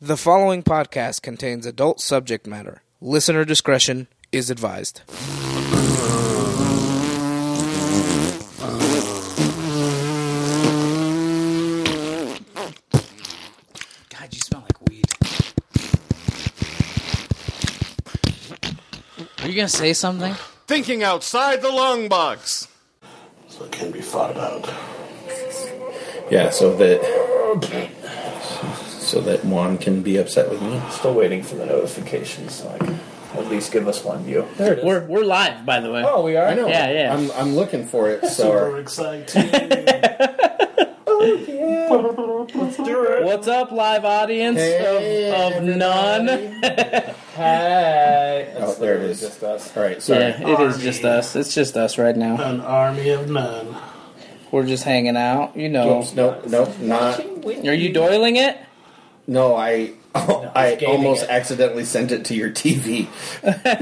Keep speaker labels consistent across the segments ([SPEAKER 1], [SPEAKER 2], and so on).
[SPEAKER 1] The following podcast contains adult subject matter. Listener discretion is advised.
[SPEAKER 2] God, you smell like weed. Are you gonna say something?
[SPEAKER 3] Thinking outside the long box.
[SPEAKER 4] so it can be thought about.
[SPEAKER 5] Yeah, so that so that Juan can be upset with me.
[SPEAKER 6] Still waiting for the notifications. so I can at least give us one view. There it is.
[SPEAKER 2] We're we're live, by the way.
[SPEAKER 5] Oh, we are. I know.
[SPEAKER 2] Yeah, yeah.
[SPEAKER 5] I'm I'm looking for it.
[SPEAKER 4] Super
[SPEAKER 5] So
[SPEAKER 4] exciting.
[SPEAKER 2] What's up, live audience
[SPEAKER 5] Hey,
[SPEAKER 2] of, of none?
[SPEAKER 6] Hey,
[SPEAKER 5] oh, there it is.
[SPEAKER 6] just us.
[SPEAKER 5] All right, sorry.
[SPEAKER 2] Yeah, it is just us. It's just us right now.
[SPEAKER 4] An army of none.
[SPEAKER 2] We're just hanging out, you know.
[SPEAKER 5] Oops, nope, nope, not.
[SPEAKER 2] Are you doiling it?
[SPEAKER 5] No, I I
[SPEAKER 6] gaming
[SPEAKER 5] almost
[SPEAKER 6] it.
[SPEAKER 5] accidentally sent it to your TV.
[SPEAKER 4] That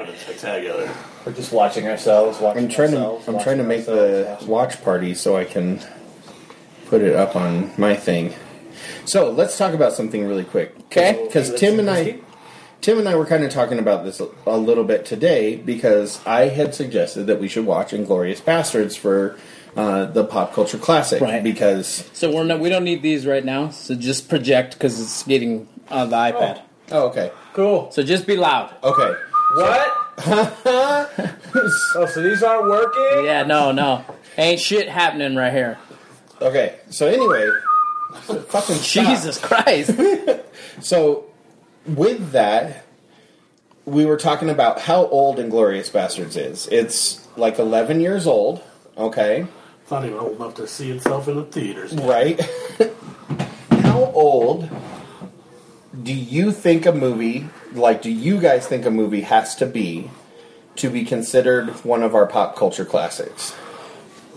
[SPEAKER 4] would been spectacular.
[SPEAKER 6] We're just watching ourselves. Watching
[SPEAKER 5] I'm trying to
[SPEAKER 6] ourselves,
[SPEAKER 5] I'm trying to
[SPEAKER 6] watching
[SPEAKER 5] make the
[SPEAKER 6] ourselves,
[SPEAKER 5] watch party so I can put it up on my thing. So let's talk about something really quick,
[SPEAKER 2] Okay.
[SPEAKER 5] Because Tim and I, Tim and I were kind of talking about this a- a little bit today because I had suggested that we should watch Inglorious Bastards for uh, the pop culture classic,
[SPEAKER 2] Right.
[SPEAKER 5] Because
[SPEAKER 2] So we're not. We don't need these right now. So just project because it's getting on the iPad.
[SPEAKER 5] oh, okay,
[SPEAKER 6] Cool.
[SPEAKER 2] So just be loud.
[SPEAKER 5] okay,
[SPEAKER 6] What? oh, so these aren't working?
[SPEAKER 2] Yeah, no, no. Ain't shit happening right here.
[SPEAKER 5] okay. So anyway, fucking stop.
[SPEAKER 2] Jesus Christ.
[SPEAKER 5] So, with that, we were talking about how old Inglorious Bastards is. It's like 11 years old, okay?
[SPEAKER 4] It's not even old enough to see itself in the theaters.
[SPEAKER 5] Right? how old do you think a movie, like, do you guys think a movie has to be to be considered one of our pop culture classics?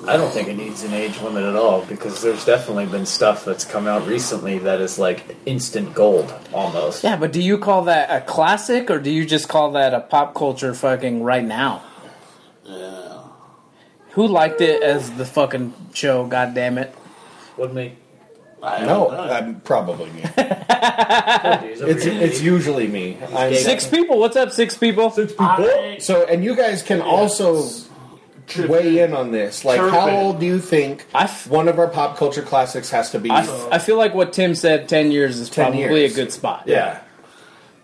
[SPEAKER 6] I don't think it needs an age limit at all because there's definitely been stuff that's come out recently that is like instant gold almost.
[SPEAKER 2] Yeah, but do you call that a classic or do you just call that a pop culture fucking right now?
[SPEAKER 4] Yeah.
[SPEAKER 2] Who liked it as the fucking show, God damn it!
[SPEAKER 6] Would make
[SPEAKER 4] I
[SPEAKER 5] No,
[SPEAKER 4] don't know.
[SPEAKER 5] um, probably me.
[SPEAKER 6] it's,
[SPEAKER 5] it's, it's usually me. I'm
[SPEAKER 2] Six people, what's up, six people? Six people.
[SPEAKER 4] I-
[SPEAKER 5] So, and you guys can also weigh in on this. Like, how
[SPEAKER 4] Turpin.
[SPEAKER 5] old do you think
[SPEAKER 2] I f-
[SPEAKER 5] one of our pop culture classics has to be?
[SPEAKER 2] I, f- I feel like what Tim said, 10 years is
[SPEAKER 5] 10
[SPEAKER 2] probably
[SPEAKER 5] years.
[SPEAKER 2] a good spot.
[SPEAKER 5] yeah.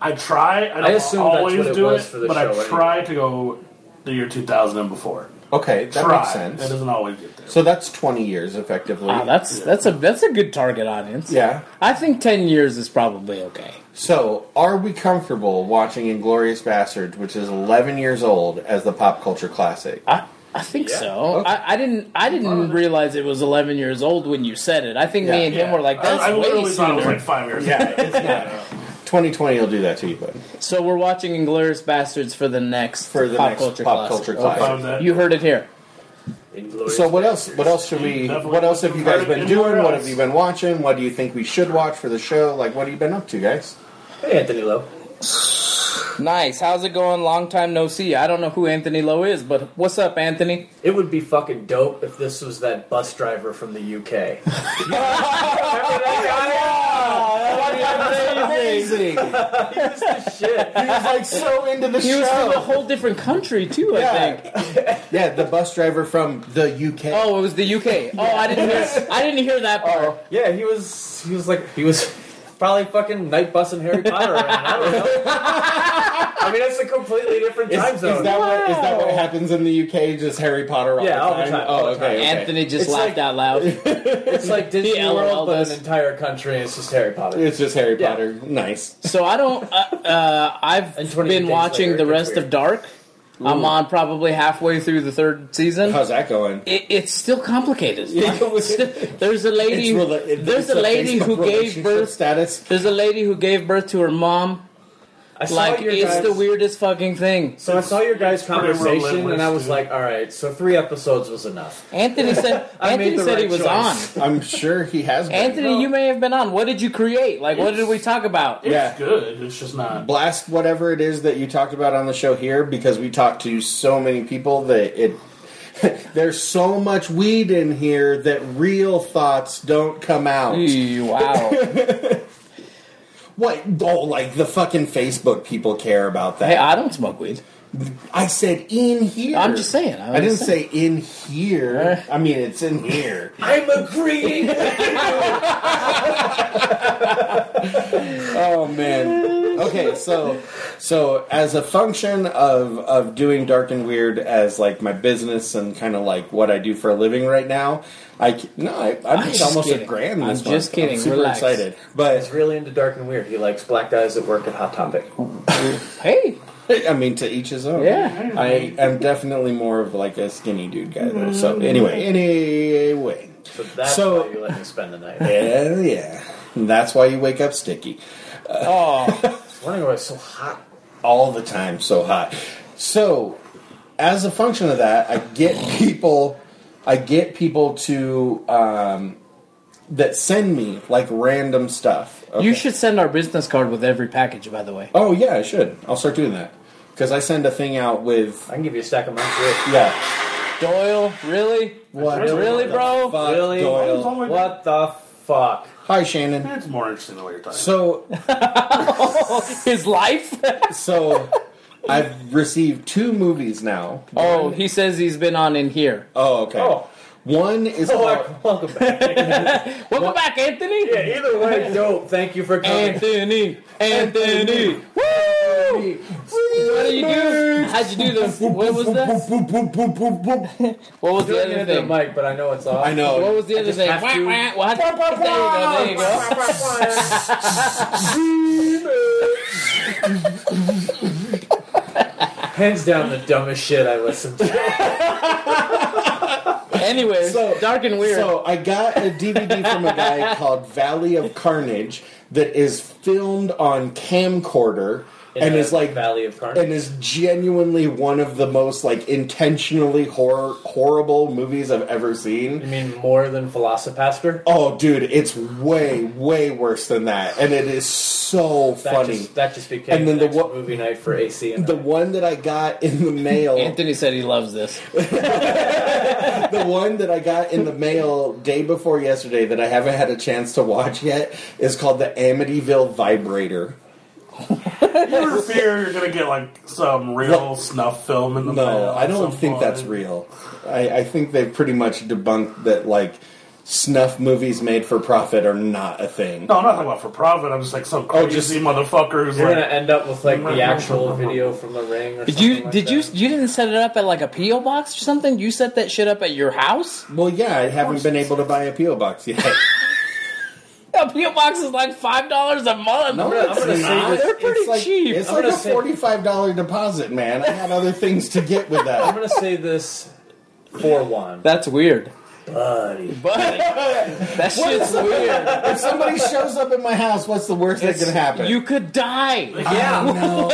[SPEAKER 4] I try. I don't
[SPEAKER 6] I assume that's
[SPEAKER 4] always
[SPEAKER 6] what it
[SPEAKER 4] do
[SPEAKER 6] was
[SPEAKER 4] it,
[SPEAKER 6] for the
[SPEAKER 4] but
[SPEAKER 6] show
[SPEAKER 4] I
[SPEAKER 6] anyway.
[SPEAKER 4] try to go the year 2000 and before.
[SPEAKER 5] Okay, that
[SPEAKER 4] try. That
[SPEAKER 5] makes sense.
[SPEAKER 4] doesn't always get there.
[SPEAKER 5] So that's twenty years effectively.
[SPEAKER 2] Wow, Ah, that's that's a that's a good target audience.
[SPEAKER 5] yeah.
[SPEAKER 2] I think 10 years is probably okay.
[SPEAKER 5] So, are we comfortable watching *Inglorious Bastards*, which is eleven years old, as the pop culture classic?
[SPEAKER 2] I I think so.
[SPEAKER 5] Okay.
[SPEAKER 2] I, I didn't I didn't realize it was 11 years old when you said it. I think
[SPEAKER 5] Yeah.
[SPEAKER 2] me and him were like that's
[SPEAKER 4] I, I
[SPEAKER 2] way
[SPEAKER 4] literally thought it was
[SPEAKER 2] sooner.
[SPEAKER 4] like five years.
[SPEAKER 5] Yeah, it's not. Twenty twenty will do that to you, but
[SPEAKER 2] So we're watching Inglorious Bastards for the next
[SPEAKER 5] for the
[SPEAKER 2] pop
[SPEAKER 5] next
[SPEAKER 2] culture
[SPEAKER 5] pop
[SPEAKER 2] classic.
[SPEAKER 5] culture
[SPEAKER 4] I
[SPEAKER 5] classic.
[SPEAKER 4] found that.
[SPEAKER 2] You heard it here.
[SPEAKER 5] So what else? What else should we?
[SPEAKER 4] Definitely
[SPEAKER 5] What else have you guys
[SPEAKER 4] compared it
[SPEAKER 5] been doing? What
[SPEAKER 4] anywhere
[SPEAKER 5] have you
[SPEAKER 4] else.
[SPEAKER 5] been watching? What do you think we should watch for the show? Like, what have you been up to, guys?
[SPEAKER 6] Hey, Anthony Lowe.
[SPEAKER 2] Nice. How's it going? Long time no see. I don't know who Anthony Lowe is, but what's up, Anthony?
[SPEAKER 6] It would be fucking dope if this was that bus driver from the UK.
[SPEAKER 5] Amazing!
[SPEAKER 6] Shit.
[SPEAKER 5] He was like so into the
[SPEAKER 2] He was from a
[SPEAKER 5] show.
[SPEAKER 2] whole different country too, I
[SPEAKER 5] Yeah.
[SPEAKER 2] think.
[SPEAKER 5] yeah, the bus driver from the UK.
[SPEAKER 2] Oh, it was the UK. Oh, I didn't hear. I didn't hear
[SPEAKER 6] Oh,
[SPEAKER 2] that part.
[SPEAKER 6] Yeah, he was. He was like. He was probably fucking night busing Harry Potter around. I don't know. I mean, that's a completely different
[SPEAKER 5] is,
[SPEAKER 6] time
[SPEAKER 5] is
[SPEAKER 6] zone.
[SPEAKER 5] that what, is that what happens in the UK? Just Harry Potter all
[SPEAKER 6] Yeah,
[SPEAKER 5] the
[SPEAKER 6] all
[SPEAKER 5] time?
[SPEAKER 6] the time, all
[SPEAKER 5] Oh,
[SPEAKER 6] the
[SPEAKER 5] okay,
[SPEAKER 6] time.
[SPEAKER 5] okay.
[SPEAKER 2] Anthony just
[SPEAKER 6] It's
[SPEAKER 2] laughed
[SPEAKER 6] like-
[SPEAKER 2] out loud.
[SPEAKER 6] it's like Disney
[SPEAKER 2] LOL
[SPEAKER 6] World, but
[SPEAKER 2] does.
[SPEAKER 6] an entire country. It's just Harry Potter.
[SPEAKER 5] It's just Harry
[SPEAKER 6] Yeah.
[SPEAKER 5] Potter. Nice.
[SPEAKER 2] So I don't. Uh, uh, I've
[SPEAKER 6] And 28
[SPEAKER 2] been
[SPEAKER 6] days
[SPEAKER 2] watching
[SPEAKER 6] later,
[SPEAKER 2] the
[SPEAKER 6] it gets
[SPEAKER 2] rest
[SPEAKER 6] weird.
[SPEAKER 2] of Dark. I'm on probably halfway through the third season.
[SPEAKER 5] How's that going?
[SPEAKER 2] it, it's still complicated.
[SPEAKER 5] It's
[SPEAKER 2] there's a lady.
[SPEAKER 5] rela- it-
[SPEAKER 2] there's
[SPEAKER 5] it's
[SPEAKER 2] a lady
[SPEAKER 5] Facebook
[SPEAKER 2] who gave
[SPEAKER 5] relationship
[SPEAKER 2] birth.
[SPEAKER 5] status.
[SPEAKER 2] There's a lady who gave birth to her mom.
[SPEAKER 6] I saw
[SPEAKER 2] Like
[SPEAKER 6] your
[SPEAKER 2] it's
[SPEAKER 6] guys-
[SPEAKER 2] the weirdest fucking thing.
[SPEAKER 6] So I saw your guys' conversation,
[SPEAKER 4] relentless,
[SPEAKER 6] and I was
[SPEAKER 4] dude.
[SPEAKER 6] like, "All right, so three episodes was enough."
[SPEAKER 2] Anthony said.
[SPEAKER 6] I
[SPEAKER 2] Anthony
[SPEAKER 6] made the
[SPEAKER 2] said he
[SPEAKER 6] right
[SPEAKER 2] was
[SPEAKER 6] choice.
[SPEAKER 2] on.
[SPEAKER 5] I'm sure he has. Been.
[SPEAKER 2] Anthony, you may have been on. What did you create? Like, what did we talk about?
[SPEAKER 4] It's
[SPEAKER 5] Yeah.
[SPEAKER 4] good. It's just not.
[SPEAKER 5] blast whatever it is that you talked about on the show here because we talked to so many people that it there's so much weed in here that real thoughts don't come out.
[SPEAKER 2] Ew, wow.
[SPEAKER 5] What? Oh, like the fucking Facebook people care about that.
[SPEAKER 2] Hey, I don't smoke weed.
[SPEAKER 5] I said in here.
[SPEAKER 2] I'm just saying, I'm
[SPEAKER 5] I didn't
[SPEAKER 2] just
[SPEAKER 5] say in here. I mean, it's in here.
[SPEAKER 6] I'm agreeing.
[SPEAKER 5] Oh man. Okay, so so as a function of of doing dark and weird as like my business and kind of like what I do for a living right now, I c- no, I, I made
[SPEAKER 2] just
[SPEAKER 5] almost a
[SPEAKER 2] kidding.
[SPEAKER 5] grand
[SPEAKER 2] I'm
[SPEAKER 5] this month.
[SPEAKER 2] just kidding,
[SPEAKER 5] I'm super
[SPEAKER 2] relax.
[SPEAKER 5] excited,
[SPEAKER 6] He's
[SPEAKER 5] but
[SPEAKER 6] really into dark and weird. He likes black guys that work at Hot Topic.
[SPEAKER 2] Hey,
[SPEAKER 5] I mean to each his own.
[SPEAKER 2] yeah.
[SPEAKER 5] I am definitely more of like a skinny dude guy though. So anyway, anyway.
[SPEAKER 6] So that's
[SPEAKER 5] So-
[SPEAKER 6] why you let him spend the night.
[SPEAKER 5] Yeah, yeah. And that's why you wake up sticky.
[SPEAKER 2] Oh,
[SPEAKER 6] I wonder why it's so hot.
[SPEAKER 5] all the time so hot. So, as a function of that, I get people, I get people to um, that send me like random stuff.
[SPEAKER 2] you
[SPEAKER 5] Okay.
[SPEAKER 2] should send our business card with every package, by the way.
[SPEAKER 5] Oh yeah, I should. I'll start doing that because I send a thing out with
[SPEAKER 6] I can give you a stack of mine for it.
[SPEAKER 5] yeah.
[SPEAKER 2] Doyle, really?
[SPEAKER 5] What?
[SPEAKER 2] Really, bro?
[SPEAKER 5] Fuck
[SPEAKER 6] Really?
[SPEAKER 5] Doyle.
[SPEAKER 6] What the fuck?
[SPEAKER 5] Hi Shannon.
[SPEAKER 4] It's more interesting than what you're talking.
[SPEAKER 5] So
[SPEAKER 2] His life?
[SPEAKER 5] so. I've received two movies now.
[SPEAKER 2] oh, he says he's been on in here.
[SPEAKER 5] Oh, okay.
[SPEAKER 6] Oh.
[SPEAKER 5] One is called,
[SPEAKER 6] Oh, welcome back.
[SPEAKER 2] Welcome back, Anthony.
[SPEAKER 6] yeah, either way, dope. Thank you for coming.
[SPEAKER 2] Anthony, Anthony. Woo! What did you do? How'd you do this? What was that? What was the
[SPEAKER 6] Doing
[SPEAKER 2] other
[SPEAKER 6] it into the
[SPEAKER 2] thing? What
[SPEAKER 6] mic, but I know it's off.
[SPEAKER 5] I know.
[SPEAKER 2] was the other
[SPEAKER 6] just
[SPEAKER 2] thing?
[SPEAKER 6] have
[SPEAKER 2] Wah,
[SPEAKER 6] to-
[SPEAKER 2] wah, wah. There you go. There you go.
[SPEAKER 6] Hands down, the dumbest shit I listened to.
[SPEAKER 2] Anyways,
[SPEAKER 5] So-
[SPEAKER 2] dark and weird.
[SPEAKER 5] So I got a DVD from a guy called Valley of Carnage that is filmed on camcorder and
[SPEAKER 6] the
[SPEAKER 5] is like
[SPEAKER 6] Valley of Carnage.
[SPEAKER 5] and is genuinely one of the most like intentionally horror horrible movies I've ever
[SPEAKER 6] You
[SPEAKER 5] seen.
[SPEAKER 6] mean more than Velocipaster?
[SPEAKER 5] Oh, dude, it's way way worse than that, and it is so
[SPEAKER 6] That
[SPEAKER 5] funny.
[SPEAKER 6] Just, that just became
[SPEAKER 5] And
[SPEAKER 6] and
[SPEAKER 5] then the
[SPEAKER 6] then the next
[SPEAKER 5] wo-
[SPEAKER 6] movie night for AC. And
[SPEAKER 5] the
[SPEAKER 6] I.
[SPEAKER 5] one that I got in the mail,
[SPEAKER 2] Anthony said he loves this.
[SPEAKER 5] the one that I got in the mail day before yesterday that I haven't had a chance to watch yet is called the Amityville Vibrator.
[SPEAKER 4] about. You fear you're gonna get like some real snuff film in the mail
[SPEAKER 5] No,
[SPEAKER 4] at
[SPEAKER 5] I don't
[SPEAKER 4] some
[SPEAKER 5] think
[SPEAKER 4] point.
[SPEAKER 5] that's real. I, I think they've pretty much debunked that like snuff movies made for profit are not a thing.
[SPEAKER 4] No, I'm not talking about for profit. I'm just like some
[SPEAKER 5] Oh,
[SPEAKER 4] crazy
[SPEAKER 5] just-
[SPEAKER 4] motherfucker who's
[SPEAKER 6] You're gonna
[SPEAKER 4] like,
[SPEAKER 6] end up with like the actual video from the ring. Or
[SPEAKER 2] Did
[SPEAKER 6] something
[SPEAKER 2] you
[SPEAKER 6] like
[SPEAKER 2] did you
[SPEAKER 6] that.
[SPEAKER 2] you didn't set it up at like a PO box or something? You set that shit up at your house?
[SPEAKER 5] Well, yeah, I haven't been able to buy a PO box yet.
[SPEAKER 2] A PO box is like five dollars a month.
[SPEAKER 5] No,
[SPEAKER 6] I'm
[SPEAKER 5] it's
[SPEAKER 6] gonna say
[SPEAKER 5] not.
[SPEAKER 6] this-
[SPEAKER 2] They're
[SPEAKER 5] It's
[SPEAKER 2] pretty
[SPEAKER 5] like-
[SPEAKER 2] cheap.
[SPEAKER 5] It's
[SPEAKER 6] I'm
[SPEAKER 5] like a
[SPEAKER 6] gonna say-
[SPEAKER 5] forty-five dollar deposit, man. I had other things to get with
[SPEAKER 6] I'm
[SPEAKER 5] that.
[SPEAKER 6] gonna say this for one,
[SPEAKER 2] That's weird.
[SPEAKER 6] buddy.
[SPEAKER 2] But that shit's weird.
[SPEAKER 5] if somebody shows up at my house, what's the worst that can happen?
[SPEAKER 2] You could die.
[SPEAKER 6] Yeah,
[SPEAKER 5] no.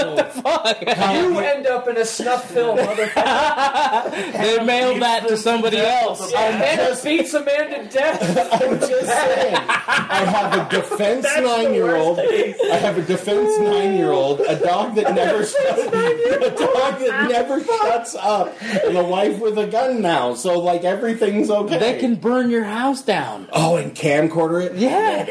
[SPEAKER 6] you end up in a snuff film, motherfucker.
[SPEAKER 2] They mailed that to somebody else.
[SPEAKER 6] And beats a man to death.
[SPEAKER 5] I'm just saying. I have a defense
[SPEAKER 6] the
[SPEAKER 5] nine year old. I have a defense nine year old. A dog that never shuts, a dog that never shuts up, and a wife with a gun now. So like everything's okay.
[SPEAKER 2] They can burn your house down.
[SPEAKER 5] Oh, and camcorder it.
[SPEAKER 2] Yeah.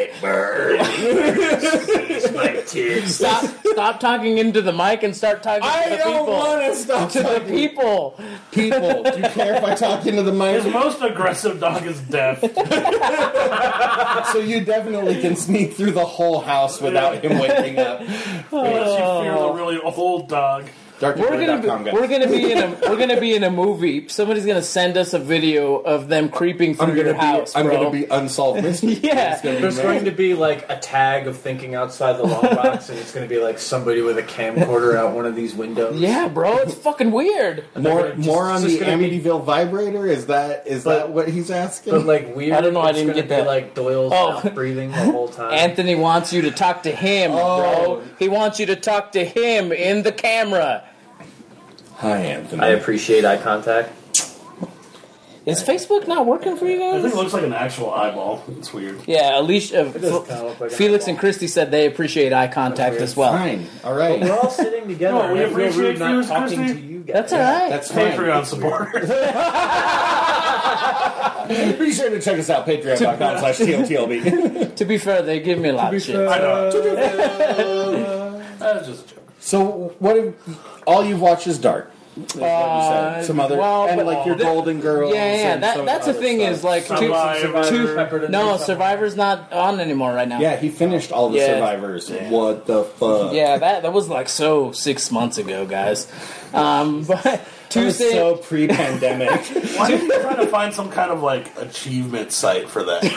[SPEAKER 2] Stop stop talking into the mic and start talking
[SPEAKER 5] I
[SPEAKER 2] to the
[SPEAKER 5] don't
[SPEAKER 2] people.
[SPEAKER 5] want to stop
[SPEAKER 2] to the people.
[SPEAKER 5] people. Do you care if I talk into the mic?
[SPEAKER 4] his most aggressive dog is deaf.
[SPEAKER 5] So you definitely can sneak through the whole house without him waking up.
[SPEAKER 4] Unless you fear the
[SPEAKER 2] Oh.
[SPEAKER 4] really old dog.
[SPEAKER 2] We're gonna be,
[SPEAKER 5] Darkandweird.com, guys.
[SPEAKER 2] we're gonna be in a we're gonna be in a movie. Somebody's gonna send us a video of them creeping through
[SPEAKER 5] I'm gonna
[SPEAKER 2] your
[SPEAKER 5] be.
[SPEAKER 2] house,
[SPEAKER 5] I'm
[SPEAKER 2] bro.
[SPEAKER 5] gonna be unsolved mystery.
[SPEAKER 2] Yeah.
[SPEAKER 5] It's gonna be
[SPEAKER 6] There's
[SPEAKER 5] amazing.
[SPEAKER 6] going to be like a tag of thinking outside the long box, and it's gonna be like somebody with a camcorder out one of these windows.
[SPEAKER 2] yeah, bro, it's fucking weird.
[SPEAKER 5] More,
[SPEAKER 6] Just-
[SPEAKER 5] more on
[SPEAKER 6] just
[SPEAKER 5] the
[SPEAKER 6] gonna be-
[SPEAKER 5] Amityville vibrator? Is that is
[SPEAKER 6] But-
[SPEAKER 5] that what he's asking?
[SPEAKER 6] But like weird.
[SPEAKER 2] I don't know, I
[SPEAKER 6] it's
[SPEAKER 2] didn't
[SPEAKER 6] gonna
[SPEAKER 2] get
[SPEAKER 6] be,
[SPEAKER 2] that.
[SPEAKER 6] Like Doyle's
[SPEAKER 2] Oh.
[SPEAKER 6] mouth breathing the whole time.
[SPEAKER 2] Anthony wants you to talk to him,
[SPEAKER 5] Oh.
[SPEAKER 2] bro. He wants you to talk to him in the camera.
[SPEAKER 5] Hi, Anthony.
[SPEAKER 6] I appreciate eye contact.
[SPEAKER 2] Is Facebook not working for you
[SPEAKER 4] I think it
[SPEAKER 2] guys?
[SPEAKER 4] looks like an actual eyeball. It's weird.
[SPEAKER 2] Yeah, Alicia, uh,
[SPEAKER 6] does
[SPEAKER 2] F-
[SPEAKER 6] kinda look like an
[SPEAKER 2] Felix
[SPEAKER 6] eyeball.
[SPEAKER 2] and Christy said they appreciate eye contact
[SPEAKER 6] weird.
[SPEAKER 2] as well.
[SPEAKER 5] Fine. All right.
[SPEAKER 6] all sitting together.
[SPEAKER 4] No, we
[SPEAKER 6] I feel
[SPEAKER 4] appreciate
[SPEAKER 6] rude
[SPEAKER 4] you, Christy.
[SPEAKER 6] you you guys.
[SPEAKER 2] That's all right.
[SPEAKER 5] That's fine.
[SPEAKER 4] Patreon supporters.
[SPEAKER 5] Be sure to check us out, patreon.com slash TMTLB.
[SPEAKER 2] to be fair, they give me a lot of shit.
[SPEAKER 4] I know. that was just a joke.
[SPEAKER 5] so, what if all you've watched is Dark? Is what you said.
[SPEAKER 2] Uh,
[SPEAKER 5] Some other,
[SPEAKER 2] well,
[SPEAKER 5] and
[SPEAKER 2] but-
[SPEAKER 5] like your Golden Girls.
[SPEAKER 2] Yeah, yeah,
[SPEAKER 5] and
[SPEAKER 2] that,
[SPEAKER 5] some
[SPEAKER 2] that's the
[SPEAKER 5] other
[SPEAKER 2] thing
[SPEAKER 5] stuff.
[SPEAKER 2] is like two,
[SPEAKER 4] Survivor.
[SPEAKER 2] two, no Survivor's not on anymore right now.
[SPEAKER 5] Yeah, he finished all the
[SPEAKER 2] Yeah.
[SPEAKER 5] survivors. What the fuck?
[SPEAKER 2] yeah, that that was like so six months ago, guys. Um, but
[SPEAKER 5] It
[SPEAKER 2] two
[SPEAKER 5] was
[SPEAKER 2] things.
[SPEAKER 5] so pre-pandemic.
[SPEAKER 4] Why didn't you try to find some kind of like achievement site for that? There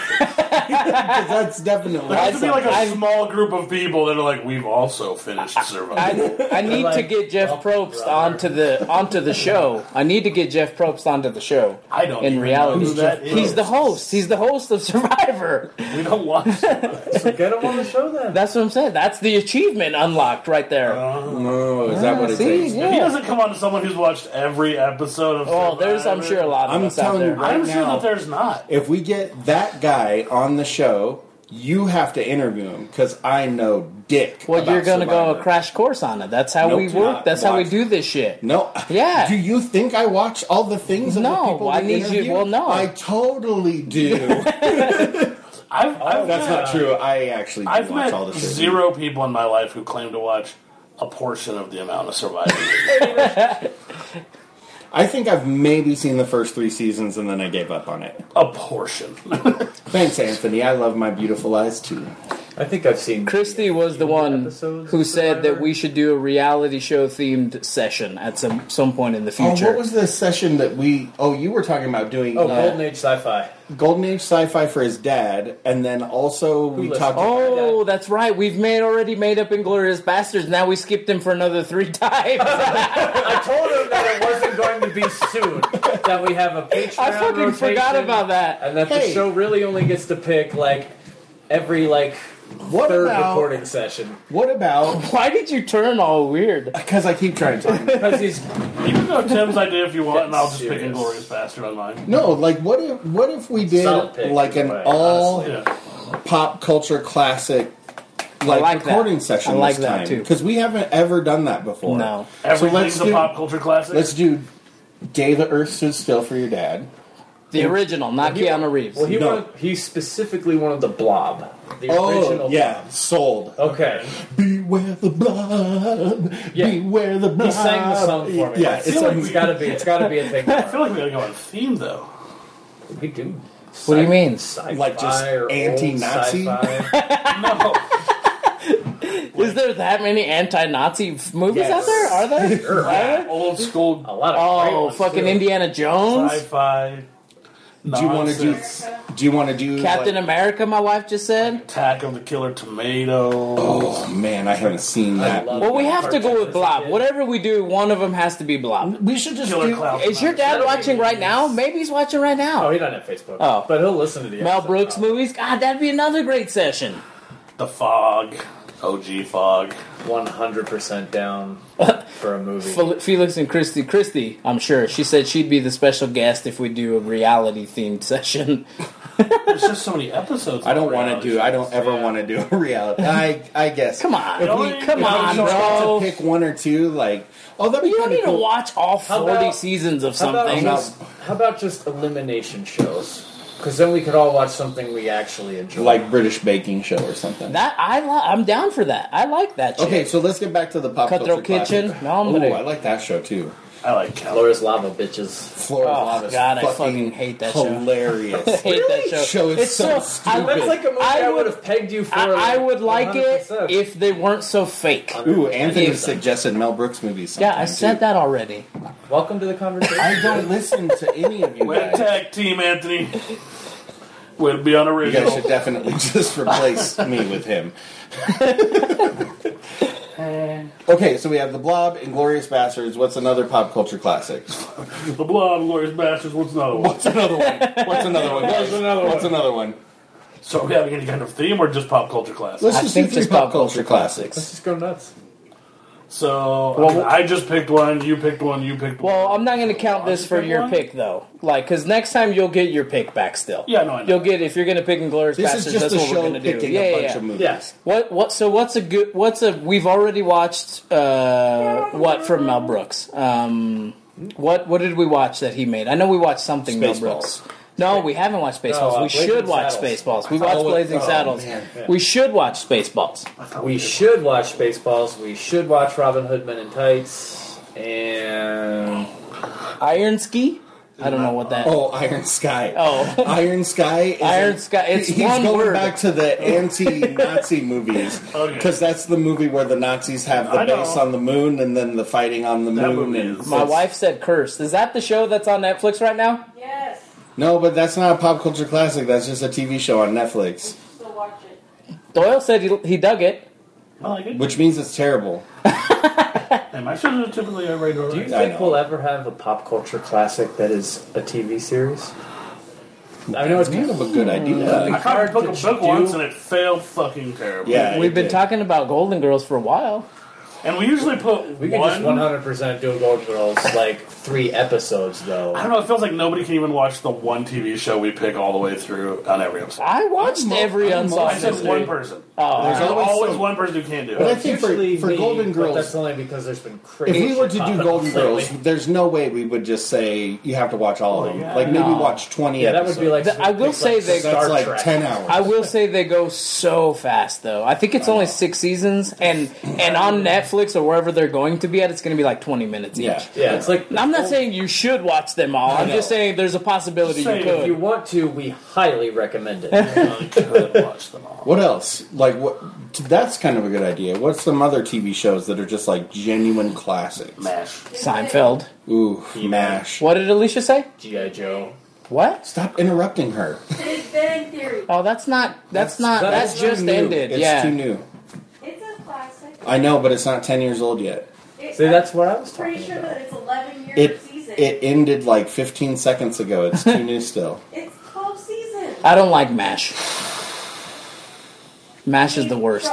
[SPEAKER 5] that's definitely.
[SPEAKER 4] has to be like a small group of people that are like, we've also finished Survivor.
[SPEAKER 2] I, I need to get
[SPEAKER 5] "Oh,
[SPEAKER 2] Jeff Probst onto the onto the show. I need to get Jeff Probst onto the show.
[SPEAKER 4] I, don't
[SPEAKER 2] in
[SPEAKER 4] even
[SPEAKER 2] reality.
[SPEAKER 4] know who that
[SPEAKER 2] He's
[SPEAKER 4] is.
[SPEAKER 2] the host. He's the host of Survivor.
[SPEAKER 4] We don't watch Survivor.
[SPEAKER 6] Get him on the show then.
[SPEAKER 2] That's what I'm saying. That's the achievement unlocked right there.
[SPEAKER 5] Oh, is that what it
[SPEAKER 2] Ah, See,
[SPEAKER 5] takes?
[SPEAKER 2] yeah.
[SPEAKER 4] He doesn't come on to someone who's watched every episode of
[SPEAKER 2] Oh, there's I'm
[SPEAKER 4] Survivor.
[SPEAKER 2] sure a lot of
[SPEAKER 5] I'm
[SPEAKER 2] us out
[SPEAKER 5] telling you
[SPEAKER 2] there.
[SPEAKER 5] right
[SPEAKER 4] I'm sure
[SPEAKER 5] now-
[SPEAKER 4] that there's not.
[SPEAKER 5] If we get that guy on the show, you have to interview him because I know dick.
[SPEAKER 2] Well,
[SPEAKER 5] about
[SPEAKER 2] you're gonna go
[SPEAKER 5] Survivor.
[SPEAKER 2] a crash course on it. That's how
[SPEAKER 5] Nope,
[SPEAKER 2] we
[SPEAKER 5] do
[SPEAKER 2] work.
[SPEAKER 5] not
[SPEAKER 2] That's how we
[SPEAKER 5] watch.
[SPEAKER 2] do this shit.
[SPEAKER 5] No.
[SPEAKER 2] Yeah.
[SPEAKER 5] Do you think I watch all the things? Of the
[SPEAKER 2] No,
[SPEAKER 5] people
[SPEAKER 2] I
[SPEAKER 5] we
[SPEAKER 2] need you-
[SPEAKER 5] interview?
[SPEAKER 2] well, no.
[SPEAKER 5] I totally do.
[SPEAKER 4] I've, I've
[SPEAKER 5] Oh, That's
[SPEAKER 4] met,
[SPEAKER 5] not true. I actually do
[SPEAKER 4] I've
[SPEAKER 5] watch
[SPEAKER 4] met
[SPEAKER 5] all the shit.
[SPEAKER 4] zero people in my life who claim to watch a portion of the amount of Survivor.
[SPEAKER 5] I think I've maybe seen the first three seasons and then I gave up on it.
[SPEAKER 4] a portion.
[SPEAKER 5] Thanks, Anthony. I love my beautiful eyes too.
[SPEAKER 6] I think I've seen
[SPEAKER 2] Christy was the one
[SPEAKER 6] Episodes
[SPEAKER 2] who
[SPEAKER 6] of
[SPEAKER 2] said that
[SPEAKER 6] Survivor?
[SPEAKER 2] we should do a reality show themed session at some some point in the
[SPEAKER 5] Oh,
[SPEAKER 2] future.
[SPEAKER 5] what was the session that we? Oh, you were talking about doing
[SPEAKER 6] Oh,
[SPEAKER 5] uh,
[SPEAKER 6] Golden Age Sci-Fi.
[SPEAKER 5] Golden Age Sci-Fi for his dad, and then also we
[SPEAKER 6] listened?
[SPEAKER 5] talked.
[SPEAKER 2] Oh, that's right. We've made already made up Inglorious Bastards. Now we skipped him for another three times.
[SPEAKER 6] I told him that it wasn't going to be soon. That we have a Patreon.
[SPEAKER 2] I fucking
[SPEAKER 6] rotation,
[SPEAKER 2] forgot about that.
[SPEAKER 6] And that
[SPEAKER 5] Hey.
[SPEAKER 6] the show really only gets to pick like every like
[SPEAKER 5] What
[SPEAKER 6] third
[SPEAKER 5] about-
[SPEAKER 6] recording session
[SPEAKER 5] What about?
[SPEAKER 2] Why did you turn all weird?
[SPEAKER 5] Because I keep trying to.
[SPEAKER 6] because he's
[SPEAKER 4] Even though Tim's idea, if you want, and I'll just pick
[SPEAKER 6] Serious.
[SPEAKER 4] Inglorious Bastard on mine.
[SPEAKER 5] no, like what if? What if we did
[SPEAKER 6] Solid pick,
[SPEAKER 5] like an
[SPEAKER 6] either way,
[SPEAKER 5] all
[SPEAKER 6] honestly.
[SPEAKER 4] Yeah.
[SPEAKER 5] pop culture classic? Like,
[SPEAKER 2] like that.
[SPEAKER 5] recording session.
[SPEAKER 2] I like
[SPEAKER 5] this
[SPEAKER 2] that,
[SPEAKER 5] time,
[SPEAKER 2] too.
[SPEAKER 5] because we haven't ever done that before.
[SPEAKER 2] No.
[SPEAKER 5] So
[SPEAKER 4] Everything's
[SPEAKER 5] let's
[SPEAKER 4] a
[SPEAKER 5] do.
[SPEAKER 4] pop culture classic.
[SPEAKER 5] Let's do. Day the Earth Stood Still for your dad.
[SPEAKER 2] The original, not Keanu Reeves.
[SPEAKER 6] well he
[SPEAKER 5] No.
[SPEAKER 6] wanted, he specifically wanted the blob. The
[SPEAKER 5] Oh,
[SPEAKER 6] original
[SPEAKER 5] yeah, sold.
[SPEAKER 6] Okay.
[SPEAKER 5] Beware the blob.
[SPEAKER 6] Yeah.
[SPEAKER 5] Beware the blob.
[SPEAKER 6] He sang
[SPEAKER 2] Uh,
[SPEAKER 6] the song for me.
[SPEAKER 5] Yeah,
[SPEAKER 6] I feel like
[SPEAKER 5] it's
[SPEAKER 6] it's gotta be it's gotta be a thing.
[SPEAKER 4] I feel like we gotta go on theme though.
[SPEAKER 6] we do.
[SPEAKER 2] What do you mean?
[SPEAKER 5] Like just anti-Nazi?
[SPEAKER 4] No,
[SPEAKER 2] Is there that many anti-Nazi f- movies
[SPEAKER 5] Yes.
[SPEAKER 2] out there? Are there?
[SPEAKER 6] yeah.
[SPEAKER 4] old school
[SPEAKER 6] A lot of great
[SPEAKER 2] Oh,
[SPEAKER 6] ones,
[SPEAKER 2] fucking
[SPEAKER 6] too.
[SPEAKER 2] Indiana Jones,
[SPEAKER 4] sci-fi.
[SPEAKER 5] Do you want to do? Do you want to do
[SPEAKER 2] Captain
[SPEAKER 5] Like,
[SPEAKER 2] America. My wife just said.
[SPEAKER 4] Attack of the Killer Tomato?
[SPEAKER 5] oh man, I haven't seen that.
[SPEAKER 6] love-
[SPEAKER 2] Well, we have to go
[SPEAKER 6] Cartoon
[SPEAKER 2] with Blob.
[SPEAKER 6] kid.
[SPEAKER 2] Whatever we do, one of them has to be Blob.
[SPEAKER 5] we should just
[SPEAKER 4] Killer
[SPEAKER 5] do.
[SPEAKER 4] Clown.
[SPEAKER 2] Is your dad
[SPEAKER 6] That'll be
[SPEAKER 2] watching right
[SPEAKER 6] nice.
[SPEAKER 2] now? Maybe he's watching right
[SPEAKER 6] Oh,
[SPEAKER 2] now.
[SPEAKER 6] he doesn't have Facebook.
[SPEAKER 2] Oh.
[SPEAKER 6] but he'll listen to the
[SPEAKER 2] Mel
[SPEAKER 6] episode.
[SPEAKER 2] Brooks movies. God, that'd be another great session.
[SPEAKER 4] The Fog. OG Fog.
[SPEAKER 6] One hundred percent down for a movie.
[SPEAKER 2] Fel- Felix and Christy. Christy, I'm sure she said she'd be the special guest if we do a reality themed session.
[SPEAKER 4] There's just so many episodes.
[SPEAKER 5] I don't
[SPEAKER 4] of
[SPEAKER 5] want to
[SPEAKER 4] reality
[SPEAKER 5] do. I
[SPEAKER 4] shows.
[SPEAKER 5] don't ever want to do a reality. I I guess.
[SPEAKER 2] Come on,
[SPEAKER 5] If
[SPEAKER 4] Really?
[SPEAKER 5] we,
[SPEAKER 2] come
[SPEAKER 4] if
[SPEAKER 2] on,
[SPEAKER 5] if we got
[SPEAKER 2] bro.
[SPEAKER 5] to pick one or two, like oh, that'd be
[SPEAKER 2] You don't
[SPEAKER 5] kinda
[SPEAKER 2] need to
[SPEAKER 5] cool.
[SPEAKER 2] watch all 40
[SPEAKER 6] about-
[SPEAKER 2] seasons of
[SPEAKER 6] How about,
[SPEAKER 2] something.
[SPEAKER 6] just, how about just elimination shows? Because then we could all watch something we actually enjoy.
[SPEAKER 5] like British baking show or something.
[SPEAKER 2] That I li- I'm down for that. I like that. Shit.
[SPEAKER 5] okay, so let's get back to the pop
[SPEAKER 2] Cutthroat
[SPEAKER 5] culture
[SPEAKER 2] Kitchen?
[SPEAKER 5] classics.
[SPEAKER 2] No, I'm
[SPEAKER 5] Ooh,
[SPEAKER 2] gonna-
[SPEAKER 5] I like that show too.
[SPEAKER 4] I like Cal.
[SPEAKER 6] Laura's Lava Bitches.
[SPEAKER 5] Florida
[SPEAKER 2] Oh,
[SPEAKER 5] Love is
[SPEAKER 2] God, I
[SPEAKER 5] fucking,
[SPEAKER 2] fucking hate that show.
[SPEAKER 5] hilarious.
[SPEAKER 2] I hate that show.
[SPEAKER 5] Show is so
[SPEAKER 2] I,
[SPEAKER 5] stupid. That's
[SPEAKER 6] That's like a movie
[SPEAKER 2] I
[SPEAKER 6] I,
[SPEAKER 2] would-
[SPEAKER 6] would have pegged you for.
[SPEAKER 2] I, I would like it
[SPEAKER 6] 100%.
[SPEAKER 2] if they weren't so fake.
[SPEAKER 5] Ooh, Anthony
[SPEAKER 2] If-
[SPEAKER 5] suggested Mel Brooks movies.
[SPEAKER 2] Yeah,
[SPEAKER 5] sometime,
[SPEAKER 2] I said
[SPEAKER 5] too.
[SPEAKER 2] that already.
[SPEAKER 6] Welcome to the conversation.
[SPEAKER 5] I don't listen to any of you
[SPEAKER 4] Wet
[SPEAKER 5] guys.
[SPEAKER 4] tag team, Anthony. Would be on
[SPEAKER 5] You guys
[SPEAKER 4] original.
[SPEAKER 5] should definitely just replace me with him.
[SPEAKER 2] Uh,
[SPEAKER 5] okay, so we have The Blob, Inglorious Bastards. What's another pop culture classic?
[SPEAKER 4] The Blob, Glorious Bastards. What's another one?
[SPEAKER 5] What's another one? What's another one? What's another one? What's another one?
[SPEAKER 4] So are we having any kind of theme or just pop culture class?
[SPEAKER 5] Let's
[SPEAKER 2] I
[SPEAKER 5] just
[SPEAKER 2] think
[SPEAKER 5] do three
[SPEAKER 2] just
[SPEAKER 5] pop
[SPEAKER 2] pop culture
[SPEAKER 5] culture classics.
[SPEAKER 6] Just go nuts.
[SPEAKER 4] So I,
[SPEAKER 2] Well-
[SPEAKER 4] mean, I just picked one. You picked one. You picked one.
[SPEAKER 2] Well, I'm not going to count this for your
[SPEAKER 4] one?
[SPEAKER 2] pick though, like because next time you'll get your pick back still.
[SPEAKER 4] Yeah, no, I know.
[SPEAKER 2] You'll get if you're going to pick in glorious
[SPEAKER 5] This
[SPEAKER 2] Bastards.
[SPEAKER 5] is just
[SPEAKER 2] that's
[SPEAKER 5] a
[SPEAKER 2] what we're
[SPEAKER 5] show
[SPEAKER 2] going to do.
[SPEAKER 5] picking
[SPEAKER 2] Yeah,
[SPEAKER 5] a
[SPEAKER 2] yeah,
[SPEAKER 5] bunch
[SPEAKER 2] yeah.
[SPEAKER 5] of movies.
[SPEAKER 6] Yes.
[SPEAKER 2] What what? So what's a good? What's a? We've already watched uh, what from Mel Brooks. Um, what what did we watch that he made? I know we watched something Mel Brooks. No, we haven't watched Spaceballs.
[SPEAKER 6] uh,
[SPEAKER 2] we
[SPEAKER 6] Blazing
[SPEAKER 2] should watch
[SPEAKER 6] Saddles.
[SPEAKER 2] Spaceballs. We watched
[SPEAKER 5] Oh,
[SPEAKER 2] Blazing
[SPEAKER 5] oh,
[SPEAKER 2] Saddles.
[SPEAKER 5] man.
[SPEAKER 2] We should watch Spaceballs.
[SPEAKER 6] We should watch Spaceballs. We should watch Robin Hood Men in Tights. And
[SPEAKER 2] Iron Ski. I don't know what that.
[SPEAKER 5] Oh, Iron Sky.
[SPEAKER 2] Oh.
[SPEAKER 5] Iron Sky. Is
[SPEAKER 2] Iron Sky, it's
[SPEAKER 5] he's
[SPEAKER 2] one
[SPEAKER 5] going
[SPEAKER 2] word.
[SPEAKER 5] back to the anti-Nazi movies
[SPEAKER 4] Okay.
[SPEAKER 5] because that's the movie where the Nazis have the
[SPEAKER 4] I know.
[SPEAKER 5] base on the moon and then the fighting on the
[SPEAKER 4] That
[SPEAKER 5] moon.
[SPEAKER 4] movie
[SPEAKER 5] And
[SPEAKER 4] is-
[SPEAKER 2] My wife said "Cursed." Is that the show that's on Netflix right now?
[SPEAKER 7] Yes.
[SPEAKER 5] No, but that's not a pop culture classic. That's just a TV show on Netflix,
[SPEAKER 7] Still watch it.
[SPEAKER 2] Doyle said he, he dug it.
[SPEAKER 4] I like it.
[SPEAKER 5] which means it's terrible.
[SPEAKER 4] And my shows are typically a regular.
[SPEAKER 6] do you
[SPEAKER 5] I
[SPEAKER 6] think
[SPEAKER 5] know.
[SPEAKER 6] we'll ever have a pop culture classic that is a TV series? I know it's
[SPEAKER 5] Kind of a good
[SPEAKER 4] I
[SPEAKER 5] idea.
[SPEAKER 4] tried to book a
[SPEAKER 6] Hard to
[SPEAKER 4] book
[SPEAKER 6] do.
[SPEAKER 4] once and it failed fucking terrible.
[SPEAKER 5] Yeah,
[SPEAKER 2] We've
[SPEAKER 5] it
[SPEAKER 2] been
[SPEAKER 5] did.
[SPEAKER 2] talking about Golden Girls for a while.
[SPEAKER 4] And we usually put
[SPEAKER 6] We can
[SPEAKER 4] one.
[SPEAKER 6] just 100% do Golden Girls like three episodes though.
[SPEAKER 4] I don't know. It feels like nobody can even watch the one TV show we pick all the way through on every episode.
[SPEAKER 2] I watched every
[SPEAKER 4] I
[SPEAKER 2] Unsolved
[SPEAKER 4] said
[SPEAKER 2] Mystery.
[SPEAKER 4] one person.
[SPEAKER 2] Oh,
[SPEAKER 5] There's
[SPEAKER 4] There's
[SPEAKER 5] always
[SPEAKER 4] always
[SPEAKER 5] some-
[SPEAKER 4] one person who can't do
[SPEAKER 5] But I
[SPEAKER 4] it.
[SPEAKER 5] think for,
[SPEAKER 6] Usually
[SPEAKER 5] for
[SPEAKER 6] me,
[SPEAKER 5] Golden
[SPEAKER 6] but that's
[SPEAKER 5] Girls,
[SPEAKER 6] only because there's been
[SPEAKER 5] if
[SPEAKER 6] crazy.
[SPEAKER 5] we were to
[SPEAKER 6] shit
[SPEAKER 5] do
[SPEAKER 6] popping
[SPEAKER 5] Golden
[SPEAKER 6] up lately.
[SPEAKER 5] Girls, there's no way we would just say you have to watch all of them. Like maybe watch twenty.
[SPEAKER 6] yeah, that would be
[SPEAKER 5] episodes.
[SPEAKER 6] like
[SPEAKER 2] The- I will
[SPEAKER 6] like
[SPEAKER 2] say they-
[SPEAKER 5] that's
[SPEAKER 6] Star
[SPEAKER 5] like
[SPEAKER 6] Trek.
[SPEAKER 5] ten hours.
[SPEAKER 2] I will say they go so fast though. I think it's only six seasons, and and on Netflix or wherever they're going to be at, it's going to be like twenty minutes
[SPEAKER 5] yeah.
[SPEAKER 2] each.
[SPEAKER 6] Yeah, it's like
[SPEAKER 2] I'm not saying you should watch them all. I'm just saying there's a possibility
[SPEAKER 4] Just
[SPEAKER 2] you
[SPEAKER 4] saying,
[SPEAKER 2] could.
[SPEAKER 6] if you want to, we highly recommend it.
[SPEAKER 4] I could watch them all.
[SPEAKER 5] What else? Like what? t- That's kind of a good idea. What's some other TV shows that are just like genuine classics?
[SPEAKER 4] Mash.
[SPEAKER 2] Seinfeld.
[SPEAKER 5] Ooh, Mash.
[SPEAKER 2] What did Alicia say?
[SPEAKER 6] GI Joe.
[SPEAKER 2] What?
[SPEAKER 5] Stop interrupting her.
[SPEAKER 7] Big Bang Theory.
[SPEAKER 2] Oh, that's not. That's, not. That's,
[SPEAKER 5] too
[SPEAKER 2] just
[SPEAKER 5] new.
[SPEAKER 2] ended.
[SPEAKER 5] It's
[SPEAKER 2] yeah.
[SPEAKER 5] too new.
[SPEAKER 7] It's a classic.
[SPEAKER 5] I know, but it's not ten years old yet.
[SPEAKER 7] It,
[SPEAKER 6] See, that's what I was
[SPEAKER 7] I'm
[SPEAKER 6] talking
[SPEAKER 7] pretty sure
[SPEAKER 6] about.
[SPEAKER 7] that it's 11 years
[SPEAKER 5] It
[SPEAKER 7] season.
[SPEAKER 5] it ended like 15 seconds ago. It's too new still.
[SPEAKER 7] it's 12 seasons.
[SPEAKER 2] I don't like Mash. Mash is the worst.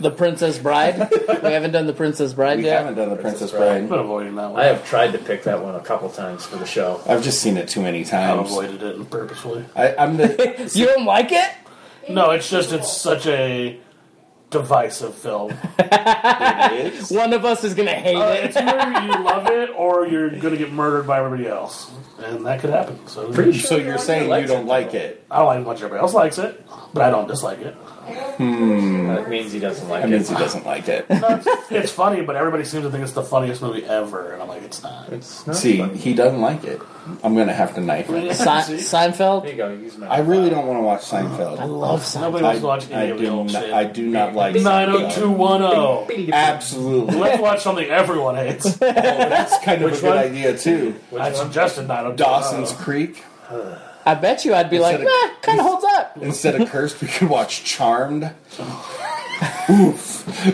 [SPEAKER 2] The Princess Bride. we haven't done the Princess Bride
[SPEAKER 5] We
[SPEAKER 2] yet.
[SPEAKER 5] haven't done the Princess
[SPEAKER 6] Princess
[SPEAKER 5] Bride.
[SPEAKER 4] I've been avoiding that one.
[SPEAKER 6] I have tried to pick that one a couple times for the show.
[SPEAKER 5] I've just seen it too many
[SPEAKER 4] I've
[SPEAKER 5] times.
[SPEAKER 4] avoided it purposefully.
[SPEAKER 5] I, I'm the
[SPEAKER 2] You don't like it?
[SPEAKER 4] No, it's just it's such a divisive film.
[SPEAKER 2] One of us is gonna hate it.
[SPEAKER 4] Uh, It's either you love it or you're going to get murdered by everybody else, and that could happen. So
[SPEAKER 6] Pretty sure.
[SPEAKER 5] so you're saying you don't like it.
[SPEAKER 4] I don't like much everybody else likes it, but I don't dislike it.
[SPEAKER 2] Hmm.
[SPEAKER 6] That means he doesn't like
[SPEAKER 5] That
[SPEAKER 6] it.
[SPEAKER 5] means he doesn't like it.
[SPEAKER 4] It's funny, but everybody seems to think it's the funniest movie ever, and I'm like, it's not.
[SPEAKER 6] It's not
[SPEAKER 5] See,
[SPEAKER 6] funny.
[SPEAKER 5] he doesn't like it. I'm gonna have to knife him.
[SPEAKER 2] Se-
[SPEAKER 6] There
[SPEAKER 2] Seinfeld.
[SPEAKER 6] you go. Use my.
[SPEAKER 5] I really don't want to watch Seinfeld.
[SPEAKER 2] I love Seinfeld.
[SPEAKER 4] Nobody wants to watch any
[SPEAKER 5] I
[SPEAKER 4] of the
[SPEAKER 5] do
[SPEAKER 4] old
[SPEAKER 5] not,
[SPEAKER 4] shit.
[SPEAKER 5] I do not like Seinfeld.
[SPEAKER 6] Oh,
[SPEAKER 4] 90210.
[SPEAKER 5] Absolutely.
[SPEAKER 4] oh. Let's watch something everyone hates.
[SPEAKER 5] That's kind of a
[SPEAKER 6] Which
[SPEAKER 5] good
[SPEAKER 6] one?
[SPEAKER 5] idea too.
[SPEAKER 4] I suggested 90210.
[SPEAKER 5] Dawson's Creek.
[SPEAKER 2] I bet you I'd be like,
[SPEAKER 5] Instead of-
[SPEAKER 2] nah, kind of holds up.
[SPEAKER 5] Instead of Cursed, we could watch Charmed.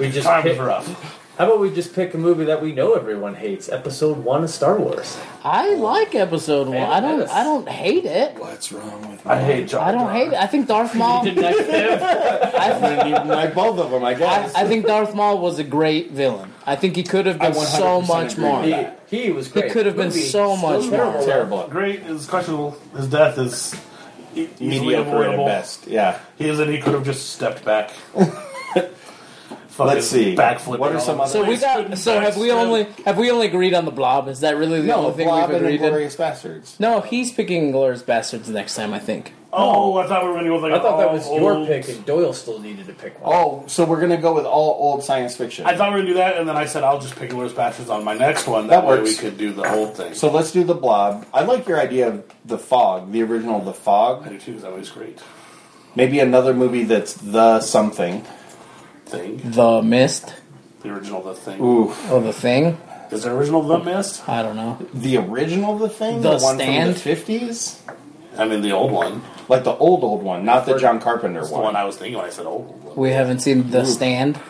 [SPEAKER 6] We just
[SPEAKER 4] Time
[SPEAKER 6] pick,
[SPEAKER 4] is rough.
[SPEAKER 6] How about we just pick a movie that we know everyone hates? Episode one of Star Wars.
[SPEAKER 2] I like episode one. I don't. I don't hate it.
[SPEAKER 5] What's wrong with
[SPEAKER 4] I hate John.
[SPEAKER 2] I don't hate it. I think Darth Maul. I,
[SPEAKER 5] You like both of them, I
[SPEAKER 2] I,
[SPEAKER 5] guess.
[SPEAKER 2] I think Darth Maul was a great villain. I think he could have
[SPEAKER 5] I
[SPEAKER 2] been so
[SPEAKER 5] 100%
[SPEAKER 2] much
[SPEAKER 5] agree with
[SPEAKER 2] more.
[SPEAKER 5] that.
[SPEAKER 6] He, he was great.
[SPEAKER 2] could have been
[SPEAKER 6] Movie,
[SPEAKER 2] so
[SPEAKER 6] still
[SPEAKER 2] much more.
[SPEAKER 6] terrible.
[SPEAKER 5] Terrible.
[SPEAKER 4] Great is questionable. His death is e- easily
[SPEAKER 5] Mediocre at
[SPEAKER 4] avoidable.
[SPEAKER 5] best. Yeah.
[SPEAKER 4] He is, and he could have just stepped back. Fucking
[SPEAKER 5] Let's see.
[SPEAKER 4] Backflip.
[SPEAKER 5] What are some other?
[SPEAKER 2] So we got. So have we only have we only agreed on the Blob? Is that really the
[SPEAKER 5] no,
[SPEAKER 2] only thing
[SPEAKER 5] Blob
[SPEAKER 2] we've
[SPEAKER 5] and
[SPEAKER 2] agreed on?
[SPEAKER 5] Inglorious Bastards.
[SPEAKER 2] No, he's picking Glorious Bastards next time. I think.
[SPEAKER 4] Oh, I thought we were going to go with like
[SPEAKER 6] I thought that
[SPEAKER 4] all
[SPEAKER 6] was your
[SPEAKER 4] old-
[SPEAKER 6] pick, and Doyle still needed to pick one.
[SPEAKER 5] Oh, so we're gonna go with all old science fiction.
[SPEAKER 4] I thought we were going to do that, and then I said I'll just pick Glorious Bastards on my next one.
[SPEAKER 5] That
[SPEAKER 4] That, way
[SPEAKER 5] works.
[SPEAKER 4] we could do the whole thing.
[SPEAKER 5] So let's do the blob. I like your idea of the fog, the original The
[SPEAKER 4] I
[SPEAKER 5] Fog.
[SPEAKER 4] do too, 'cause that was great.
[SPEAKER 5] Maybe another movie that's the something.
[SPEAKER 4] Thing.
[SPEAKER 2] The Mist
[SPEAKER 4] The original The Thing.
[SPEAKER 5] Ooh,
[SPEAKER 2] or the Thing?
[SPEAKER 4] Is the original The Mist?
[SPEAKER 2] I don't know.
[SPEAKER 5] the original The Thing,
[SPEAKER 2] The
[SPEAKER 5] one from
[SPEAKER 2] Stand?
[SPEAKER 5] the fifties,
[SPEAKER 4] I mean, the old one.
[SPEAKER 5] like the old old one, not the John Carpenter
[SPEAKER 4] That's the one
[SPEAKER 5] one.
[SPEAKER 4] I was thinking when I said old one.
[SPEAKER 2] We haven't seen The Stand,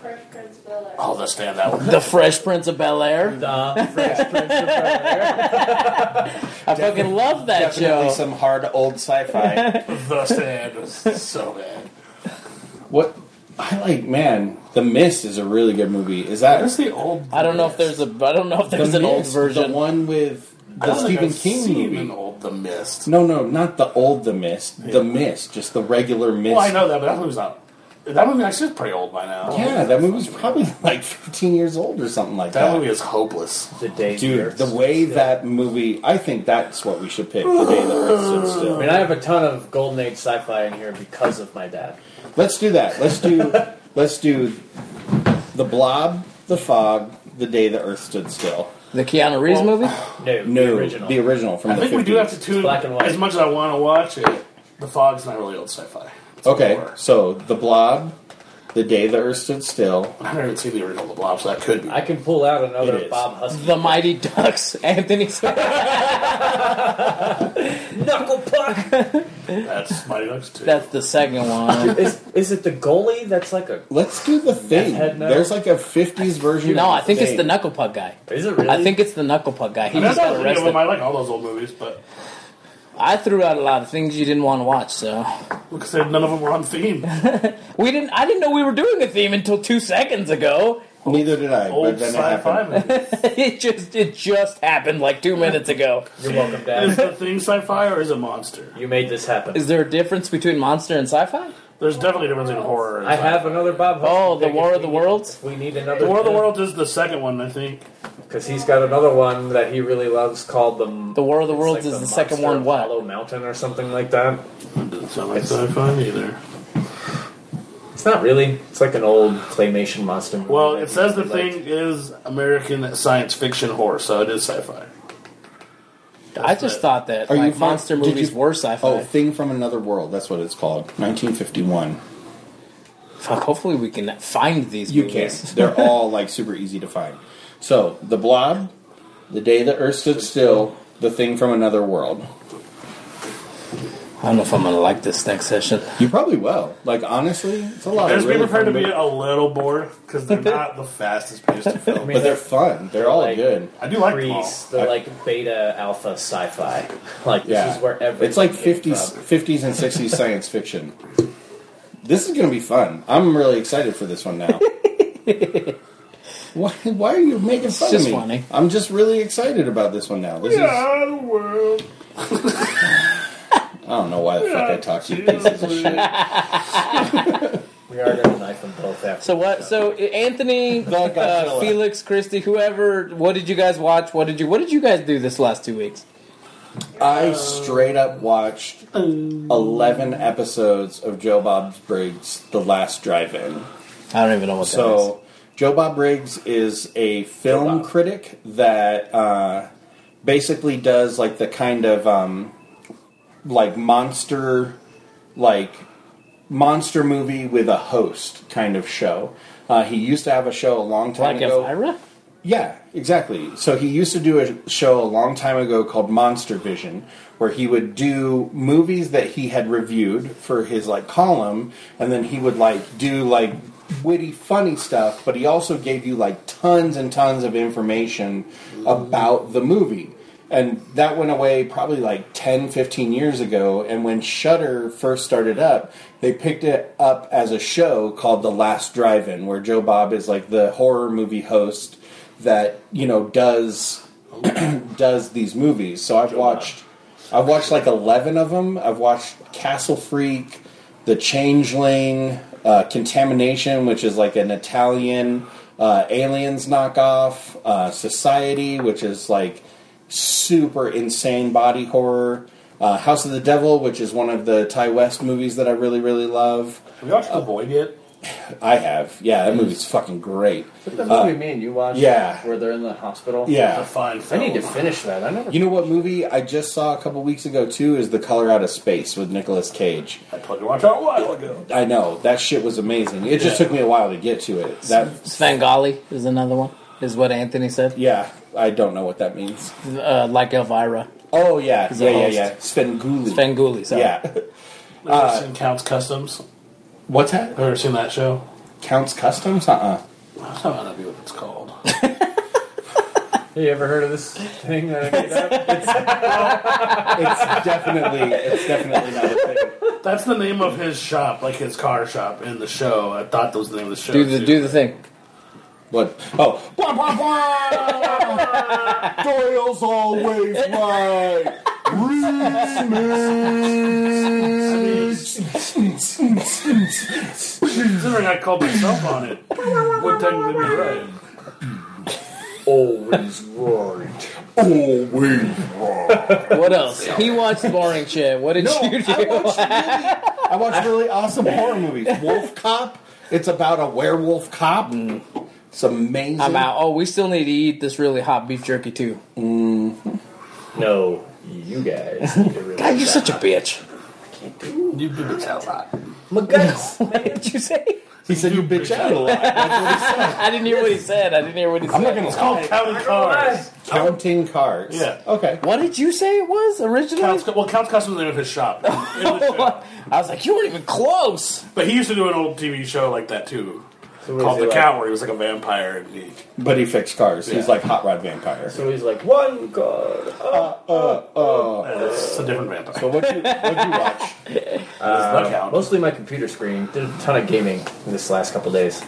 [SPEAKER 7] Fresh Prince of Bel-Air.
[SPEAKER 4] Oh, the stand that one.
[SPEAKER 2] The Fresh Prince of Bel Air.
[SPEAKER 6] Uh, Fresh Prince of Bel-Air.
[SPEAKER 2] I fucking love that
[SPEAKER 5] Definitely
[SPEAKER 2] show.
[SPEAKER 5] some hard old sci-fi.
[SPEAKER 4] the stand was so bad.
[SPEAKER 5] what? I like man, The Mist is a really good movie. Is that
[SPEAKER 4] That's the old.
[SPEAKER 2] I don't know if there's a. I don't know if there's
[SPEAKER 5] The
[SPEAKER 2] an old
[SPEAKER 5] Mist,
[SPEAKER 2] version.
[SPEAKER 5] the one with
[SPEAKER 4] I don't
[SPEAKER 5] the
[SPEAKER 4] think
[SPEAKER 5] Stephen
[SPEAKER 4] I've
[SPEAKER 5] King
[SPEAKER 4] seen
[SPEAKER 5] movie?
[SPEAKER 4] An old The Mist.
[SPEAKER 5] No, no, not the old The Mist. The Mist, just the regular Mist.
[SPEAKER 4] Well, I know that, but that movie's not. That movie actually is pretty old by now.
[SPEAKER 5] Yeah, that movie's probably like 15 years old or something like
[SPEAKER 4] That
[SPEAKER 5] that.
[SPEAKER 4] movie is hopeless.
[SPEAKER 6] The day of
[SPEAKER 5] Dude,
[SPEAKER 6] Earth.
[SPEAKER 5] the way that movie, I think that's what we should pick. The day the Earth stood
[SPEAKER 6] I
[SPEAKER 5] still.
[SPEAKER 6] mean, I have a ton of golden age sci-fi in here because of my dad.
[SPEAKER 5] Let's do that. Let's do, let's do, the Blob, the Fog, the day the Earth stood still.
[SPEAKER 2] The Keanu Reeves
[SPEAKER 4] Well,
[SPEAKER 2] movie?
[SPEAKER 6] No,
[SPEAKER 5] No,
[SPEAKER 6] the original.
[SPEAKER 5] from
[SPEAKER 4] I
[SPEAKER 5] the
[SPEAKER 4] think
[SPEAKER 5] 50s.
[SPEAKER 4] we do have to tune.
[SPEAKER 6] black and white.
[SPEAKER 4] As much as I want to watch it, The Fog's not really old sci-fi. It's
[SPEAKER 5] Okay,
[SPEAKER 4] newer.
[SPEAKER 5] so the Blob, the day the Earth stood still.
[SPEAKER 4] I haven't even seen the original The Blob, so that could be.
[SPEAKER 6] I can pull out
[SPEAKER 5] It
[SPEAKER 6] another
[SPEAKER 5] is.
[SPEAKER 6] Bob Husky.
[SPEAKER 2] The Mighty Ducks, Anthony.
[SPEAKER 6] Knuckle puck.
[SPEAKER 4] That's Mighty Ducks too.
[SPEAKER 2] That's the second one.
[SPEAKER 6] is is it the goalie? That's like a.
[SPEAKER 5] Let's do the thing.
[SPEAKER 6] head now?
[SPEAKER 5] There's like a 50s version.
[SPEAKER 2] No,
[SPEAKER 5] of
[SPEAKER 2] I think it's the
[SPEAKER 5] Thing.
[SPEAKER 2] knuckle puck guy.
[SPEAKER 6] Is it really?
[SPEAKER 2] I think it's the knuckle puck guy. He
[SPEAKER 4] I mean,
[SPEAKER 2] just
[SPEAKER 4] that's
[SPEAKER 2] got
[SPEAKER 4] not
[SPEAKER 2] arrested.
[SPEAKER 4] I like all those old movies, but
[SPEAKER 2] I threw out a lot of things you didn't want to watch, so
[SPEAKER 4] because none of them were on theme.
[SPEAKER 2] we didn't. I didn't know we were doing a theme until two seconds ago.
[SPEAKER 5] Neither did I.
[SPEAKER 4] Old
[SPEAKER 5] but then it happened.
[SPEAKER 4] sci-fi movies.
[SPEAKER 2] It just it just happened like two minutes ago.
[SPEAKER 6] You're welcome,
[SPEAKER 4] Is
[SPEAKER 6] Dad.
[SPEAKER 4] the thing sci-fi or is it monster?
[SPEAKER 6] you made this happen.
[SPEAKER 2] Is there a difference between monster and sci-fi?
[SPEAKER 4] There's definitely a difference in horror. And
[SPEAKER 6] I
[SPEAKER 4] sci-fi.
[SPEAKER 6] have another Bob. Husky
[SPEAKER 2] Oh, the
[SPEAKER 6] thing
[SPEAKER 2] War
[SPEAKER 6] if
[SPEAKER 2] of the
[SPEAKER 6] we need-
[SPEAKER 2] Worlds?
[SPEAKER 6] if We need another
[SPEAKER 4] The War of the Worlds is the second one, I think.
[SPEAKER 6] because he's got another one that he really loves called the.
[SPEAKER 2] The War of the
[SPEAKER 6] it's
[SPEAKER 2] Worlds
[SPEAKER 6] like
[SPEAKER 2] is the second
[SPEAKER 6] Monster
[SPEAKER 2] one,
[SPEAKER 6] of
[SPEAKER 2] what?
[SPEAKER 6] Hollow Mountain or something like that.
[SPEAKER 4] Doesn't sound like sci-fi either.
[SPEAKER 6] It's not really. It's like an old claymation monster. movie
[SPEAKER 4] Well,
[SPEAKER 6] that
[SPEAKER 4] it says the
[SPEAKER 6] he liked.
[SPEAKER 4] thing is American science fiction horror, so it is sci-fi.
[SPEAKER 2] I just
[SPEAKER 4] it.
[SPEAKER 2] thought that
[SPEAKER 5] Are you
[SPEAKER 2] like
[SPEAKER 5] fi-
[SPEAKER 2] monster
[SPEAKER 5] did
[SPEAKER 2] movies
[SPEAKER 5] you-
[SPEAKER 2] were sci-fi.
[SPEAKER 5] Oh, Thing from Another World. That's what it's called. 1951.
[SPEAKER 2] Fuck, hopefully we can find these.
[SPEAKER 5] You can.
[SPEAKER 2] movies.
[SPEAKER 5] They're all like super easy to find. So, The Blob, The Day the Earth Stood Still, The Thing from Another World.
[SPEAKER 2] I don't know if I'm gonna like this next session.
[SPEAKER 5] You probably will. Like honestly, it's a lot.
[SPEAKER 4] Just
[SPEAKER 5] of really
[SPEAKER 4] be prepared to
[SPEAKER 5] fun
[SPEAKER 4] be
[SPEAKER 5] movies.
[SPEAKER 4] a little bored because they're not the fastest paced of films.
[SPEAKER 5] but they're fun. They're all
[SPEAKER 6] Like-
[SPEAKER 5] good.
[SPEAKER 4] I do like them all.
[SPEAKER 6] Grease, the like beta alpha sci-fi. Like this
[SPEAKER 5] Yeah,
[SPEAKER 6] is where everything.
[SPEAKER 5] it's like
[SPEAKER 6] came
[SPEAKER 5] fifties,
[SPEAKER 6] from.
[SPEAKER 5] fifties and sixties science fiction. This is going to be fun. I'm really excited for this one now. why, why are you making fun
[SPEAKER 2] just
[SPEAKER 5] of me?
[SPEAKER 2] funny.
[SPEAKER 5] I'm just really excited about this one now. This is,
[SPEAKER 4] Yeah, the world.
[SPEAKER 5] I don't know why the fuck I talk to you
[SPEAKER 4] Jesus,
[SPEAKER 5] pieces of shit.
[SPEAKER 6] We are gonna knife them both after.
[SPEAKER 2] So what? So Anthony, uh,
[SPEAKER 5] Godzilla.
[SPEAKER 2] Felix, Christy, whoever. What did you guys watch? What did you? What did you guys do this last two weeks?
[SPEAKER 5] I straight up watched
[SPEAKER 6] Oh.
[SPEAKER 5] 11 episodes of Joe Bob Briggs' The Last Drive-In.
[SPEAKER 2] I don't even know what that is.
[SPEAKER 5] So, Joe Bob Briggs is a film critic that uh, basically does like the kind of um, like monster, like monster movie with a host kind of show. Uh, he used to have a show a long time
[SPEAKER 2] Like
[SPEAKER 5] ago.
[SPEAKER 2] Elvira?
[SPEAKER 5] Yeah, exactly. So he used to do a show a long time ago called Monster Vision, where he would do movies that he had reviewed for his like column, and then he would like do like witty, funny stuff. But he also gave you like tons and tons of information about the movie. And that went away probably like 10, 15 years ago. And when Shudder first started up, they picked it up as a show called The Last Drive In, where Joe Bob is like the horror movie host that you know does does these movies. So I've watched I've watched like eleven of them. I've watched Castle Freak, The Changeling, uh, Contamination, which is like an Italian uh, aliens knockoff, uh, Society, which is like super insane body horror. Uh, House of the Devil, which is one of the Ty West movies that I really, really love.
[SPEAKER 4] Have you watched The Void yet?
[SPEAKER 5] I have. Yeah, that movie's fucking great.
[SPEAKER 6] the movie me and you watched,
[SPEAKER 5] yeah.
[SPEAKER 6] where they're in the hospital.
[SPEAKER 5] Yeah.
[SPEAKER 4] A fine
[SPEAKER 6] I
[SPEAKER 4] film.
[SPEAKER 6] need to finish that. I never.
[SPEAKER 5] You know what movie I just saw a couple weeks ago too is The Color Out of Space with Nicolas Cage.
[SPEAKER 4] I told you to watch that a while ago.
[SPEAKER 5] I know that shit was amazing. It just
[SPEAKER 4] Yeah.
[SPEAKER 5] took me a while to get to it. That
[SPEAKER 2] Svengali is another one. Is what Anthony said.
[SPEAKER 5] yeah, I don't know what that means.
[SPEAKER 2] Uh, like Elvira,
[SPEAKER 5] Oh yeah,
[SPEAKER 2] a
[SPEAKER 5] yeah, yeah,
[SPEAKER 2] host.
[SPEAKER 5] yeah. Spenguli.
[SPEAKER 2] Svengoolie. Sorry.
[SPEAKER 5] yeah.
[SPEAKER 4] Have you ever seen Counts Customs?
[SPEAKER 5] What's that?
[SPEAKER 4] Have you ever seen that show?
[SPEAKER 5] Counts Customs? Uh uh
[SPEAKER 4] I don't know what it's called.
[SPEAKER 6] Have you ever heard of this thing that I made up?
[SPEAKER 5] It's definitely it's definitely not a thing.
[SPEAKER 4] That's the name of his shop, like his car shop in the show. I thought that was the name of the show.
[SPEAKER 2] Do the
[SPEAKER 4] too.
[SPEAKER 2] do the thing.
[SPEAKER 5] What? Oh, blah, blah, blah. Doyle's always right.
[SPEAKER 4] I mean, Considering I called myself on it, would technically be right.
[SPEAKER 6] Always right.
[SPEAKER 5] Always right.
[SPEAKER 2] What else? He watched boring shit. What did
[SPEAKER 5] No,
[SPEAKER 2] you do?
[SPEAKER 5] I watch really, I watch really awesome horror movies. Wolf Cop. It's about a werewolf cop. It's amazing.
[SPEAKER 2] I'm out. Oh, we still need to eat this really hot beef jerky too.
[SPEAKER 6] No, you guys. need to
[SPEAKER 5] Ah,
[SPEAKER 2] God,
[SPEAKER 6] really
[SPEAKER 2] you're such a bitch.
[SPEAKER 4] You do the tell lot.
[SPEAKER 6] My guts.
[SPEAKER 2] What did you say?
[SPEAKER 5] He said you bitch out a lot. That's what he said.
[SPEAKER 2] I didn't hear what he said. I didn't hear what he said.
[SPEAKER 5] I'm not gonna
[SPEAKER 4] It's called County Cars.
[SPEAKER 5] counting cars.
[SPEAKER 4] Yeah.
[SPEAKER 5] Okay.
[SPEAKER 2] What did you say it was originally?
[SPEAKER 4] Counts, well, Counts Customs is the name of his shop. In the show.
[SPEAKER 2] I was like, you weren't even close.
[SPEAKER 4] But he used to do an old TV show like that too,
[SPEAKER 6] So what is
[SPEAKER 4] called
[SPEAKER 6] he
[SPEAKER 4] The
[SPEAKER 6] like?
[SPEAKER 4] Count, where he was like a vampire and he.
[SPEAKER 5] But he fixed cars. He's
[SPEAKER 4] Yeah.
[SPEAKER 5] like hot rod vampire.
[SPEAKER 6] So he's like, one god.
[SPEAKER 4] Uh, it's a different vampire.
[SPEAKER 5] So what you what you watch?
[SPEAKER 4] It's The Count.
[SPEAKER 6] Mostly my computer screen. Did a ton of gaming in this last couple days.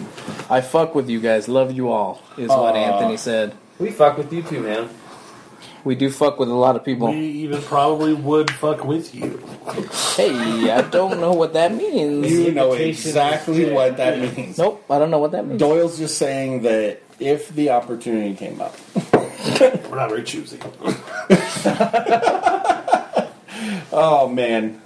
[SPEAKER 2] I fuck with you guys. Love you all, is what Anthony said.
[SPEAKER 6] We fuck with you too, man.
[SPEAKER 2] We do fuck with a lot of people.
[SPEAKER 4] We even probably would fuck with you.
[SPEAKER 2] hey, I don't know what that means.
[SPEAKER 5] You know
[SPEAKER 6] Invitation
[SPEAKER 5] exactly
[SPEAKER 6] is
[SPEAKER 5] what that means.
[SPEAKER 2] nope, I don't know what that means.
[SPEAKER 5] Doyle's just saying that if the opportunity came up,
[SPEAKER 4] We're not very choosy.
[SPEAKER 5] oh man.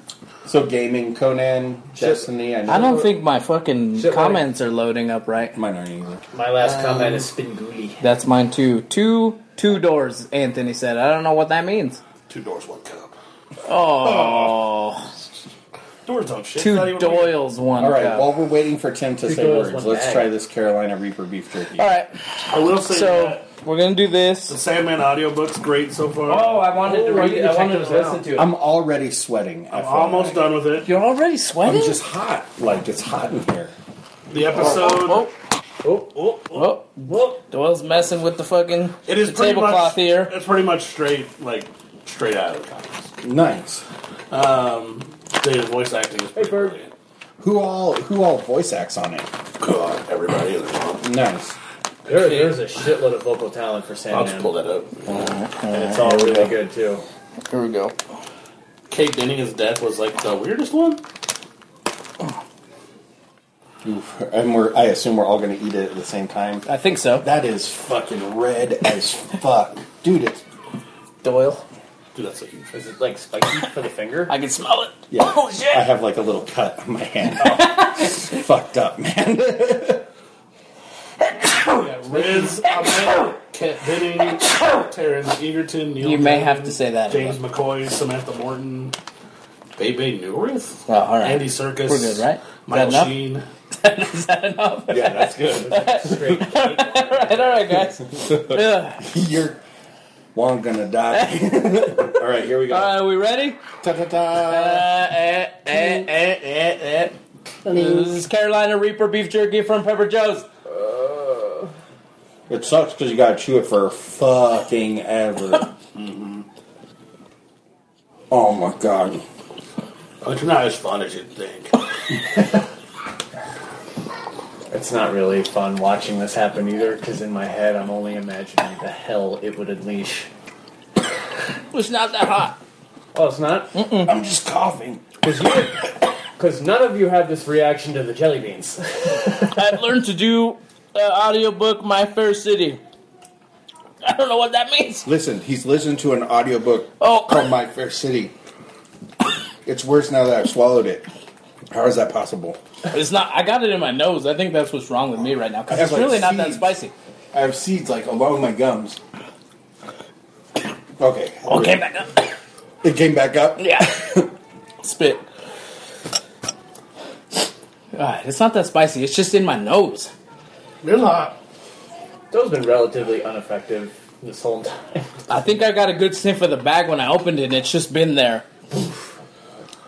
[SPEAKER 5] So gaming, Conan, Destiny. I, know
[SPEAKER 2] I don't think my fucking
[SPEAKER 6] Shit,
[SPEAKER 2] comments are loading up right.
[SPEAKER 5] mine aren't either.
[SPEAKER 6] My last comment is Spinguli.
[SPEAKER 2] That's mine too. Two two doors, Anthony said. I don't know what that means.
[SPEAKER 4] Two doors, one cup.
[SPEAKER 2] Oh,
[SPEAKER 4] Doors don't shit. It's not
[SPEAKER 2] two
[SPEAKER 4] even weird.
[SPEAKER 2] Doyle's, one
[SPEAKER 5] All right.
[SPEAKER 2] cup.
[SPEAKER 5] While we're waiting for Tim to
[SPEAKER 6] Three
[SPEAKER 5] say
[SPEAKER 6] dollars,
[SPEAKER 5] words,
[SPEAKER 6] one
[SPEAKER 5] let's
[SPEAKER 6] bag.
[SPEAKER 5] try this Carolina Reaper beef jerky.
[SPEAKER 2] All right.
[SPEAKER 4] I will say
[SPEAKER 2] So
[SPEAKER 4] that
[SPEAKER 2] we're gonna do
[SPEAKER 4] the
[SPEAKER 2] this.
[SPEAKER 4] Sandman audiobook's great so far.
[SPEAKER 2] I wanted
[SPEAKER 5] Oh,
[SPEAKER 6] to read it. I wanted to listen
[SPEAKER 2] to
[SPEAKER 5] I'm already sweating.
[SPEAKER 4] I'm almost done with it.
[SPEAKER 2] You're already
[SPEAKER 5] I'm
[SPEAKER 2] sweating.
[SPEAKER 5] just hot. Like it's hot in here.
[SPEAKER 4] The episode.
[SPEAKER 2] Oh,
[SPEAKER 6] Oh, oh, oh,
[SPEAKER 2] oh,
[SPEAKER 6] oh.
[SPEAKER 2] Doyle's messing with the fucking
[SPEAKER 4] It is
[SPEAKER 2] the
[SPEAKER 4] pretty
[SPEAKER 2] tablecloth
[SPEAKER 4] much.
[SPEAKER 2] here.
[SPEAKER 4] It's pretty much straight, like straight out of the comics.
[SPEAKER 5] Nice.
[SPEAKER 4] The voice acting is pretty
[SPEAKER 6] Bird.
[SPEAKER 4] brilliant.
[SPEAKER 5] Who all who all voice acts on it?
[SPEAKER 4] God, everybody in the world.
[SPEAKER 5] Nice.
[SPEAKER 6] There, there's a shitload of vocal talent for
[SPEAKER 4] I'll
[SPEAKER 6] Sandman.
[SPEAKER 4] just pull that up.
[SPEAKER 6] And it's all really good too.
[SPEAKER 2] Here we go.
[SPEAKER 4] Kate Denning's death was like the weirdest one.
[SPEAKER 5] Oof. And we're I assume we're all gonna eat it at the same time.
[SPEAKER 2] I think so.
[SPEAKER 5] That is fucking red as fuck. Dude, it's
[SPEAKER 2] Doyle.
[SPEAKER 4] Dude, that's a huge.
[SPEAKER 6] Is it like spiky for the finger?
[SPEAKER 2] I can smell it.
[SPEAKER 5] yeah.
[SPEAKER 2] Oh
[SPEAKER 5] I
[SPEAKER 2] shit. Oh.
[SPEAKER 5] have like a little cut on my hand. It's fucked up, man.
[SPEAKER 4] Yeah, Riz, Ahmed, Kate Denning, Terrence Egerton, Neil
[SPEAKER 2] You may
[SPEAKER 4] Gaiman,
[SPEAKER 2] have to say that.
[SPEAKER 4] James McCoy, Samantha Morton, Bebe Newirth,
[SPEAKER 2] Oh, all right.
[SPEAKER 4] Andy Serkis.
[SPEAKER 2] We're good, right? Is that
[SPEAKER 4] Michael
[SPEAKER 2] enough?
[SPEAKER 4] Sheen.
[SPEAKER 2] Is that enough?
[SPEAKER 5] yeah, that's good.
[SPEAKER 6] Straight.
[SPEAKER 2] all right, all right, guys. Ugh.
[SPEAKER 5] You're well, I'm gonna die. all right, here we go.
[SPEAKER 2] All right, we ready? Uh,
[SPEAKER 5] Ta-ta-ta.
[SPEAKER 2] eh, eh, eh, eh, eh. This is Carolina Reaper beef jerky from Pepper Joe's.
[SPEAKER 5] Uh. It sucks because you gotta chew it for fucking ever. Mm-hmm. Oh my god.
[SPEAKER 4] Uh, It's not as fun as you'd think.
[SPEAKER 6] It's not really fun watching this happen either, because in my head I'm only imagining the hell it would unleash.
[SPEAKER 2] It's not that hot.
[SPEAKER 6] Oh, it's not?
[SPEAKER 5] I'm just coughing.
[SPEAKER 6] Because none of you have this reaction to the jelly beans.
[SPEAKER 2] I've learned to do uh, audiobook My Fair City. I don't know what that means.
[SPEAKER 5] Listen, he's listened to an audiobook
[SPEAKER 2] Oh.
[SPEAKER 5] called My Fair City. It's worse now that I've swallowed it. How is that possible?
[SPEAKER 2] It's not. I got it in my nose. I think that's what's wrong with me right now because
[SPEAKER 5] That's
[SPEAKER 2] it's really not
[SPEAKER 5] like
[SPEAKER 2] that
[SPEAKER 5] seeds.
[SPEAKER 2] spicy.
[SPEAKER 5] I have seeds like along my gums. Okay.
[SPEAKER 2] Okay, back up.
[SPEAKER 5] It came back up.
[SPEAKER 2] Yeah. Spit. God, it's not that spicy. It's just in my nose.
[SPEAKER 4] You're not.
[SPEAKER 6] Those have been relatively ineffective this whole time.
[SPEAKER 2] I think I got a good sniff of the bag when I opened it, and it's just been there.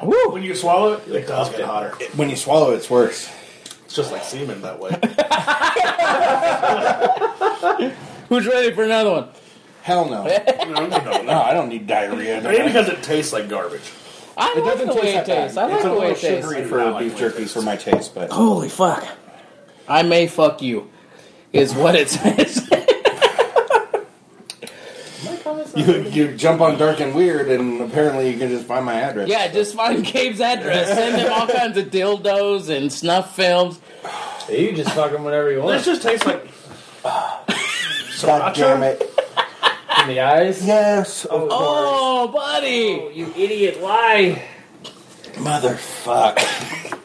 [SPEAKER 2] Woo!
[SPEAKER 4] When you swallow it, it does get hotter.
[SPEAKER 5] When you swallow it, it's worse.
[SPEAKER 4] It's just like semen that way.
[SPEAKER 2] Who's ready for another one?
[SPEAKER 5] Hell
[SPEAKER 4] no,
[SPEAKER 5] no.
[SPEAKER 4] no, no,
[SPEAKER 5] No,
[SPEAKER 4] no.
[SPEAKER 5] Oh, I don't need diarrhea. do
[SPEAKER 4] Maybe
[SPEAKER 5] I?
[SPEAKER 4] because it tastes like garbage.
[SPEAKER 2] I
[SPEAKER 8] It
[SPEAKER 2] like
[SPEAKER 8] doesn't
[SPEAKER 2] the way it
[SPEAKER 8] taste that bad.
[SPEAKER 2] tastes. I like
[SPEAKER 8] It's a
[SPEAKER 2] the way
[SPEAKER 8] little
[SPEAKER 2] it tastes.
[SPEAKER 8] sugary for beef jerky's for my taste, but
[SPEAKER 2] Holy fuck! I may fuck you, is what it says.
[SPEAKER 5] You, you jump on dark and weird, and apparently you can just find my address.
[SPEAKER 2] yeah, just find Gabe's address. Send him all kinds of dildos and snuff films.
[SPEAKER 6] You just fuck them whenever you
[SPEAKER 4] This
[SPEAKER 6] want.
[SPEAKER 4] just tastes like
[SPEAKER 5] God damn it.
[SPEAKER 6] In the eyes.
[SPEAKER 5] Yes, of
[SPEAKER 2] Oh, buddy!
[SPEAKER 6] You idiot! Why?
[SPEAKER 5] course. Motherfuck.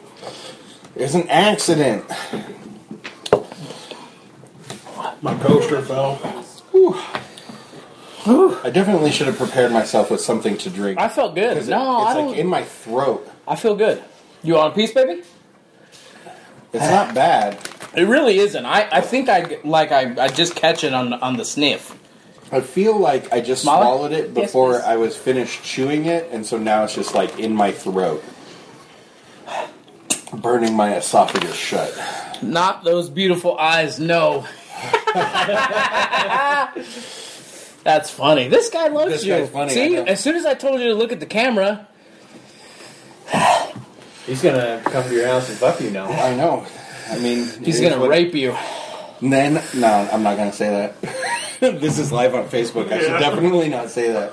[SPEAKER 5] There's an accident.
[SPEAKER 4] my coaster fell.
[SPEAKER 5] I definitely should have prepared myself with something to drink.
[SPEAKER 2] I felt good. No,
[SPEAKER 5] It's
[SPEAKER 2] I don't.
[SPEAKER 5] like in my throat.
[SPEAKER 2] I feel good. You want a piece, baby?
[SPEAKER 5] It's not bad.
[SPEAKER 2] It really isn't. I, I think I like I, I just catch it on on the sniff.
[SPEAKER 5] I feel like I just
[SPEAKER 2] Smaller?
[SPEAKER 5] swallowed it
[SPEAKER 2] Yes,
[SPEAKER 5] before
[SPEAKER 2] please.
[SPEAKER 5] I was finished chewing it, and so now it's just like in my throat, burning my esophagus shut.
[SPEAKER 2] Not those beautiful eyes, no. That's funny. This guy loves
[SPEAKER 5] This
[SPEAKER 2] you.
[SPEAKER 5] guy's funny, I
[SPEAKER 2] See,
[SPEAKER 5] know.
[SPEAKER 2] as soon as I told you to look at the camera,
[SPEAKER 6] He's gonna come to your house and fuck you now.
[SPEAKER 5] I know. I mean,
[SPEAKER 2] he's
[SPEAKER 5] it is
[SPEAKER 2] gonna
[SPEAKER 5] what-
[SPEAKER 2] rape you.
[SPEAKER 5] Then no, I'm not gonna say that. this is live on Facebook. I should definitely not say that.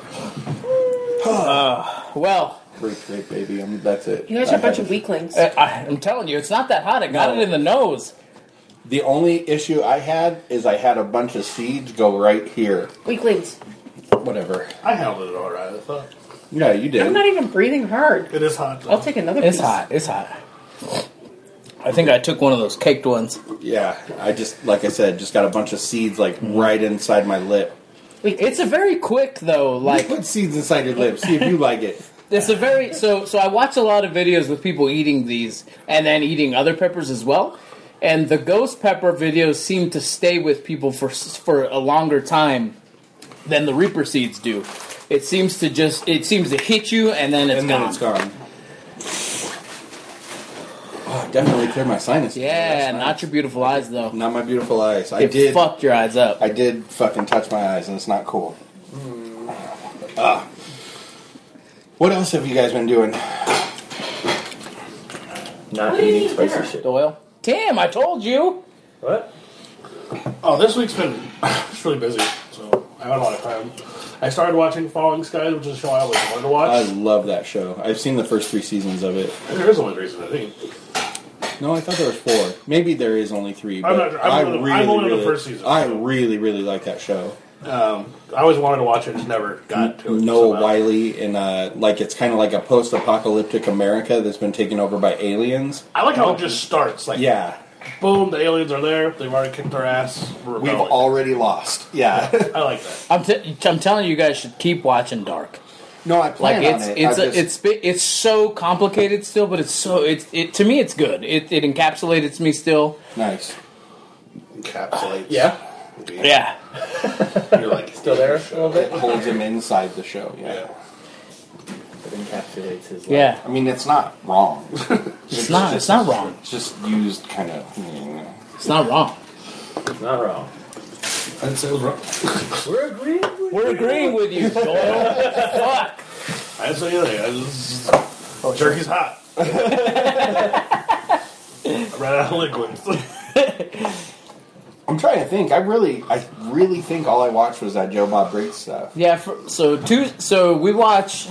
[SPEAKER 2] Well,
[SPEAKER 5] Rape, rape, baby. I'm, that's it.
[SPEAKER 9] You guys
[SPEAKER 5] I
[SPEAKER 9] are a bunch
[SPEAKER 5] had-
[SPEAKER 9] of weaklings.
[SPEAKER 2] I, I, am telling you, it's not that hot. I got it in the nose.
[SPEAKER 5] the only issue I had is I had a bunch of seeds go right here.
[SPEAKER 9] Weaklings.
[SPEAKER 5] Whatever.
[SPEAKER 4] I handled it all right. I thought
[SPEAKER 5] Yeah, you did.
[SPEAKER 9] I'm not even breathing hard.
[SPEAKER 4] it is hot.
[SPEAKER 9] I'll
[SPEAKER 4] Though.
[SPEAKER 9] take another
[SPEAKER 2] It's
[SPEAKER 9] piece.
[SPEAKER 2] hot. It's hot. I think I took one of those caked ones.
[SPEAKER 5] Yeah, I just like I said, just got a bunch of seeds like right inside my lip.
[SPEAKER 2] It's a very quick though.
[SPEAKER 5] I
[SPEAKER 2] Like
[SPEAKER 5] put seeds inside your lip. See if you like it.
[SPEAKER 2] It's a very so so I watch a lot of videos with people eating these and then eating other peppers as well. And the ghost pepper videos seem to stay with people for s- for a longer time than the reaper seeds do. It seems to just it seems to hit you and then it's
[SPEAKER 5] and
[SPEAKER 2] gone.
[SPEAKER 5] then it's gone. Oh, it definitely cleared my sinus.
[SPEAKER 2] Yeah, not your beautiful eyes though.
[SPEAKER 5] not my beautiful eyes. I
[SPEAKER 2] it
[SPEAKER 5] did.
[SPEAKER 2] fucked your eyes up.
[SPEAKER 5] I did fucking touch my eyes, and it's not cool. Ah. What else have you guys been doing?
[SPEAKER 6] Not
[SPEAKER 9] What do you
[SPEAKER 6] eating
[SPEAKER 9] eat
[SPEAKER 6] spicy
[SPEAKER 9] there?
[SPEAKER 6] shit.
[SPEAKER 2] Doyle, Tim, I told you.
[SPEAKER 6] What?
[SPEAKER 4] Oh, this week's been it's really busy, so I had a lot of time. I started watching Falling Skies, which is a show I always wanted to
[SPEAKER 5] I
[SPEAKER 4] watch.
[SPEAKER 5] love that show. I've seen the first three seasons of it.
[SPEAKER 4] there is only three seasons, I think.
[SPEAKER 5] No, I thought there was four. Maybe there is only three.
[SPEAKER 4] I'm
[SPEAKER 5] but
[SPEAKER 4] not- I'm
[SPEAKER 5] I
[SPEAKER 4] only- I'm
[SPEAKER 5] really,
[SPEAKER 4] only on the
[SPEAKER 5] really-
[SPEAKER 4] first season,
[SPEAKER 5] I
[SPEAKER 4] so.
[SPEAKER 5] really, really like that show.
[SPEAKER 4] I always wanted to watch it, just never got to it.
[SPEAKER 5] Noah
[SPEAKER 4] somehow.
[SPEAKER 5] Wiley in uh like it's kind of like a post-apocalyptic America that's been taken over by aliens.
[SPEAKER 4] I like how it just starts. Like,
[SPEAKER 5] Yeah,
[SPEAKER 4] boom, the aliens are there. They've already kicked their ass. We're
[SPEAKER 5] we've
[SPEAKER 4] rebelling.
[SPEAKER 5] already lost. Yeah,
[SPEAKER 4] I like that.
[SPEAKER 2] I'm t- I'm telling you, you guys should keep watching Dark.
[SPEAKER 5] no, I
[SPEAKER 2] like
[SPEAKER 5] plan
[SPEAKER 2] it's
[SPEAKER 5] on it.
[SPEAKER 2] it's
[SPEAKER 5] I
[SPEAKER 2] a, it's bi- it's so complicated still, but it's so it's it to me it's good. It it encapsulates me still.
[SPEAKER 5] nice.
[SPEAKER 8] encapsulates.
[SPEAKER 6] Yeah.
[SPEAKER 2] Yeah,
[SPEAKER 8] You're like
[SPEAKER 6] Still there a little bit.
[SPEAKER 5] It holds him inside the show. Yeah,
[SPEAKER 6] It encapsulates his. Life.
[SPEAKER 2] yeah.
[SPEAKER 5] I mean it's not wrong.
[SPEAKER 2] It's, not it's not wrong.
[SPEAKER 5] It's just used kind of. hmm. You know.
[SPEAKER 2] It's not wrong.
[SPEAKER 6] Not wrong.
[SPEAKER 4] That sounds wrong.
[SPEAKER 6] We're agreeing. With
[SPEAKER 2] We're agreeing with you, Doyle. Fuck.
[SPEAKER 4] I didn't say anything. I just, jerky's hot. I ran out of liquids.
[SPEAKER 5] I'm trying to think. I really, I really think all I watched was that Joe Bob Briggs stuff.
[SPEAKER 2] Yeah. For, so two. So we watch.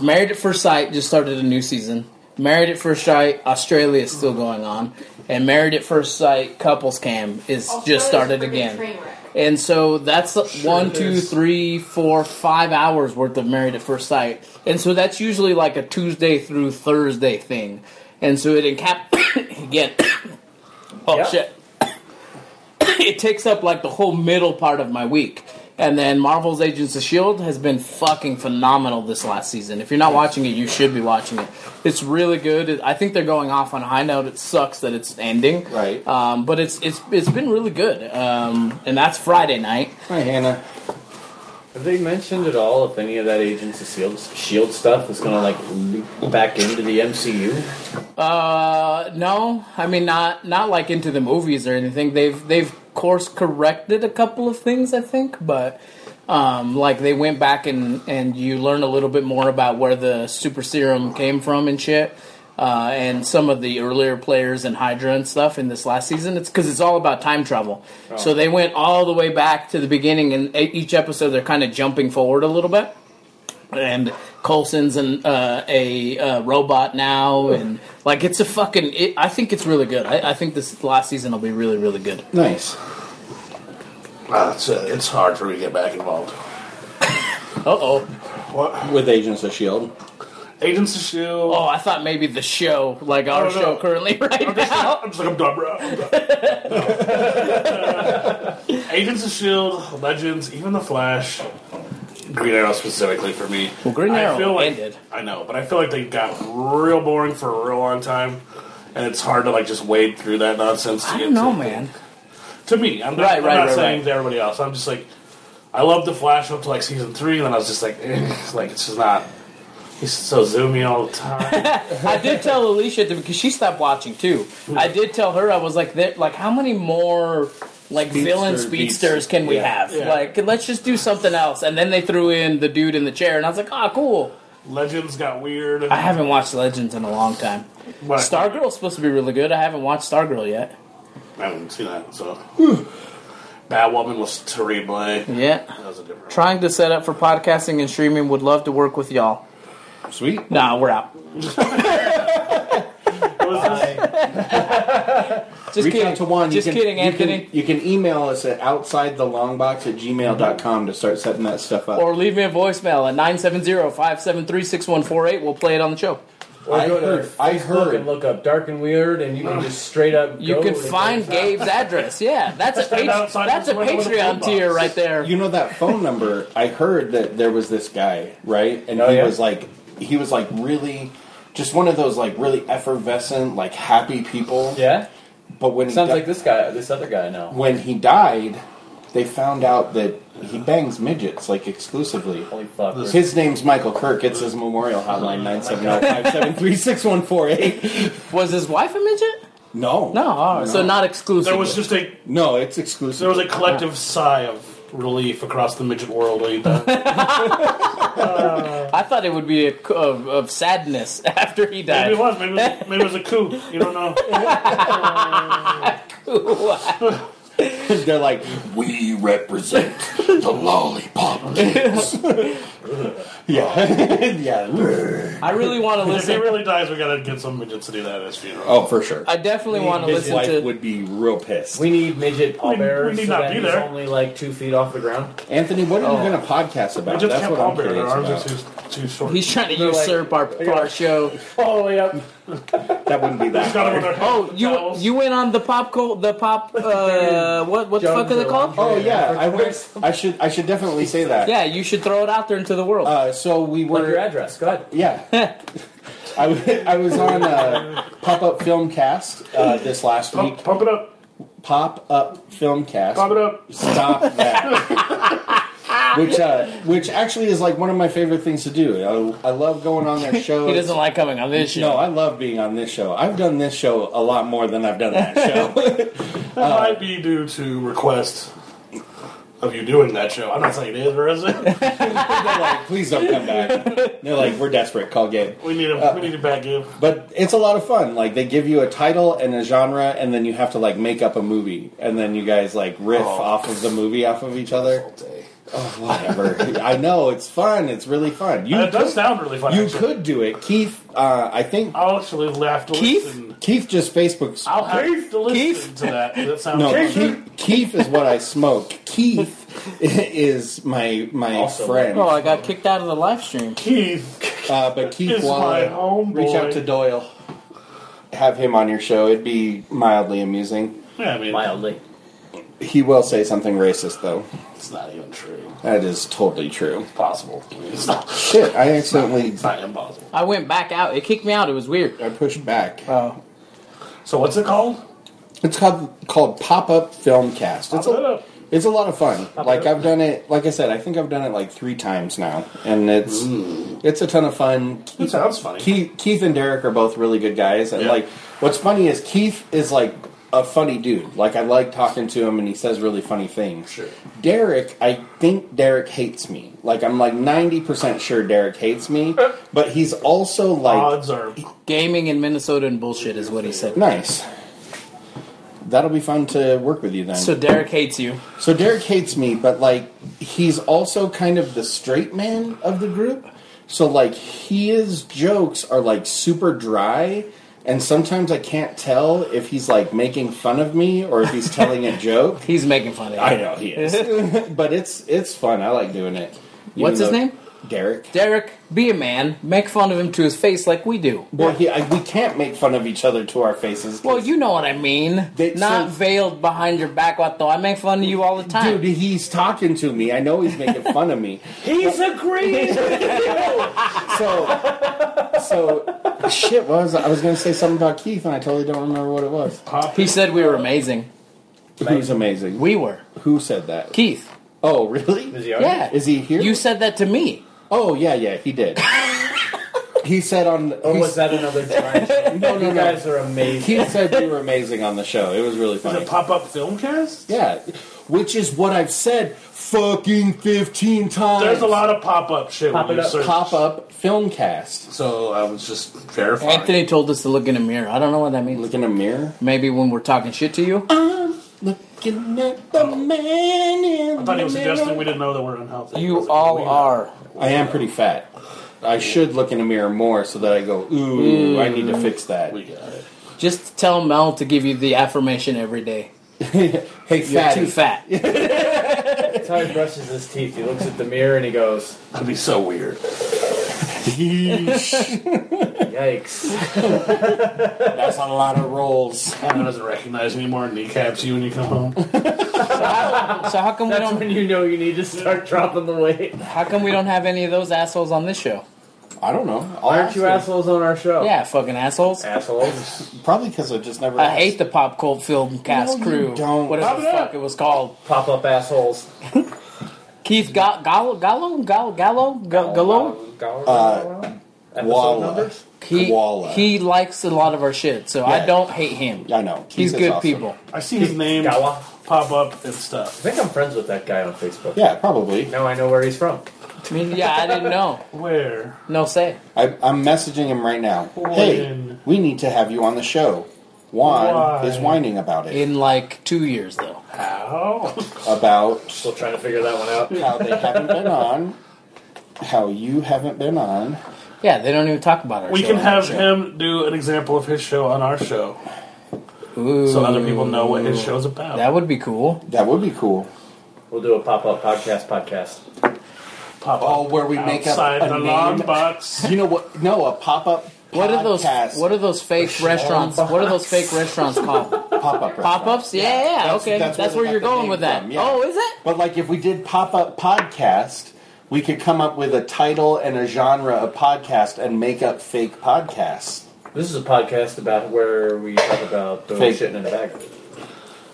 [SPEAKER 2] Married at First Sight just started a new season. Married at First Sight Australia is still going on, and Married at First Sight Couples Cam is just started again. And so that's one, two, three, four, five hours worth of Married at First Sight. And so that's usually like a Tuesday through Thursday thing. And so it encap again. oh
[SPEAKER 6] Yep.
[SPEAKER 2] shit! it takes up like the whole middle part of my week. And then Marvel's Agents of Shield E has been fucking phenomenal this last season. If you're not watching it, you should be watching it. It's really good. It- I think they're going off on a high note. It sucks that it's ending,
[SPEAKER 5] Right.
[SPEAKER 2] Um, but it's it's it's been really good. Um, and that's Friday night.
[SPEAKER 5] Hi, Hannah.
[SPEAKER 6] Have they mentioned at all if any of that Agents of Shield, Shield E stuff is going to like loop back into the MCU?
[SPEAKER 2] Uh, no, I mean not not like into the movies or anything. They've they've course corrected a couple of things, I think, but um, like they went back and and you learn a little bit more about where the super serum came from and shit. Uh, and some of the earlier players and Hydra and stuff in this last season, it's because it's all about time travel. So they went all the way back to the beginning, and e- each episode they're kind of jumping forward a little bit and Colson's and uh, a uh, robot now, and like it's a fucking. It, I think it's really good. I, I think this last season will be really, really good.
[SPEAKER 5] Nice.
[SPEAKER 4] Uh, it's, uh, it's hard for me to get back involved.
[SPEAKER 2] Uh oh.
[SPEAKER 4] What?
[SPEAKER 5] With Agents of S.H.I.E.L.D.
[SPEAKER 4] Agents of Shield.
[SPEAKER 2] Oh, I thought maybe the show, like our
[SPEAKER 4] don't know.
[SPEAKER 2] show currently right
[SPEAKER 4] I'm just,
[SPEAKER 2] now.
[SPEAKER 4] I'm just like I'm done, bro. I'm done. Agents of Shield, E Legends, even the Flash, Green Arrow specifically for me.
[SPEAKER 2] Well, Green Arrow
[SPEAKER 4] I feel like,
[SPEAKER 2] ended.
[SPEAKER 4] I know, but I feel like they got real boring for a real long time, and it's hard to like just wade through that nonsense. To
[SPEAKER 2] I
[SPEAKER 4] get
[SPEAKER 2] don't know,
[SPEAKER 4] to,
[SPEAKER 2] man.
[SPEAKER 4] To me, I'm not,
[SPEAKER 2] Right,
[SPEAKER 4] I'm
[SPEAKER 2] right,
[SPEAKER 4] not
[SPEAKER 2] right,
[SPEAKER 4] saying
[SPEAKER 2] right.
[SPEAKER 4] to everybody else. I'm just like, I loved the Flash up to like season three, and then I was just like, eh, it's like it's just not. He's so zoomy all the time.
[SPEAKER 2] I did tell Alicia at the- because she stopped watching too. I did tell her I was like, there, like how many more like villain
[SPEAKER 5] Speedster
[SPEAKER 2] speedsters can we have?
[SPEAKER 4] yeah.
[SPEAKER 2] Like, let's just do something else. And then they threw in the dude in the chair, and I was like, ah, cool.
[SPEAKER 4] Legends got weird.
[SPEAKER 2] I haven't watched Legends in a long time.
[SPEAKER 4] What?
[SPEAKER 2] Stargirl's supposed to be really good. I haven't watched Stargirl yet.
[SPEAKER 4] I haven't seen that, so. Batwoman was Terry Blay.
[SPEAKER 2] Yeah.
[SPEAKER 4] That was a different one.
[SPEAKER 2] Trying to set up for podcasting and streaming. Would love to work with y'all.
[SPEAKER 5] Sweet.
[SPEAKER 2] Nah, we're out. Just
[SPEAKER 5] Reach
[SPEAKER 2] kidding.
[SPEAKER 5] out to one.
[SPEAKER 2] Just
[SPEAKER 5] you can,
[SPEAKER 2] kidding,
[SPEAKER 5] you
[SPEAKER 2] Anthony.
[SPEAKER 5] Can, you can email us at outsidethelongbox at gmail.com to start setting that stuff up.
[SPEAKER 2] Or leave me a voicemail at 970-573-6148. We'll play it on the show.
[SPEAKER 5] I
[SPEAKER 6] go to
[SPEAKER 5] heard- I
[SPEAKER 6] Facebook
[SPEAKER 5] heard-
[SPEAKER 6] and look up Dark and Weird, and you can just straight up.
[SPEAKER 2] You
[SPEAKER 6] go
[SPEAKER 2] can
[SPEAKER 6] and-
[SPEAKER 2] find Gabe's address. Yeah, that's a
[SPEAKER 4] Stand
[SPEAKER 2] pat-
[SPEAKER 4] outside
[SPEAKER 2] that's a
[SPEAKER 4] his window with a
[SPEAKER 2] Patreon
[SPEAKER 4] boombox.
[SPEAKER 2] tier right there.
[SPEAKER 5] You know that phone number? I heard that there was this guy, right? And
[SPEAKER 6] Oh,
[SPEAKER 5] he
[SPEAKER 6] yeah?
[SPEAKER 5] was like, he was like really, just one of those like really effervescent, like happy people.
[SPEAKER 6] Yeah,
[SPEAKER 5] But when he
[SPEAKER 6] sounds
[SPEAKER 5] di-
[SPEAKER 6] like this guy, this other guy now.
[SPEAKER 5] when he died, they found out that he bangs midgets like exclusively.
[SPEAKER 6] Holy fuck! we're-
[SPEAKER 5] His name's Michael Kirk. It's his memorial hotline nine seven zero five seven three six one four eight.
[SPEAKER 2] Was his wife a midget?
[SPEAKER 5] No,
[SPEAKER 2] No, all right. so not exclusive.
[SPEAKER 4] There was just a
[SPEAKER 5] no, it's
[SPEAKER 4] there
[SPEAKER 5] exclusive.
[SPEAKER 4] was a collective sigh of relief across the midget world eh? when he died.
[SPEAKER 2] I thought it would be a, c- of, of sadness after he
[SPEAKER 4] maybe
[SPEAKER 2] died.
[SPEAKER 4] it was. Maybe it was, maybe it was a coup. You don't know.
[SPEAKER 5] They're like, we represent the lollipop. kids." yeah, yeah.
[SPEAKER 2] I really want to
[SPEAKER 4] if he
[SPEAKER 2] listen.
[SPEAKER 4] really dies, we gotta get some midgets to do that at his funeral.
[SPEAKER 5] Oh, for sure.
[SPEAKER 2] I definitely want to
[SPEAKER 5] His
[SPEAKER 2] listen
[SPEAKER 5] wife
[SPEAKER 2] to.
[SPEAKER 5] would be real pissed.
[SPEAKER 6] we need midget pallbearers
[SPEAKER 4] we need
[SPEAKER 6] so
[SPEAKER 4] not
[SPEAKER 6] that
[SPEAKER 4] be
[SPEAKER 6] he's
[SPEAKER 4] there.
[SPEAKER 6] only like two feet off the ground.
[SPEAKER 5] Anthony, what are you
[SPEAKER 2] Oh.
[SPEAKER 5] going to podcast
[SPEAKER 4] we
[SPEAKER 5] about?
[SPEAKER 4] just
[SPEAKER 5] That's
[SPEAKER 4] can't
[SPEAKER 5] what
[SPEAKER 4] all
[SPEAKER 5] I'm
[SPEAKER 4] bear. Their
[SPEAKER 5] curious
[SPEAKER 4] arms
[SPEAKER 5] about.
[SPEAKER 4] are too, too short.
[SPEAKER 2] He's trying to
[SPEAKER 6] They're like-
[SPEAKER 2] usurp our, our show.
[SPEAKER 6] All the way up.
[SPEAKER 5] That wouldn't be that.
[SPEAKER 4] got him
[SPEAKER 5] hard.
[SPEAKER 4] with their
[SPEAKER 2] Oh, you
[SPEAKER 4] towels.
[SPEAKER 2] you went on the pop co- the pop uh what what the fuck are they called?
[SPEAKER 5] Oh yeah, I would. I should. I should definitely say that.
[SPEAKER 2] Yeah, you should throw it out there into the world.
[SPEAKER 5] Uh, so we
[SPEAKER 6] What's your
[SPEAKER 5] were.
[SPEAKER 6] address? Go ahead.
[SPEAKER 5] Yeah. I, w- I was on uh, Pop Up Filmcast uh, this last week.
[SPEAKER 4] pump, pump it up,
[SPEAKER 5] Pop Up Filmcast.
[SPEAKER 4] pump it up.
[SPEAKER 5] Stop that. which uh, which actually is like one of my favorite things to do. I, I love going on their shows.
[SPEAKER 2] he doesn't like coming on this
[SPEAKER 5] No,
[SPEAKER 2] show.
[SPEAKER 5] I love being on this show. I've done this show a lot more than I've done that show.
[SPEAKER 4] That might be due to request of you doing that show. I'm not saying it is or is it.
[SPEAKER 5] They're like, please don't come back. They're like, we're desperate. Call Gabe.
[SPEAKER 4] We need a we need a back give.
[SPEAKER 5] But it's a lot of fun. Like they give you a title and a genre, and then you have to like make up a movie, and then you guys like riff off of the movie off of each other. Oh, whatever. I know it's fun. It's really fun. You
[SPEAKER 4] That does
[SPEAKER 5] could,
[SPEAKER 4] sound really fun.
[SPEAKER 5] you
[SPEAKER 4] actually.
[SPEAKER 5] could do it, Keith. Uh, I think
[SPEAKER 4] I'll actually laugh to
[SPEAKER 2] Keith?
[SPEAKER 4] listen.
[SPEAKER 5] Keith just Facebook's.
[SPEAKER 4] I'll have to listen
[SPEAKER 2] Keith?
[SPEAKER 4] to that. That sounds
[SPEAKER 5] no,
[SPEAKER 4] Keith?
[SPEAKER 5] Keith, Keith is what I smoke. Keith is my my
[SPEAKER 6] Also-
[SPEAKER 5] friend.
[SPEAKER 2] Oh, I got kicked out of the live stream.
[SPEAKER 4] Keith.
[SPEAKER 5] Uh, but Keith
[SPEAKER 4] Is my
[SPEAKER 5] Waller,
[SPEAKER 4] homeboy.
[SPEAKER 5] reach out to Doyle. Have him on your show. It'd be mildly amusing.
[SPEAKER 4] Yeah, I mean,
[SPEAKER 6] Mildly.
[SPEAKER 5] He will say something racist, though.
[SPEAKER 4] it's not even true.
[SPEAKER 5] That is totally true.
[SPEAKER 4] Possible. I mean, It's not.
[SPEAKER 5] Shit, I accidentally
[SPEAKER 4] It's not impossible.
[SPEAKER 2] I went back out. It kicked me out. It was weird.
[SPEAKER 5] I pushed back.
[SPEAKER 2] Oh,
[SPEAKER 4] So what's it called?
[SPEAKER 5] It's called called Pop Up Filmcast.
[SPEAKER 4] Pop
[SPEAKER 5] It's
[SPEAKER 4] It
[SPEAKER 5] a
[SPEAKER 4] Up.
[SPEAKER 5] it's a lot of fun. Like
[SPEAKER 6] Up.
[SPEAKER 5] I've done it. Like I said, I think I've done it like three times now, and it's
[SPEAKER 4] Hmm.
[SPEAKER 5] it's a ton of fun.
[SPEAKER 4] It sounds funny.
[SPEAKER 5] Keith, Keith and Derek are both really good guys, and
[SPEAKER 4] Yeah.
[SPEAKER 5] like what's funny is Keith is like a funny dude. Like I like talking to him, and he says really funny things.
[SPEAKER 4] Sure.
[SPEAKER 5] Derek, I think Derek hates me. Like I'm like ninety percent sure Derek hates me, but he's also like
[SPEAKER 4] Odds are
[SPEAKER 2] Gaming in Minnesota and bullshit is what he said.
[SPEAKER 5] nice. That'll be fun to work with you then.
[SPEAKER 2] So Derek hates you.
[SPEAKER 5] So Derek hates me, but like he's also kind of the straight man of the group. So like his jokes are like super dry, and sometimes I can't tell if he's like making fun of me or if he's telling a joke.
[SPEAKER 2] He's making fun of you.
[SPEAKER 5] I know he is, but it's it's fun. I like doing it. Even
[SPEAKER 2] What's his
[SPEAKER 5] though-
[SPEAKER 2] name?
[SPEAKER 5] Derek.
[SPEAKER 2] Derek, be a man. Make fun of him to his face like we do.
[SPEAKER 5] Well, he, I, we can't make fun of each other to our faces.
[SPEAKER 2] Well, you know what I mean.
[SPEAKER 5] They-
[SPEAKER 2] Not
[SPEAKER 5] so-
[SPEAKER 2] veiled behind your back, what though? I make fun of you all the time.
[SPEAKER 5] Dude, he's talking to me. I know he's making fun of me.
[SPEAKER 8] He's agreeing.
[SPEAKER 5] So, so shit. What was I was going to say something about Keith, and I totally don't remember what it was.
[SPEAKER 2] He said we were amazing.
[SPEAKER 5] Who's amazing?
[SPEAKER 2] We were.
[SPEAKER 5] Who said that?
[SPEAKER 2] Keith.
[SPEAKER 5] Oh, really?
[SPEAKER 6] Is he all right?
[SPEAKER 2] Yeah.
[SPEAKER 5] Is he here?
[SPEAKER 2] You said that to me.
[SPEAKER 5] Oh, yeah, yeah, he did. he said on.
[SPEAKER 6] Or
[SPEAKER 5] he
[SPEAKER 6] was that another time?
[SPEAKER 5] No, no, no.
[SPEAKER 6] You guys are amazing.
[SPEAKER 5] He said you were amazing on the show. It was really
[SPEAKER 4] the
[SPEAKER 5] funny.
[SPEAKER 4] pop-up film cast.
[SPEAKER 5] Yeah, which is what I've said fucking fifteen times.
[SPEAKER 4] There's a lot of pop-up shit
[SPEAKER 6] Pop
[SPEAKER 4] when
[SPEAKER 6] it
[SPEAKER 4] you
[SPEAKER 6] up.
[SPEAKER 4] search.
[SPEAKER 5] pop up film cast.
[SPEAKER 4] So I was just verifying.
[SPEAKER 2] Anthony told us to look in a mirror. I don't know what that means.
[SPEAKER 5] Look in a mirror.
[SPEAKER 2] Maybe when we're talking shit to you.
[SPEAKER 5] Looking at Uh, the man in
[SPEAKER 4] I thought he was
[SPEAKER 5] the
[SPEAKER 4] suggesting
[SPEAKER 5] mirror.
[SPEAKER 4] we didn't know that we're unhealthy.
[SPEAKER 2] You all are.
[SPEAKER 5] I am pretty fat. I should look in a mirror more so that I go, ooh, I need to
[SPEAKER 2] Mm.
[SPEAKER 5] fix that.
[SPEAKER 4] We got it.
[SPEAKER 2] Just tell Mel to give you the affirmation every day.
[SPEAKER 5] Hey,
[SPEAKER 2] You're
[SPEAKER 5] fatty.
[SPEAKER 2] too fat.
[SPEAKER 6] That's how he brushes his teeth. He looks at the mirror and he goes,
[SPEAKER 4] That'd be so weird.
[SPEAKER 6] "Yikes!"
[SPEAKER 5] That's a lot of rolls.
[SPEAKER 4] Mom doesn't recognize me anymore. and Kneecaps you when you come home.
[SPEAKER 2] So how come we
[SPEAKER 6] That's
[SPEAKER 2] don't?
[SPEAKER 6] when you know you need to start dropping the weight.
[SPEAKER 2] How come we don't have any of those assholes on this show?
[SPEAKER 5] I don't know. I'll
[SPEAKER 6] Aren't
[SPEAKER 5] ask
[SPEAKER 6] you
[SPEAKER 5] them.
[SPEAKER 6] assholes on our show?
[SPEAKER 2] Yeah, fucking assholes.
[SPEAKER 6] Assholes.
[SPEAKER 5] Probably because I just never.
[SPEAKER 2] I hate the pop cult film cast
[SPEAKER 5] No, you
[SPEAKER 2] crew.
[SPEAKER 5] don't.
[SPEAKER 2] Whatever the fuck it was called.
[SPEAKER 6] Pop up assholes.
[SPEAKER 2] Keith Ga- Gallo Gallo Gallo Gallo Ga- Gallo.
[SPEAKER 6] Gallo?
[SPEAKER 5] Uh,
[SPEAKER 6] Episode
[SPEAKER 5] Walla.
[SPEAKER 6] numbers?
[SPEAKER 2] He
[SPEAKER 5] Koala.
[SPEAKER 2] he likes a lot of our shit, so I
[SPEAKER 5] Yeah.
[SPEAKER 2] don't hate him.
[SPEAKER 5] I know.
[SPEAKER 2] He's
[SPEAKER 5] Keith is
[SPEAKER 2] good
[SPEAKER 5] awesome.
[SPEAKER 2] people.
[SPEAKER 4] I see his name
[SPEAKER 6] Gawa.
[SPEAKER 4] pop up and
[SPEAKER 6] I
[SPEAKER 4] stuff.
[SPEAKER 6] think I'm friends with that guy on Facebook.
[SPEAKER 5] Yeah, probably.
[SPEAKER 6] Now I know where he's from.
[SPEAKER 2] I mean, yeah, I didn't know.
[SPEAKER 4] Where?
[SPEAKER 2] No say.
[SPEAKER 5] I, I'm messaging him right now. Hey,
[SPEAKER 4] Whine.
[SPEAKER 5] we need to have you on the show. Juan
[SPEAKER 4] Why?
[SPEAKER 5] is whining about it.
[SPEAKER 2] In like two years though.
[SPEAKER 4] How?
[SPEAKER 5] About
[SPEAKER 6] Still trying to figure that one out.
[SPEAKER 5] how they haven't been on, how you haven't been on.
[SPEAKER 2] Yeah, they don't even talk about our
[SPEAKER 4] We
[SPEAKER 2] show
[SPEAKER 4] can
[SPEAKER 2] on our
[SPEAKER 4] have
[SPEAKER 2] show.
[SPEAKER 4] him do an example of his show on our show, so other people know what his show's about.
[SPEAKER 2] That would be cool.
[SPEAKER 5] That would be cool.
[SPEAKER 6] We'll do a pop up podcast podcast.
[SPEAKER 4] pop
[SPEAKER 5] Oh,
[SPEAKER 4] up
[SPEAKER 5] where we make up
[SPEAKER 4] outside
[SPEAKER 5] a
[SPEAKER 4] the
[SPEAKER 5] name.
[SPEAKER 4] long box.
[SPEAKER 5] You know what? No, a pop up.
[SPEAKER 2] What are those? What are those fake restaurants? What are those fake restaurants called?
[SPEAKER 5] pop up?
[SPEAKER 2] Pop ups? Yeah, yeah.
[SPEAKER 5] That's-
[SPEAKER 2] okay,
[SPEAKER 5] that's
[SPEAKER 2] that's,
[SPEAKER 5] where they
[SPEAKER 2] where, you're
[SPEAKER 5] got the
[SPEAKER 2] going
[SPEAKER 5] name
[SPEAKER 2] with that.
[SPEAKER 5] from, yeah.
[SPEAKER 2] Oh, is it?
[SPEAKER 5] But like, if we did pop up podcast, we could come up with a title and a genre of podcast and make up fake podcasts.
[SPEAKER 6] This is a podcast about where we talk about throwing
[SPEAKER 5] Fake.
[SPEAKER 6] shit in a bag.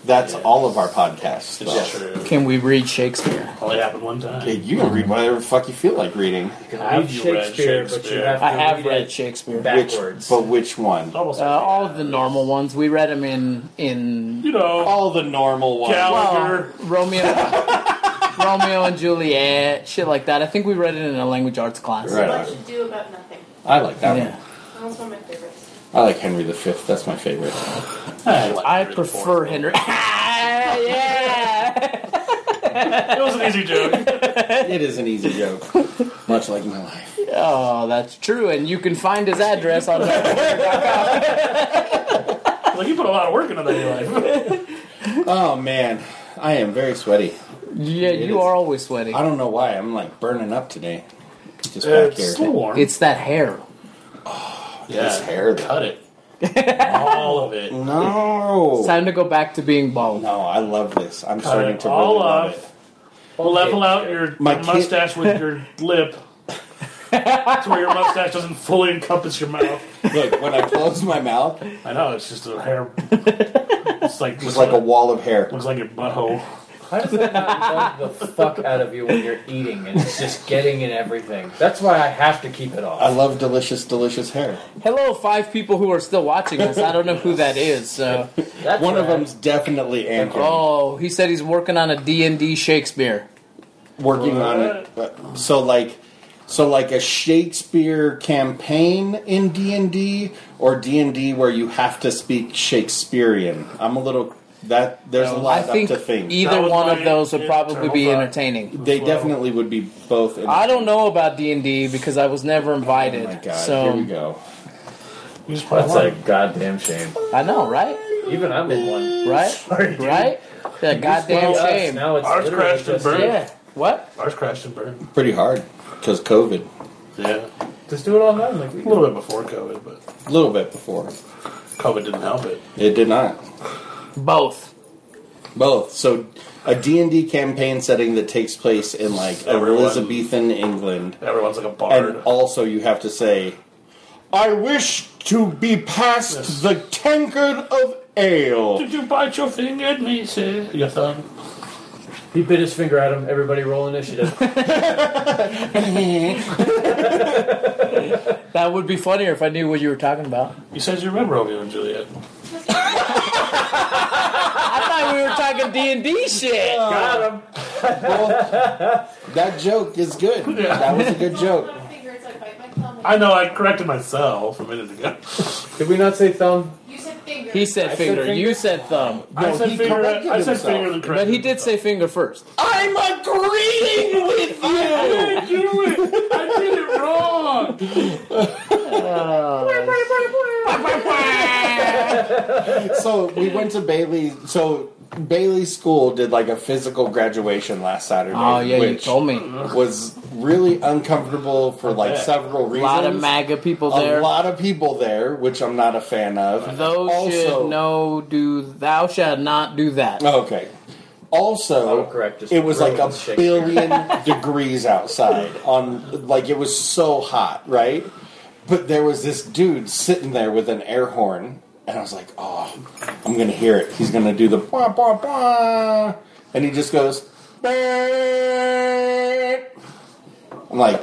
[SPEAKER 5] That's all of our podcasts. though.
[SPEAKER 4] It's true.
[SPEAKER 2] Can we read Shakespeare?
[SPEAKER 4] Only happened one time.
[SPEAKER 5] Hey, you can read whatever the fuck you feel like reading.
[SPEAKER 6] You can
[SPEAKER 4] Have
[SPEAKER 6] read
[SPEAKER 4] you
[SPEAKER 6] Shakespeare,
[SPEAKER 4] read
[SPEAKER 6] but you
[SPEAKER 4] Shakespeare?
[SPEAKER 6] have to
[SPEAKER 2] I have
[SPEAKER 6] read,
[SPEAKER 2] read
[SPEAKER 6] it
[SPEAKER 2] Shakespeare.
[SPEAKER 6] backwards.
[SPEAKER 5] But which one?
[SPEAKER 4] Almost.
[SPEAKER 2] Uh, all of the normal ones. We read them in in uh,
[SPEAKER 4] you know,
[SPEAKER 5] All the normal ones.
[SPEAKER 4] Gallagher.
[SPEAKER 2] Romeo, Romeo and Juliet, shit like that. I think we read it in a language arts class.
[SPEAKER 5] Right.
[SPEAKER 7] What to do about nothing.
[SPEAKER 5] I like that
[SPEAKER 2] Yeah.
[SPEAKER 7] That was one of my favorites.
[SPEAKER 5] one. I like Henry V. That's my favorite.
[SPEAKER 2] I prefer Henry. yeah.
[SPEAKER 4] It was an easy joke.
[SPEAKER 5] it is an easy joke, much like my life.
[SPEAKER 2] Oh, that's true. And you can find his address on. that.
[SPEAKER 4] like you put a lot of work into that. You're like,
[SPEAKER 5] Oh man, I am very sweaty.
[SPEAKER 2] yeah, you
[SPEAKER 5] is.
[SPEAKER 2] are always sweaty.
[SPEAKER 5] I don't know why. I'm like burning up today. Just back
[SPEAKER 4] it's
[SPEAKER 5] here.
[SPEAKER 4] still warm.
[SPEAKER 2] It's that hair.
[SPEAKER 5] His hair.
[SPEAKER 4] Cut it. all of it.
[SPEAKER 5] No.
[SPEAKER 2] It's time to go back to being bald.
[SPEAKER 5] No, I love this. I'm
[SPEAKER 4] Cut
[SPEAKER 5] starting
[SPEAKER 4] it
[SPEAKER 5] to
[SPEAKER 4] all
[SPEAKER 5] really love
[SPEAKER 4] off.
[SPEAKER 5] it.
[SPEAKER 4] We'll level out your
[SPEAKER 5] My kid-
[SPEAKER 4] mustache with your lip. to where your mustache doesn't fully encompass your mouth.
[SPEAKER 5] Look, when I close my mouth,
[SPEAKER 4] I know it's just a hair. It's like
[SPEAKER 5] it's like a wall of hair.
[SPEAKER 4] looks like your butthole.
[SPEAKER 6] How does that not bug the fuck out of you when you're eating and it's just getting in everything? That's why I have to keep it
[SPEAKER 5] I
[SPEAKER 6] off.
[SPEAKER 5] love delicious, delicious hair.
[SPEAKER 2] Hello, five people who are still watching us. I don't know who that is. So,
[SPEAKER 6] That's
[SPEAKER 5] One of
[SPEAKER 6] right.
[SPEAKER 5] them's definitely Anakin.
[SPEAKER 2] oh, he said he's working on a D and D Shakespeare.
[SPEAKER 5] working on it. But- So like, so like a Shakespeare campaign in D and D, or D and D where you have to speak Shakespearean. I'm a little that there's a
[SPEAKER 2] I
[SPEAKER 5] lot
[SPEAKER 2] think
[SPEAKER 5] up to think.
[SPEAKER 4] That
[SPEAKER 2] either
[SPEAKER 4] was
[SPEAKER 2] one
[SPEAKER 4] my
[SPEAKER 2] of those would probably be
[SPEAKER 4] internal thought.
[SPEAKER 2] entertaining.
[SPEAKER 5] they definitely would be both. In,
[SPEAKER 2] I don't know about D and D because I was never
[SPEAKER 5] Oh
[SPEAKER 2] invited.
[SPEAKER 5] my god!
[SPEAKER 2] so
[SPEAKER 5] Here we go.
[SPEAKER 4] You just play
[SPEAKER 6] That's
[SPEAKER 4] along.
[SPEAKER 6] a goddamn shame.
[SPEAKER 2] I know, right?
[SPEAKER 6] Even I'm in one.
[SPEAKER 2] Right?
[SPEAKER 6] Sorry, dude.
[SPEAKER 2] Right? That goddamn
[SPEAKER 6] Yes,
[SPEAKER 2] shame.
[SPEAKER 6] Now it's
[SPEAKER 4] Ours
[SPEAKER 6] literally
[SPEAKER 4] crashed and
[SPEAKER 6] just,
[SPEAKER 4] burned.
[SPEAKER 2] Yeah. What?
[SPEAKER 4] Ours crashed and burned.
[SPEAKER 5] Pretty hard because COVID.
[SPEAKER 4] Yeah.
[SPEAKER 6] just do it online. Like we
[SPEAKER 4] A little bit before COVID, but
[SPEAKER 5] A little bit before
[SPEAKER 4] COVID didn't help it.
[SPEAKER 5] it did not.
[SPEAKER 2] Both.
[SPEAKER 5] Both. So a D and D campaign setting that takes place in like
[SPEAKER 4] Everyone-
[SPEAKER 5] Elizabethan England.
[SPEAKER 4] Everyone's like a
[SPEAKER 5] And
[SPEAKER 4] bard.
[SPEAKER 5] also, you have to say, I wish to be past
[SPEAKER 4] Yes.
[SPEAKER 5] the tankard of ale.
[SPEAKER 4] Did you bite your finger at me, sir? Your thumb.
[SPEAKER 6] He bit his finger at him. Everybody roll initiative.
[SPEAKER 2] That would be funnier if I knew what you were talking about.
[SPEAKER 4] You said you read Romeo and Juliet.
[SPEAKER 2] I thought we were talking D and D shit.
[SPEAKER 5] Uh,
[SPEAKER 6] Got him.
[SPEAKER 5] That joke is good. That was a good joke.
[SPEAKER 7] Little finger, it's like bite my thumb.
[SPEAKER 4] I know, I corrected myself a minute ago.
[SPEAKER 6] Did we not say thumb?
[SPEAKER 7] You said finger.
[SPEAKER 2] He said finger. You said thumb.
[SPEAKER 4] I said
[SPEAKER 5] he
[SPEAKER 4] finger.
[SPEAKER 5] corrected
[SPEAKER 4] I said
[SPEAKER 5] himself.
[SPEAKER 4] finger. and
[SPEAKER 2] But
[SPEAKER 4] corrected
[SPEAKER 2] he did say finger first.
[SPEAKER 5] I'm agreeing with you.
[SPEAKER 4] myself. Do it. I did it wrong.
[SPEAKER 5] so we went to Bailey. So Bailey School did like a physical graduation last Saturday.
[SPEAKER 2] Oh yeah, you
[SPEAKER 5] which
[SPEAKER 2] told me.
[SPEAKER 5] was really uncomfortable for like
[SPEAKER 4] bet.
[SPEAKER 5] several reasons.
[SPEAKER 2] A lot of MAGA people there.
[SPEAKER 5] A lot of people there, which I'm not a fan of.
[SPEAKER 2] Thou should no do. Thou shalt not do that.
[SPEAKER 5] Oh, Okay. Also,
[SPEAKER 6] Oh, correct, just
[SPEAKER 5] it was like a
[SPEAKER 6] ruins Shakespeare.
[SPEAKER 5] billion degrees outside. On like it was so hot, right? But there was this dude sitting there with an air horn, and I was like, "Oh, I'm gonna hear it. He's gonna do the bah bah bah," and he just goes, "Bah." I'm like,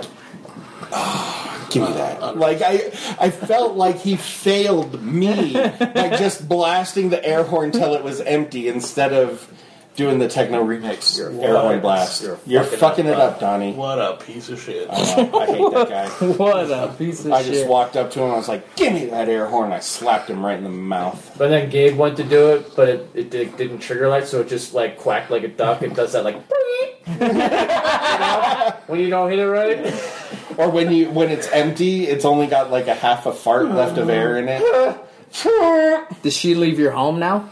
[SPEAKER 5] "Ah, "Give me that!" Like I, I felt like he failed me by just blasting the air horn till it was empty instead of doing the techno remix
[SPEAKER 6] You're
[SPEAKER 5] air horn
[SPEAKER 6] fucking-
[SPEAKER 5] blast.
[SPEAKER 6] you're
[SPEAKER 5] You're
[SPEAKER 6] fucking
[SPEAKER 5] fucking it
[SPEAKER 6] up,
[SPEAKER 5] up, Donnie.
[SPEAKER 4] What a piece of shit.
[SPEAKER 5] Uh, I hate that guy.
[SPEAKER 2] What a piece of
[SPEAKER 5] I
[SPEAKER 2] shit.
[SPEAKER 5] just walked up to him. I was like, "Give me that air horn!" I slapped him right in the mouth.
[SPEAKER 6] But then Gabe went to do it, but it, it, did, didn't trigger light, so it just like quacked like a duck and does that like. you know? When you don't hit it right,
[SPEAKER 5] Or when you when it's empty, it's only got like a half a fart left of air in it.
[SPEAKER 2] Did she leave your home now?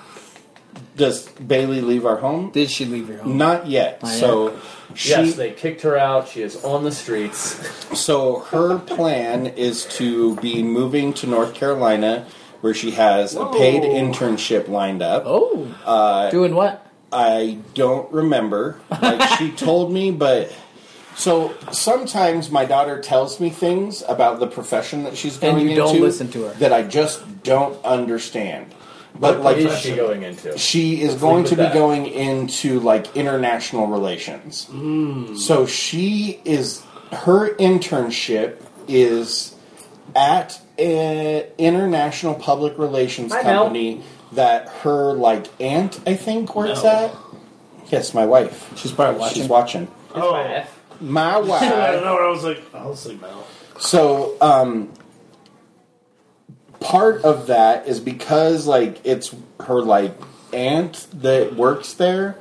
[SPEAKER 5] Does Bailey leave our home?
[SPEAKER 2] Did she leave your home?
[SPEAKER 5] Not yet.
[SPEAKER 2] Not
[SPEAKER 5] So she
[SPEAKER 6] yes, they kicked her out. She is on the streets.
[SPEAKER 5] so her plan is to be moving to North Carolina, where she has a paid internship lined up.
[SPEAKER 2] Oh.
[SPEAKER 5] Uh,
[SPEAKER 2] Doing what?
[SPEAKER 5] I don't remember. Like she told me, but so sometimes my daughter tells me things about the profession that she's going
[SPEAKER 2] And you
[SPEAKER 5] into
[SPEAKER 2] don't listen to her.
[SPEAKER 5] that I just don't understand. But like
[SPEAKER 6] what is she going into?
[SPEAKER 5] she is going
[SPEAKER 6] leave
[SPEAKER 5] to
[SPEAKER 6] it
[SPEAKER 5] be
[SPEAKER 6] at that.
[SPEAKER 5] going into like international relations.
[SPEAKER 6] Hmm.
[SPEAKER 5] So she is her internship is at an international public relations
[SPEAKER 6] Hi, Mel.
[SPEAKER 5] company that her like aunt I think works
[SPEAKER 4] No.
[SPEAKER 5] at. Yes, my wife.
[SPEAKER 2] She's probably
[SPEAKER 5] She's watching.
[SPEAKER 4] oh.
[SPEAKER 5] My
[SPEAKER 4] I don't
[SPEAKER 5] wife.
[SPEAKER 4] know. I was like, I'll see Mel.
[SPEAKER 5] so um part of that is because like it's her like aunt that works there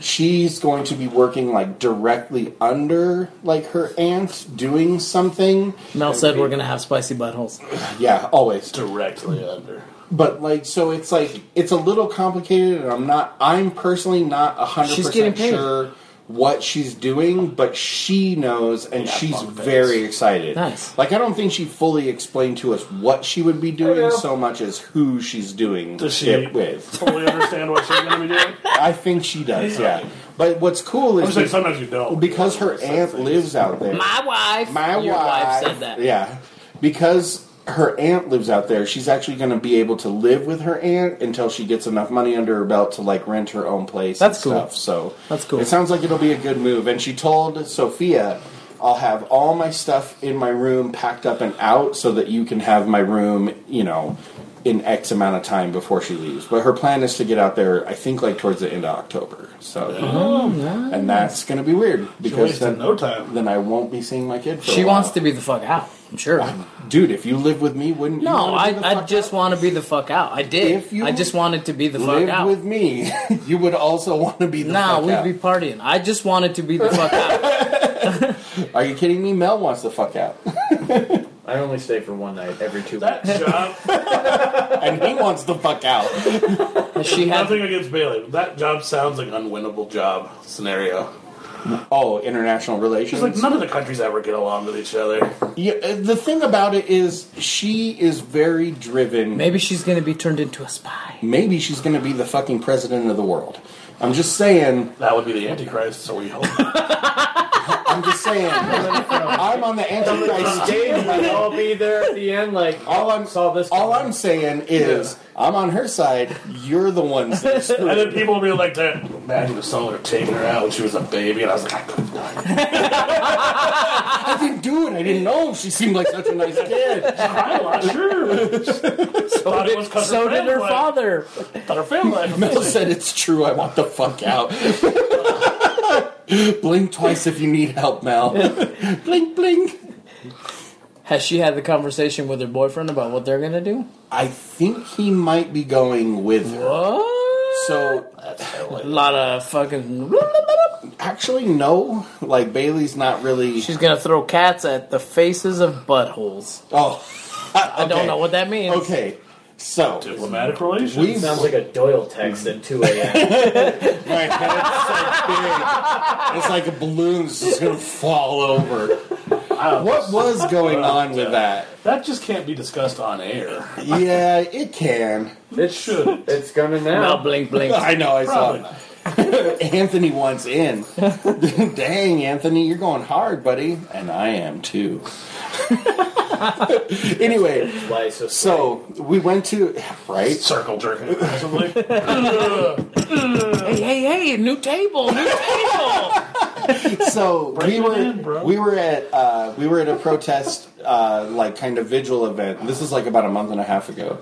[SPEAKER 5] she's going to be working like directly under like her aunt doing something
[SPEAKER 2] Mel said we're gonna have spicy buttholes.
[SPEAKER 5] yeah always
[SPEAKER 4] Directly under.
[SPEAKER 5] but like so it's like it's a little complicated and i'm not i'm personally not 100%
[SPEAKER 2] She's getting paid.
[SPEAKER 5] sure what she's doing but she knows and
[SPEAKER 4] Yeah,
[SPEAKER 5] she's
[SPEAKER 4] bunk beds.
[SPEAKER 5] very excited
[SPEAKER 2] Nice.
[SPEAKER 5] like i don't think she fully explained to us what she would be doing
[SPEAKER 6] Hello.
[SPEAKER 5] so much as who she's doing
[SPEAKER 4] Does she
[SPEAKER 5] it with
[SPEAKER 4] fully understand what she's going to be doing?
[SPEAKER 5] i think she does yeah but what's cool
[SPEAKER 4] I'm
[SPEAKER 5] is
[SPEAKER 4] just like,
[SPEAKER 5] that-
[SPEAKER 4] sometimes you don't.
[SPEAKER 5] because her
[SPEAKER 4] Some
[SPEAKER 5] aunt
[SPEAKER 4] things.
[SPEAKER 5] lives out there
[SPEAKER 2] My wife.
[SPEAKER 5] my
[SPEAKER 2] Your
[SPEAKER 5] wife,
[SPEAKER 2] said that.
[SPEAKER 5] Yeah, because her aunt lives out there, she's actually going to be able to live with her aunt until she gets enough money under her belt to like rent her own place.
[SPEAKER 2] That's
[SPEAKER 5] and
[SPEAKER 2] cool.
[SPEAKER 5] Stuff. So
[SPEAKER 2] That's cool.
[SPEAKER 5] It sounds like it'll be a good move. And she told Sophia, "I'll have all my stuff in my room packed up and out, so that you can have my room, you know, in X amount of time before she leaves." But her plan is to get out there, I think, like towards the end of October. So,
[SPEAKER 2] Oh,
[SPEAKER 5] and that's going to be weird because
[SPEAKER 4] wasted
[SPEAKER 5] then,
[SPEAKER 4] no time.
[SPEAKER 5] then I won't be seeing my kid. For
[SPEAKER 2] She
[SPEAKER 5] a while.
[SPEAKER 2] wants to be the fuck out. I'm sure.
[SPEAKER 5] Dude, if you live with me, wouldn't you?
[SPEAKER 2] No,
[SPEAKER 5] wanna be the
[SPEAKER 2] I, I
[SPEAKER 5] fuck
[SPEAKER 2] just
[SPEAKER 5] out?
[SPEAKER 2] want to be the fuck out. I did.
[SPEAKER 5] If you
[SPEAKER 2] I just wanted to be the fuck
[SPEAKER 5] live
[SPEAKER 2] out.
[SPEAKER 5] with me. you would also want to be the
[SPEAKER 2] nah,
[SPEAKER 5] fuck
[SPEAKER 2] we'd
[SPEAKER 5] out.
[SPEAKER 2] be partying. I just wanted to be the fuck out.
[SPEAKER 5] Are you kidding me? Mel wants the fuck out,
[SPEAKER 6] I only stay for one night every two
[SPEAKER 4] That
[SPEAKER 6] weeks.
[SPEAKER 4] job,
[SPEAKER 5] and he wants the fuck out.
[SPEAKER 2] And She had.
[SPEAKER 4] nothing against Bailey, but that job sounds like an unwinnable job scenario.
[SPEAKER 5] Oh, international relations.
[SPEAKER 4] It's like none of the countries ever get along with each other.
[SPEAKER 5] Yeah, uh, the thing about it is, she is very driven.
[SPEAKER 2] Maybe she's gonna be turned into a spy.
[SPEAKER 5] Maybe she's going to be the fucking president of the world. I'm just saying.
[SPEAKER 4] That would be the Antichrist, so we hope.
[SPEAKER 5] I'm just saying. I'm on the antichrist stage.
[SPEAKER 6] Like, I'll be there at the end. Like
[SPEAKER 5] All I'm
[SPEAKER 6] saw this.
[SPEAKER 5] all I'm saying is I'm on her side. You're the ones that are screwed.
[SPEAKER 4] And then people will be like, that. imagine if someone were taking her out when she was a baby, and I was like, I couldn't. I
[SPEAKER 5] I didn't do it. I didn't know. She seemed like such a nice kid.
[SPEAKER 4] cried a lot, sure. Thought it was 'cause
[SPEAKER 2] So did her
[SPEAKER 4] family-
[SPEAKER 2] father.
[SPEAKER 4] Thought her family. life
[SPEAKER 5] Mel
[SPEAKER 4] was-
[SPEAKER 5] said it's true. I want the fuck out. blink twice if you need help, Mel. blink, blink.
[SPEAKER 2] Has she had the conversation with her boyfriend about what they're gonna do?
[SPEAKER 5] I think he might be going with her.
[SPEAKER 2] What?
[SPEAKER 5] So
[SPEAKER 2] A lot of fucking.
[SPEAKER 5] actually, no. Like Bailey's not really.
[SPEAKER 2] She's gonna throw cats at the faces of buttholes.
[SPEAKER 5] oh,
[SPEAKER 2] I don't know what that means.
[SPEAKER 5] Okay, so
[SPEAKER 4] Diplomatic relations.
[SPEAKER 5] we
[SPEAKER 6] Sounds like a Doyle text at 2 a.m.
[SPEAKER 5] My head's so big. It's like a balloon that's just gonna fall over. What was going on with that?
[SPEAKER 4] That just can't be discussed on air.
[SPEAKER 5] Yeah, it can.
[SPEAKER 4] It should.
[SPEAKER 6] it's gonna
[SPEAKER 2] Now
[SPEAKER 6] now.
[SPEAKER 2] blink, blink.
[SPEAKER 5] I know,
[SPEAKER 2] uh,
[SPEAKER 5] I saw
[SPEAKER 4] Probably
[SPEAKER 5] it. Anthony wants in. Dang, Anthony, you're going hard, buddy. And I am too. anyway,
[SPEAKER 6] Why so?
[SPEAKER 5] so we went to, right?
[SPEAKER 4] Circle jerking, possibly. Uh,
[SPEAKER 2] Hey, hey, hey! New table, new table.
[SPEAKER 5] so we
[SPEAKER 4] it
[SPEAKER 5] were
[SPEAKER 4] in, bro.
[SPEAKER 5] we were at uh, we were at a protest uh, like kind of vigil event. This is like about a month and a half ago,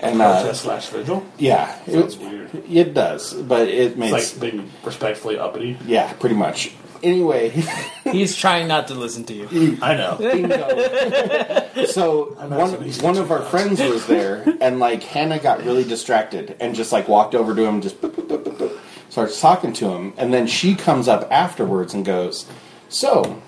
[SPEAKER 5] and uh,
[SPEAKER 4] Protest slash vigil.
[SPEAKER 5] yeah,
[SPEAKER 4] Sounds
[SPEAKER 5] it,
[SPEAKER 4] weird.
[SPEAKER 5] It does, but it makes
[SPEAKER 4] It's like being respectfully uppity.
[SPEAKER 5] yeah, pretty much. Anyway,
[SPEAKER 2] He's trying not to listen to you.
[SPEAKER 4] I know.
[SPEAKER 5] bingo. so one
[SPEAKER 4] so easy
[SPEAKER 5] one
[SPEAKER 4] to
[SPEAKER 5] of our friends was there, and like Hannah got really distracted and just like walked over to him, just boop, boop, boop, boop, boop, starts talking to him, and then she comes up afterwards and goes, "So,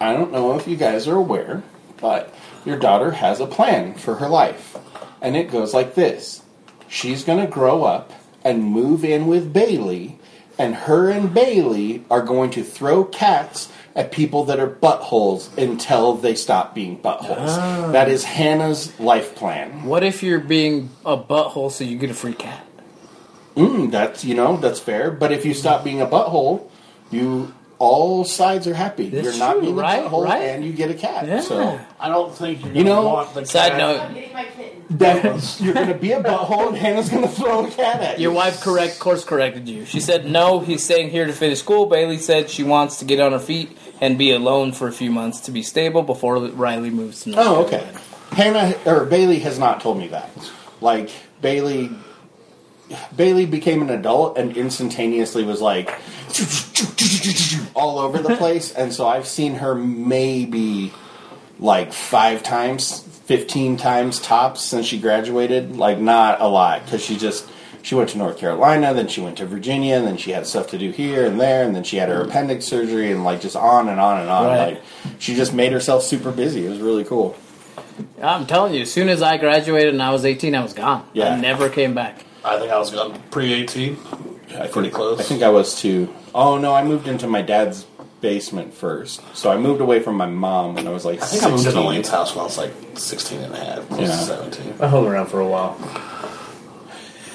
[SPEAKER 5] I don't know if you guys are aware, but your daughter has a plan for her life, and it goes like this: She's gonna grow up and move in with Bailey." And her and Bailey are going to throw cats at people that are buttholes until they stop being buttholes.
[SPEAKER 2] Ah.
[SPEAKER 5] That is Hannah's life plan.
[SPEAKER 2] What if you're being a butthole so you get a free cat?
[SPEAKER 5] Mm, that's you know that's fair. But if you stop being a butthole, you all sides are happy.
[SPEAKER 2] That's
[SPEAKER 5] You're not
[SPEAKER 2] true,
[SPEAKER 5] being
[SPEAKER 2] right,
[SPEAKER 5] a butthole,
[SPEAKER 2] right.
[SPEAKER 5] and you get a cat.
[SPEAKER 2] Yeah.
[SPEAKER 5] So
[SPEAKER 4] I don't think you're gonna
[SPEAKER 5] You know,
[SPEAKER 4] want the
[SPEAKER 2] Side
[SPEAKER 4] cat.
[SPEAKER 2] note:
[SPEAKER 7] I'm getting my kitten.
[SPEAKER 5] that you're going to be a butthole, and Hannah's going to throw a cat at you.
[SPEAKER 2] Your wife correct course corrected you. She said no. He's staying here to finish school. Bailey said she wants to get on her feet and be alone for a few months to be stable before Riley moves to North.
[SPEAKER 5] Oh, okay. Hannah or Bailey has not told me that. Like Bailey, Bailey became an adult and instantaneously was like all over the place, and so I've seen her maybe like five times, fifteen times tops since she graduated. Like not a lot because she just. She went to North Carolina, then she went to Virginia, and then she had stuff to do here and there, and then she had her appendix surgery, and like just on and on and on.
[SPEAKER 2] Right.
[SPEAKER 5] Like she just made herself super busy. It was really cool.
[SPEAKER 2] I'm telling you, as soon as I graduated and I was 18, I was gone.
[SPEAKER 5] Yeah.
[SPEAKER 2] I never came back.
[SPEAKER 4] I think I was gone pre eighteen. Pretty close.
[SPEAKER 5] I think I was too. Oh no, I moved into my dad's basement first. So I moved away from my mom when I was like
[SPEAKER 4] I think I moved into
[SPEAKER 5] 16.
[SPEAKER 4] Elaine's house when I was like 16 and a half, close
[SPEAKER 5] Yeah.
[SPEAKER 4] to 17.
[SPEAKER 6] I hung around for a while,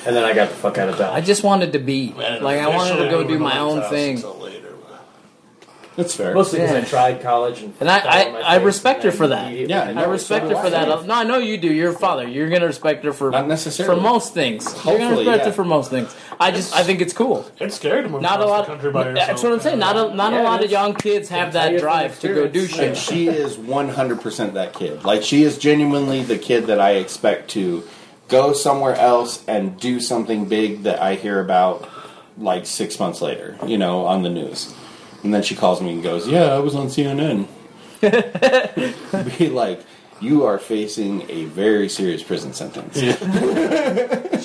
[SPEAKER 6] and then I got the fuck out of
[SPEAKER 2] I
[SPEAKER 6] Dodge.
[SPEAKER 2] just wanted to be
[SPEAKER 4] And
[SPEAKER 2] like I wanted to
[SPEAKER 4] officially
[SPEAKER 2] go
[SPEAKER 4] moved
[SPEAKER 2] do
[SPEAKER 4] into
[SPEAKER 2] my
[SPEAKER 4] Elaine's
[SPEAKER 2] own
[SPEAKER 4] house
[SPEAKER 2] thing.
[SPEAKER 4] until later, but-
[SPEAKER 5] That's fair.
[SPEAKER 6] Mostly because
[SPEAKER 2] Yeah.
[SPEAKER 6] I tried college and
[SPEAKER 2] And I-
[SPEAKER 6] fell on my
[SPEAKER 2] I- I
[SPEAKER 6] face
[SPEAKER 2] respect
[SPEAKER 6] and
[SPEAKER 2] her for
[SPEAKER 6] then
[SPEAKER 2] that.
[SPEAKER 6] immediately-
[SPEAKER 5] Yeah,
[SPEAKER 2] I
[SPEAKER 5] No,
[SPEAKER 2] respect
[SPEAKER 5] so
[SPEAKER 2] her
[SPEAKER 5] do
[SPEAKER 2] for
[SPEAKER 5] I.
[SPEAKER 2] that. No, I know you do. You're a father. You're gonna respect her for
[SPEAKER 5] Not necessarily.
[SPEAKER 2] for most things. You're gonna
[SPEAKER 5] Hopefully,
[SPEAKER 2] respect her
[SPEAKER 5] yeah.
[SPEAKER 2] for most things. I just I think it's cool.
[SPEAKER 4] It's scary to move
[SPEAKER 2] Not a
[SPEAKER 4] across
[SPEAKER 2] lot.
[SPEAKER 4] the country by yourself.
[SPEAKER 2] That's what I'm saying. Not a not
[SPEAKER 6] Yeah,
[SPEAKER 2] a lot of
[SPEAKER 6] that's-
[SPEAKER 2] young kids have
[SPEAKER 6] how
[SPEAKER 2] that
[SPEAKER 6] you
[SPEAKER 2] drive to go do
[SPEAKER 6] experience.
[SPEAKER 2] shit.
[SPEAKER 5] And she is 100% that kid. Like, she is genuinely the kid that I expect to go somewhere else and do something big that I hear about, like, six months later, you know, on the news. And then she calls me and goes, Yeah, I was on CNN. Be like, You are facing a very serious prison sentence.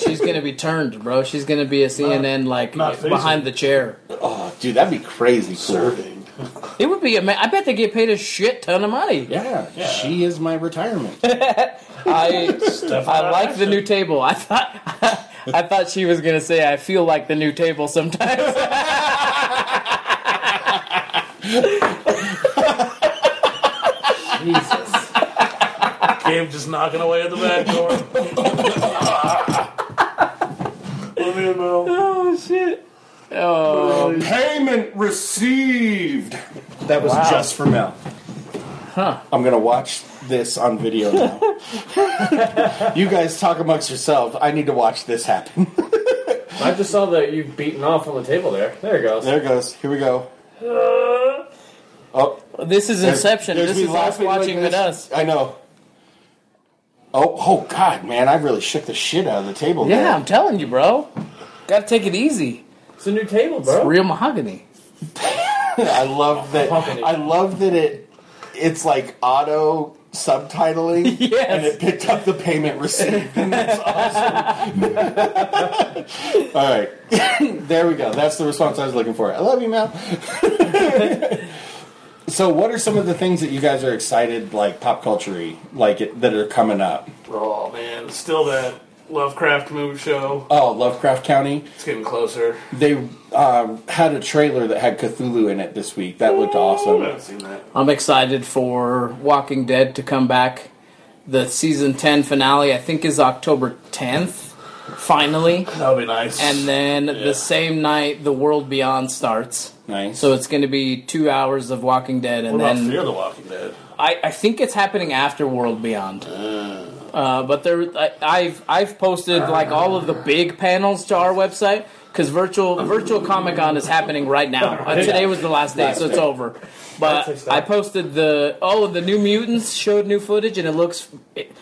[SPEAKER 2] She's gonna be turned, bro. She's gonna be a CNN like
[SPEAKER 4] not facing.
[SPEAKER 2] behind the chair.
[SPEAKER 5] Oh, dude, that'd be crazy cool.
[SPEAKER 4] Serving.
[SPEAKER 2] It would be. ama- I bet they get paid a shit ton of money.
[SPEAKER 5] Yeah, she is my retirement.
[SPEAKER 2] I I
[SPEAKER 4] not
[SPEAKER 2] like the new table. I thought I thought she was gonna say I feel like the new table sometimes.
[SPEAKER 6] Jesus.
[SPEAKER 4] Gabe just knocking away at the back door. Let me in, Mel.
[SPEAKER 2] oh shit.
[SPEAKER 5] Payment received. That was just for Mel. Huh. I'm gonna watch this on video now. you guys talk amongst yourselves. I need to watch this happen.
[SPEAKER 6] I just saw that you've beaten off on the table there. There it goes.
[SPEAKER 5] There it goes. Here we go. Oh,
[SPEAKER 2] This is
[SPEAKER 5] there's-
[SPEAKER 2] Inception.
[SPEAKER 5] there's
[SPEAKER 2] This
[SPEAKER 5] me
[SPEAKER 2] is us
[SPEAKER 5] laughing like
[SPEAKER 2] watching
[SPEAKER 5] this.
[SPEAKER 2] with us.
[SPEAKER 5] I know. Oh, oh God, man! I really shook the shit out of the table.
[SPEAKER 2] Yeah,
[SPEAKER 5] there.
[SPEAKER 2] I'm telling you, bro. Gotta take it easy.
[SPEAKER 6] It's a new table, bro.
[SPEAKER 2] Real mahogany.
[SPEAKER 5] I love that.
[SPEAKER 6] Pumping it.
[SPEAKER 5] I love that it. It's like auto subtitling,
[SPEAKER 2] Yes.
[SPEAKER 5] and it picked up the payment receipt. And that's awesome. All right, there we go. That's the response I was looking for. I love you, Mal. so, what are some of the things that you guys are excited, like pop culture like it, that are coming up?
[SPEAKER 4] Oh man, still that Lovecraft movie show.
[SPEAKER 5] Oh, Lovecraft County.
[SPEAKER 4] It's getting closer.
[SPEAKER 5] They um, had a trailer that had Cthulhu in it this week. That looked
[SPEAKER 4] I
[SPEAKER 5] awesome.
[SPEAKER 4] haven't seen that.
[SPEAKER 2] I'm excited for Walking Dead to come back. The season 10 finale, I think, is October 10th, finally.
[SPEAKER 4] That'll be nice.
[SPEAKER 2] And then
[SPEAKER 4] Yeah.
[SPEAKER 2] the same night, The World Beyond starts.
[SPEAKER 5] Nice.
[SPEAKER 2] So it's going to be two hours of Walking Dead, and
[SPEAKER 4] what about
[SPEAKER 2] then
[SPEAKER 4] Fear the Walking Dead?
[SPEAKER 2] I, I think it's happening after World Beyond. Uh, but there, I, I've I've posted like all of the big panels to our website because virtual virtual Comic Con is happening right now. Uh, Today was the last day, so it's over.
[SPEAKER 6] That's
[SPEAKER 2] But
[SPEAKER 6] exciting.
[SPEAKER 2] I posted the oh the new mutants showed new footage and it looks it,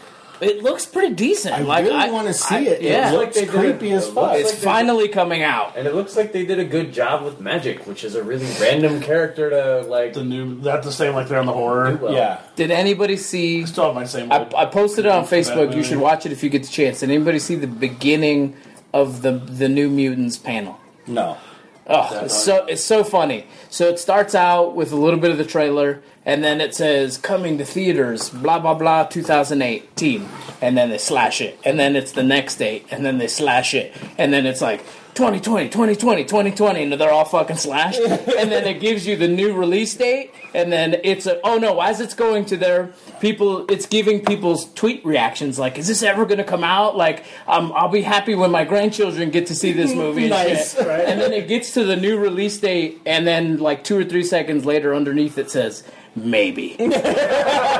[SPEAKER 2] it looks pretty decent.
[SPEAKER 5] I
[SPEAKER 2] like
[SPEAKER 5] really
[SPEAKER 2] I
[SPEAKER 5] want to see
[SPEAKER 2] I-
[SPEAKER 5] it.
[SPEAKER 2] yeah.
[SPEAKER 5] It looks
[SPEAKER 6] Like they did
[SPEAKER 5] creepy
[SPEAKER 6] it.
[SPEAKER 5] as
[SPEAKER 6] It
[SPEAKER 5] fuck.
[SPEAKER 6] looks
[SPEAKER 2] It's finally coming out.
[SPEAKER 6] And it looks like they did a good job with magic, which is a really random character to like.
[SPEAKER 4] The new that the same like they're on the horror.
[SPEAKER 2] uh,
[SPEAKER 6] well.
[SPEAKER 5] yeah.
[SPEAKER 2] Did anybody see?
[SPEAKER 4] Still have my same.
[SPEAKER 2] I,
[SPEAKER 4] old-
[SPEAKER 2] I posted it on Facebook. You
[SPEAKER 4] movie.
[SPEAKER 2] should watch it if you get the chance. Did anybody see the beginning of the the New Mutants panel?
[SPEAKER 5] No.
[SPEAKER 2] Oh, it's so it's so funny. So it starts out with a little bit of the trailer, and then it says coming to theaters, blah blah blah, 2018, and then they slash it, and then it's the next date, and then they slash it, and then it's like 2020, 2020, 2020, and they're all fucking slashed, and then it gives you the new release date, and then it's a oh no, as it's going to their people, it's giving people's tweet reactions like, is this ever going to come out? Like, um, I'll be happy when my grandchildren get to see this movie. and
[SPEAKER 5] Nice,
[SPEAKER 2] shit. And then it gets to the new release date, and then like two or three seconds later, underneath it says maybe.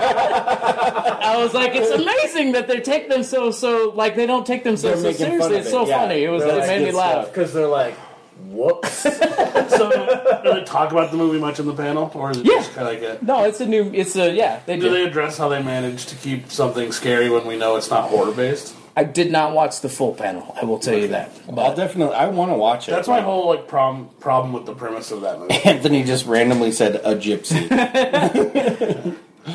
[SPEAKER 2] I was like, it's amazing that they take them so so like they don't take themselves so
[SPEAKER 5] They're making fun
[SPEAKER 2] seriously.
[SPEAKER 5] of
[SPEAKER 2] It's
[SPEAKER 5] it,
[SPEAKER 2] so
[SPEAKER 5] yeah.
[SPEAKER 2] funny. It was
[SPEAKER 5] They're
[SPEAKER 2] it
[SPEAKER 5] like,
[SPEAKER 2] made me
[SPEAKER 5] "Good
[SPEAKER 2] laugh.
[SPEAKER 5] stuff."
[SPEAKER 6] Because they're like, whoops.
[SPEAKER 4] so do they talk about the movie much in the panel, or is it
[SPEAKER 2] Yeah.
[SPEAKER 4] just kind of like a?
[SPEAKER 2] No, it's a new. It's a yeah. They
[SPEAKER 4] Do
[SPEAKER 2] did.
[SPEAKER 4] they address how they manage to keep something scary when we know it's not horror based?
[SPEAKER 2] I did not watch the full panel. I will tell you that.
[SPEAKER 5] I'll
[SPEAKER 2] But
[SPEAKER 5] definitely. I want to watch it.
[SPEAKER 4] That's my whole like problem problem with the premise of that movie.
[SPEAKER 5] Anthony just randomly said a gypsy.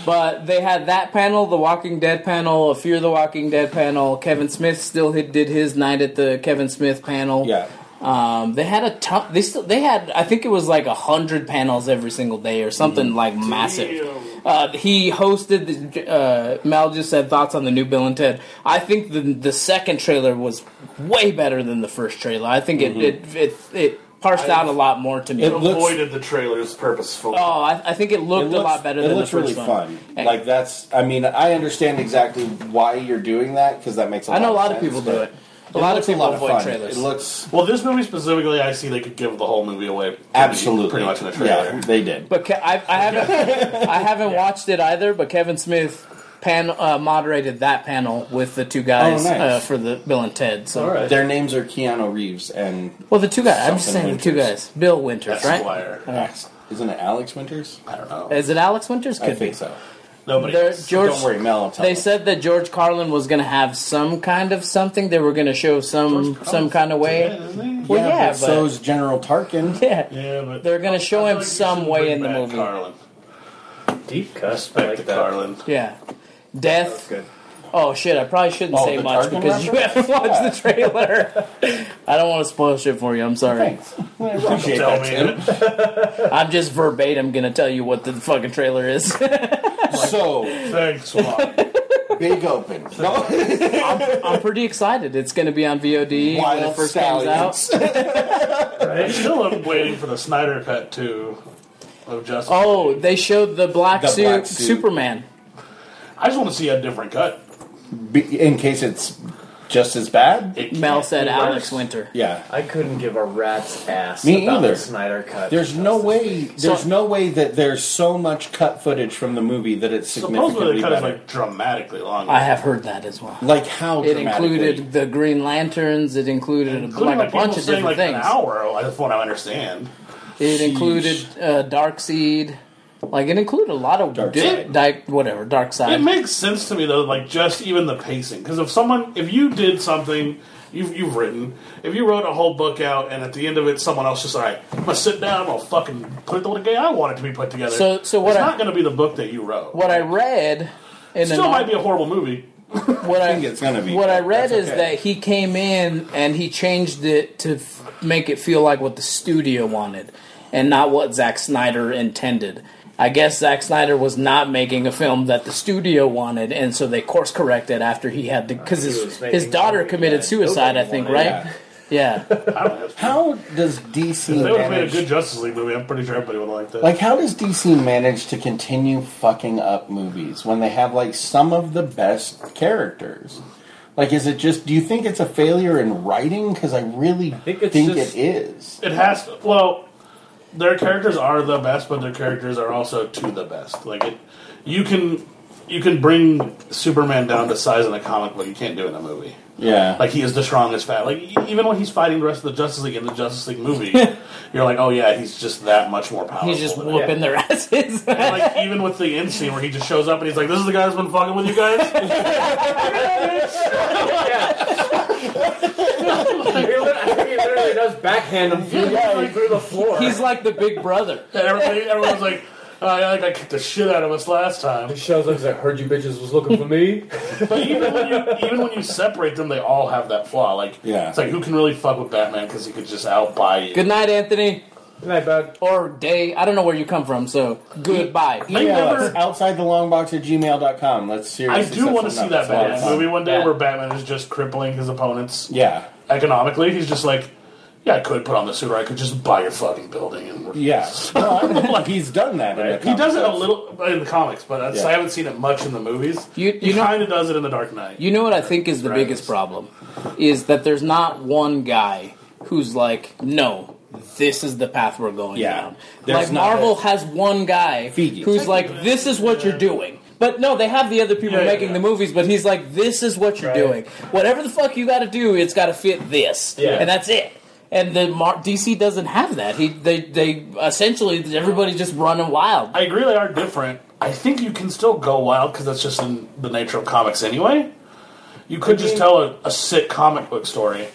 [SPEAKER 2] But they had that panel, the Walking Dead panel, a Fear the Walking Dead panel. Kevin Smith still hit, did his night at the Kevin Smith panel.
[SPEAKER 5] yeah.
[SPEAKER 2] Um, they had a ton. They still they had. I think it was like a hundred panels every single day or something like massive. Uh, he hosted. The, uh, Mel just said thoughts on the new Bill and Ted. I think the the second trailer was way better than the first trailer. I think it, it it it parsed out a lot more to me.
[SPEAKER 5] It looks-
[SPEAKER 4] Avoided the trailers purposefully.
[SPEAKER 2] oh, I, I think it looked a lot better
[SPEAKER 5] It
[SPEAKER 2] than
[SPEAKER 5] looks
[SPEAKER 2] the first
[SPEAKER 5] really
[SPEAKER 2] one.
[SPEAKER 5] fun.
[SPEAKER 2] Hey.
[SPEAKER 5] Like that's. I mean, I understand exactly why you're doing that because that makes. I
[SPEAKER 2] I know a lot of people do it. A lot of people
[SPEAKER 5] lot of
[SPEAKER 2] avoid
[SPEAKER 5] fun.
[SPEAKER 2] trailers.
[SPEAKER 5] It looks
[SPEAKER 4] Well, this movie specifically, I see they could give the whole movie away. pretty-
[SPEAKER 5] absolutely
[SPEAKER 4] pretty much in a trailer.
[SPEAKER 5] Yeah, they did.
[SPEAKER 2] But Ke- I, I haven't, I haven't watched it either. But Kevin Smith pan, uh, moderated that panel with the two guys
[SPEAKER 5] Oh, nice.
[SPEAKER 2] uh, for the Bill and Ted. So,
[SPEAKER 6] Alright.
[SPEAKER 5] Their names are Keanu Reeves and
[SPEAKER 2] well, the two guys. I'm just
[SPEAKER 5] Something
[SPEAKER 2] saying the two guys. Bill Winters, right?
[SPEAKER 4] Esquire.
[SPEAKER 5] isn't it Alex Winters? I don't know.
[SPEAKER 2] Is it Alex Winters?
[SPEAKER 5] I
[SPEAKER 2] Could
[SPEAKER 5] think
[SPEAKER 2] be.
[SPEAKER 5] so.
[SPEAKER 4] Nobody.
[SPEAKER 2] They're-
[SPEAKER 4] else.
[SPEAKER 2] George.
[SPEAKER 5] Don't worry, Mel. Will tell
[SPEAKER 2] They
[SPEAKER 5] me.
[SPEAKER 2] said that George Carlin was going to have some kind of something. They were going to show some some kind of way.
[SPEAKER 4] Yeah, isn't he?
[SPEAKER 2] Well, yeah,
[SPEAKER 5] but
[SPEAKER 2] but-
[SPEAKER 5] so's General Tarkin.
[SPEAKER 2] Yeah.
[SPEAKER 4] Yeah, but
[SPEAKER 2] They're gonna show
[SPEAKER 4] I
[SPEAKER 2] him
[SPEAKER 4] feel you
[SPEAKER 2] some
[SPEAKER 4] shouldn't
[SPEAKER 2] way
[SPEAKER 4] bring
[SPEAKER 2] in the
[SPEAKER 4] back
[SPEAKER 2] movie.
[SPEAKER 4] Carlin.
[SPEAKER 6] Deep cuts. I
[SPEAKER 4] Back
[SPEAKER 6] like
[SPEAKER 4] to
[SPEAKER 6] that.
[SPEAKER 4] Carlin.
[SPEAKER 2] Yeah. Death. Oh shit! I probably shouldn't
[SPEAKER 5] Oh,
[SPEAKER 2] say
[SPEAKER 5] the
[SPEAKER 2] much
[SPEAKER 5] Tarkin
[SPEAKER 2] because you haven't watched the trailer. I don't want to spoil shit for you. I'm sorry.
[SPEAKER 5] Thanks. I appreciate
[SPEAKER 4] Tell
[SPEAKER 5] that,
[SPEAKER 4] me.
[SPEAKER 5] Tim.
[SPEAKER 4] that-
[SPEAKER 2] I'm just verbatim gonna tell you what the fucking trailer is.
[SPEAKER 5] So,
[SPEAKER 4] Thanks, Juan.
[SPEAKER 5] big open.
[SPEAKER 2] I'm pretty excited. It's gonna be on VOD when it
[SPEAKER 5] Wild
[SPEAKER 2] first
[SPEAKER 5] stallions.
[SPEAKER 2] comes out.
[SPEAKER 4] I still am waiting for the Snyder cut too. Of Justice.
[SPEAKER 2] Oh, they showed the black,
[SPEAKER 5] The
[SPEAKER 2] suit,
[SPEAKER 5] black suit.
[SPEAKER 2] Superman.
[SPEAKER 4] I just want to see a different cut.
[SPEAKER 5] Be- in case it's just as bad.
[SPEAKER 4] It
[SPEAKER 2] Mel
[SPEAKER 4] can't
[SPEAKER 2] said
[SPEAKER 4] be
[SPEAKER 2] Alex
[SPEAKER 4] worse.
[SPEAKER 2] Winter.
[SPEAKER 5] Yeah.
[SPEAKER 6] I couldn't give a rat's ass
[SPEAKER 5] Me
[SPEAKER 6] about
[SPEAKER 5] either.
[SPEAKER 6] the Snyder cut.
[SPEAKER 5] There's no way. There's
[SPEAKER 2] So-
[SPEAKER 5] no way that there's so much cut footage from the movie that it's
[SPEAKER 4] Supposedly
[SPEAKER 5] significantly
[SPEAKER 4] the cut is
[SPEAKER 5] better.
[SPEAKER 4] like dramatically longer.
[SPEAKER 2] I have heard that as well.
[SPEAKER 5] like how
[SPEAKER 2] It
[SPEAKER 5] dramatically-
[SPEAKER 2] included the Green Lanterns. It included
[SPEAKER 4] Including,
[SPEAKER 2] like a
[SPEAKER 4] people
[SPEAKER 2] bunch of
[SPEAKER 4] saying,
[SPEAKER 2] different
[SPEAKER 4] like,
[SPEAKER 2] things.
[SPEAKER 4] An hour. That's what I understand.
[SPEAKER 2] It included uh, Darkseid. Like it included a lot of
[SPEAKER 5] Darkseid.
[SPEAKER 2] di- di- whatever Dark
[SPEAKER 4] It
[SPEAKER 2] Side.
[SPEAKER 4] makes sense to me though, like just even the pacing. Because if someone, if you did something, you've you've written, if you wrote a whole book out, and at the end of it, someone else just all right, I'm gonna sit down, I'm gonna fucking put it the way I want it to be put together.
[SPEAKER 2] So- so what
[SPEAKER 4] it's
[SPEAKER 2] I-
[SPEAKER 4] not gonna be the book that you wrote.
[SPEAKER 2] what I read in
[SPEAKER 4] Still
[SPEAKER 2] an
[SPEAKER 4] might be a horrible movie.
[SPEAKER 2] what I
[SPEAKER 5] think it's gonna be,
[SPEAKER 2] What I
[SPEAKER 5] but
[SPEAKER 2] read
[SPEAKER 5] that's
[SPEAKER 2] is
[SPEAKER 5] okay.
[SPEAKER 2] that he came in and he changed it to f- make it feel like what the studio wanted, and not what Zack Snyder intended. I guess Zack Snyder was not making a film that the studio wanted, and so they course corrected after he had to because
[SPEAKER 6] Uh, he
[SPEAKER 2] his
[SPEAKER 6] was
[SPEAKER 2] his
[SPEAKER 6] making
[SPEAKER 2] daughter
[SPEAKER 6] money
[SPEAKER 2] committed
[SPEAKER 6] that
[SPEAKER 2] suicide. I
[SPEAKER 6] nobody
[SPEAKER 2] think
[SPEAKER 6] wanted.
[SPEAKER 2] right. Yeah.
[SPEAKER 5] How does DC
[SPEAKER 4] If they would have made a
[SPEAKER 5] manage?
[SPEAKER 4] good Justice League movie, I'm pretty sure everybody would have liked that.
[SPEAKER 5] like how does DC manage to continue fucking up movies when they have like some of the best characters? Like, is it just? Do you think it's a failure in writing? Because I really think,
[SPEAKER 6] think it's just-
[SPEAKER 5] it is.
[SPEAKER 4] it has to, well, their characters are the best, but their characters are also to the best. Like it, you can you can bring Superman down to size in a comic book. You can't do it in a movie.
[SPEAKER 5] Yeah.
[SPEAKER 4] Like he is the strongest fat. Like e- even when he's fighting the rest of the Justice League in the Justice League movie, you're like, oh yeah, he's just that much more powerful.
[SPEAKER 2] He's just
[SPEAKER 4] than
[SPEAKER 2] whooping their asses.
[SPEAKER 4] that. Like even with the end scene where he just shows up and he's like, "This is the guy who's been fucking with you guys."
[SPEAKER 6] He lit- I think he literally does backhand him through, the, through the floor.
[SPEAKER 2] He's like the big brother.
[SPEAKER 4] and everybody, everyone's like, oh, yeah, "That guy kicked the shit out of us last time."
[SPEAKER 6] shows up. He's like, "Heard you bitches was looking for me."
[SPEAKER 4] But even when you even when you separate them, they all have that flaw. Like
[SPEAKER 5] Yeah.
[SPEAKER 4] it's like who can really fuck with Batman because he could just outbuy you.
[SPEAKER 2] Good night, Anthony.
[SPEAKER 6] Good night, bud.
[SPEAKER 2] Or day. I don't know where you come from, so goodbye.
[SPEAKER 4] They
[SPEAKER 5] Email
[SPEAKER 4] never-
[SPEAKER 5] us outside the longbox at gmail.com. Let's
[SPEAKER 4] I
[SPEAKER 5] seriously.
[SPEAKER 4] do
[SPEAKER 5] set
[SPEAKER 4] want to
[SPEAKER 5] something
[SPEAKER 4] see that
[SPEAKER 5] up. It's a lot of
[SPEAKER 4] Batman
[SPEAKER 5] fun.
[SPEAKER 4] movie one day
[SPEAKER 2] Yeah.
[SPEAKER 4] where Batman is just crippling his opponents
[SPEAKER 5] Yeah.
[SPEAKER 4] economically. He's just like, yeah, I could put on the suit, or I could just buy your fucking building. And
[SPEAKER 5] Yeah. No, I don't like he's done that. in the
[SPEAKER 4] he does it a
[SPEAKER 5] comic
[SPEAKER 4] little in the comics, but that's,
[SPEAKER 5] Yeah.
[SPEAKER 4] I haven't seen it much in the movies.
[SPEAKER 2] You-
[SPEAKER 4] he
[SPEAKER 2] you know-
[SPEAKER 4] kind of does it in the Dark Knight.
[SPEAKER 2] You know what I think is the
[SPEAKER 4] Right.
[SPEAKER 2] biggest problem? Is that there's not one guy who's like, no, this is the path we're going
[SPEAKER 5] Yeah.
[SPEAKER 2] down.
[SPEAKER 5] There's
[SPEAKER 2] like,
[SPEAKER 5] not
[SPEAKER 2] Marvel
[SPEAKER 5] a-
[SPEAKER 2] has one guy
[SPEAKER 5] Feige.
[SPEAKER 2] who's like, this is what you're doing. But no, they have the other people
[SPEAKER 4] Yeah, yeah,
[SPEAKER 2] making
[SPEAKER 4] yeah.
[SPEAKER 2] the movies, but he's like, this is what you're
[SPEAKER 6] Right.
[SPEAKER 2] doing. Whatever the fuck you gotta do, it's gotta fit this.
[SPEAKER 6] Yeah.
[SPEAKER 2] And that's it. And the Mar- DC doesn't have that. He they they essentially everybody's just running wild.
[SPEAKER 4] I agree they are different. I think you can still go wild because that's just in the nature of comics anyway. You could just tell a, a sick comic book story.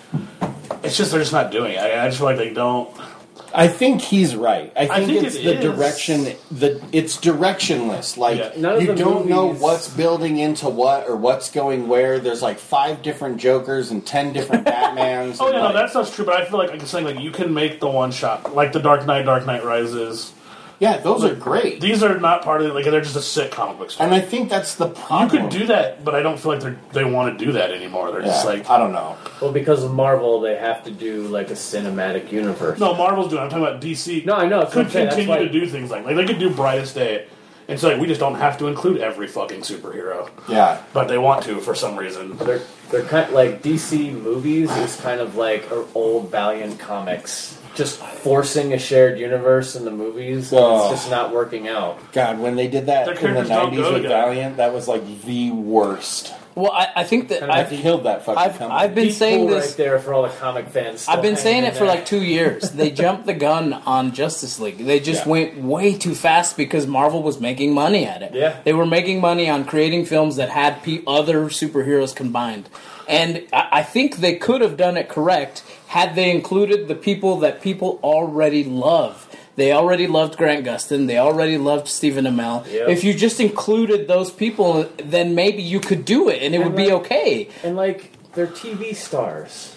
[SPEAKER 4] It's just they're just not doing it. I, I just feel like they don't.
[SPEAKER 5] books. I think he's right. I think,
[SPEAKER 4] think
[SPEAKER 5] it's
[SPEAKER 4] it
[SPEAKER 5] the
[SPEAKER 4] is.
[SPEAKER 5] direction the it's directionless. Like
[SPEAKER 4] Yeah.
[SPEAKER 6] None of
[SPEAKER 5] you
[SPEAKER 6] the
[SPEAKER 5] don't know
[SPEAKER 6] movies-
[SPEAKER 5] what's building into what or what's going where. There's like five different Jokers and ten different Batmans.
[SPEAKER 4] Oh
[SPEAKER 5] and,
[SPEAKER 4] yeah, no,
[SPEAKER 5] like-
[SPEAKER 4] that's not true. But I feel like I'm just saying like you can make the one shot like the Dark Knight, Dark Knight Rises.
[SPEAKER 5] yeah, those are great.
[SPEAKER 4] These are not part of it. Like they're just a sick comic book story.
[SPEAKER 5] And I think that's the
[SPEAKER 4] You
[SPEAKER 5] problem.
[SPEAKER 4] could do that, but I don't feel like they they want to do that anymore. They're
[SPEAKER 5] Yeah,
[SPEAKER 4] just like
[SPEAKER 5] I don't know.
[SPEAKER 6] Well, because of Marvel, they have to do like a cinematic universe.
[SPEAKER 4] no Marvel's doing. it. I'm talking about DC.
[SPEAKER 6] No, I know. that's
[SPEAKER 4] could
[SPEAKER 6] what I'm saying. That's
[SPEAKER 4] continue
[SPEAKER 6] why-
[SPEAKER 4] to do things like like they could do Brightest Day And so like, we just don't have to include every fucking superhero.
[SPEAKER 8] Yeah.
[SPEAKER 4] But they want to for some reason.
[SPEAKER 6] They're they're kind like DC movies is kind of like a old Valiant comics, just forcing a shared universe in the movies. and
[SPEAKER 5] Oh.
[SPEAKER 6] It's just not working out.
[SPEAKER 5] God, when they did that
[SPEAKER 4] Their
[SPEAKER 5] in the
[SPEAKER 4] characters don't go
[SPEAKER 5] '90s with
[SPEAKER 4] together.
[SPEAKER 5] Valiant, that was like the worst.
[SPEAKER 2] Well, I, I think that
[SPEAKER 5] I
[SPEAKER 2] I've,
[SPEAKER 5] killed that fucking
[SPEAKER 2] I've,
[SPEAKER 5] company.
[SPEAKER 2] I've been
[SPEAKER 6] Deep
[SPEAKER 2] saying
[SPEAKER 6] pool
[SPEAKER 2] this.
[SPEAKER 6] right there for all the comic fans. still
[SPEAKER 2] I've been
[SPEAKER 6] hanging
[SPEAKER 2] saying
[SPEAKER 6] in
[SPEAKER 2] it for
[SPEAKER 6] there.
[SPEAKER 2] like two years. They jumped the gun on Justice League. They just
[SPEAKER 5] Yeah.
[SPEAKER 2] went way too fast because Marvel was making money at it.
[SPEAKER 6] Yeah.
[SPEAKER 2] They were making money on creating films that had pe- other superheroes combined. And I, I think they could have done it correct had they included the people that people already love. They already loved Grant Gustin. They already loved Stephen Amell.
[SPEAKER 6] Yep.
[SPEAKER 2] If you just included those people, then maybe you could do it, and it would be
[SPEAKER 6] like-
[SPEAKER 2] okay.
[SPEAKER 6] and like they're TV stars.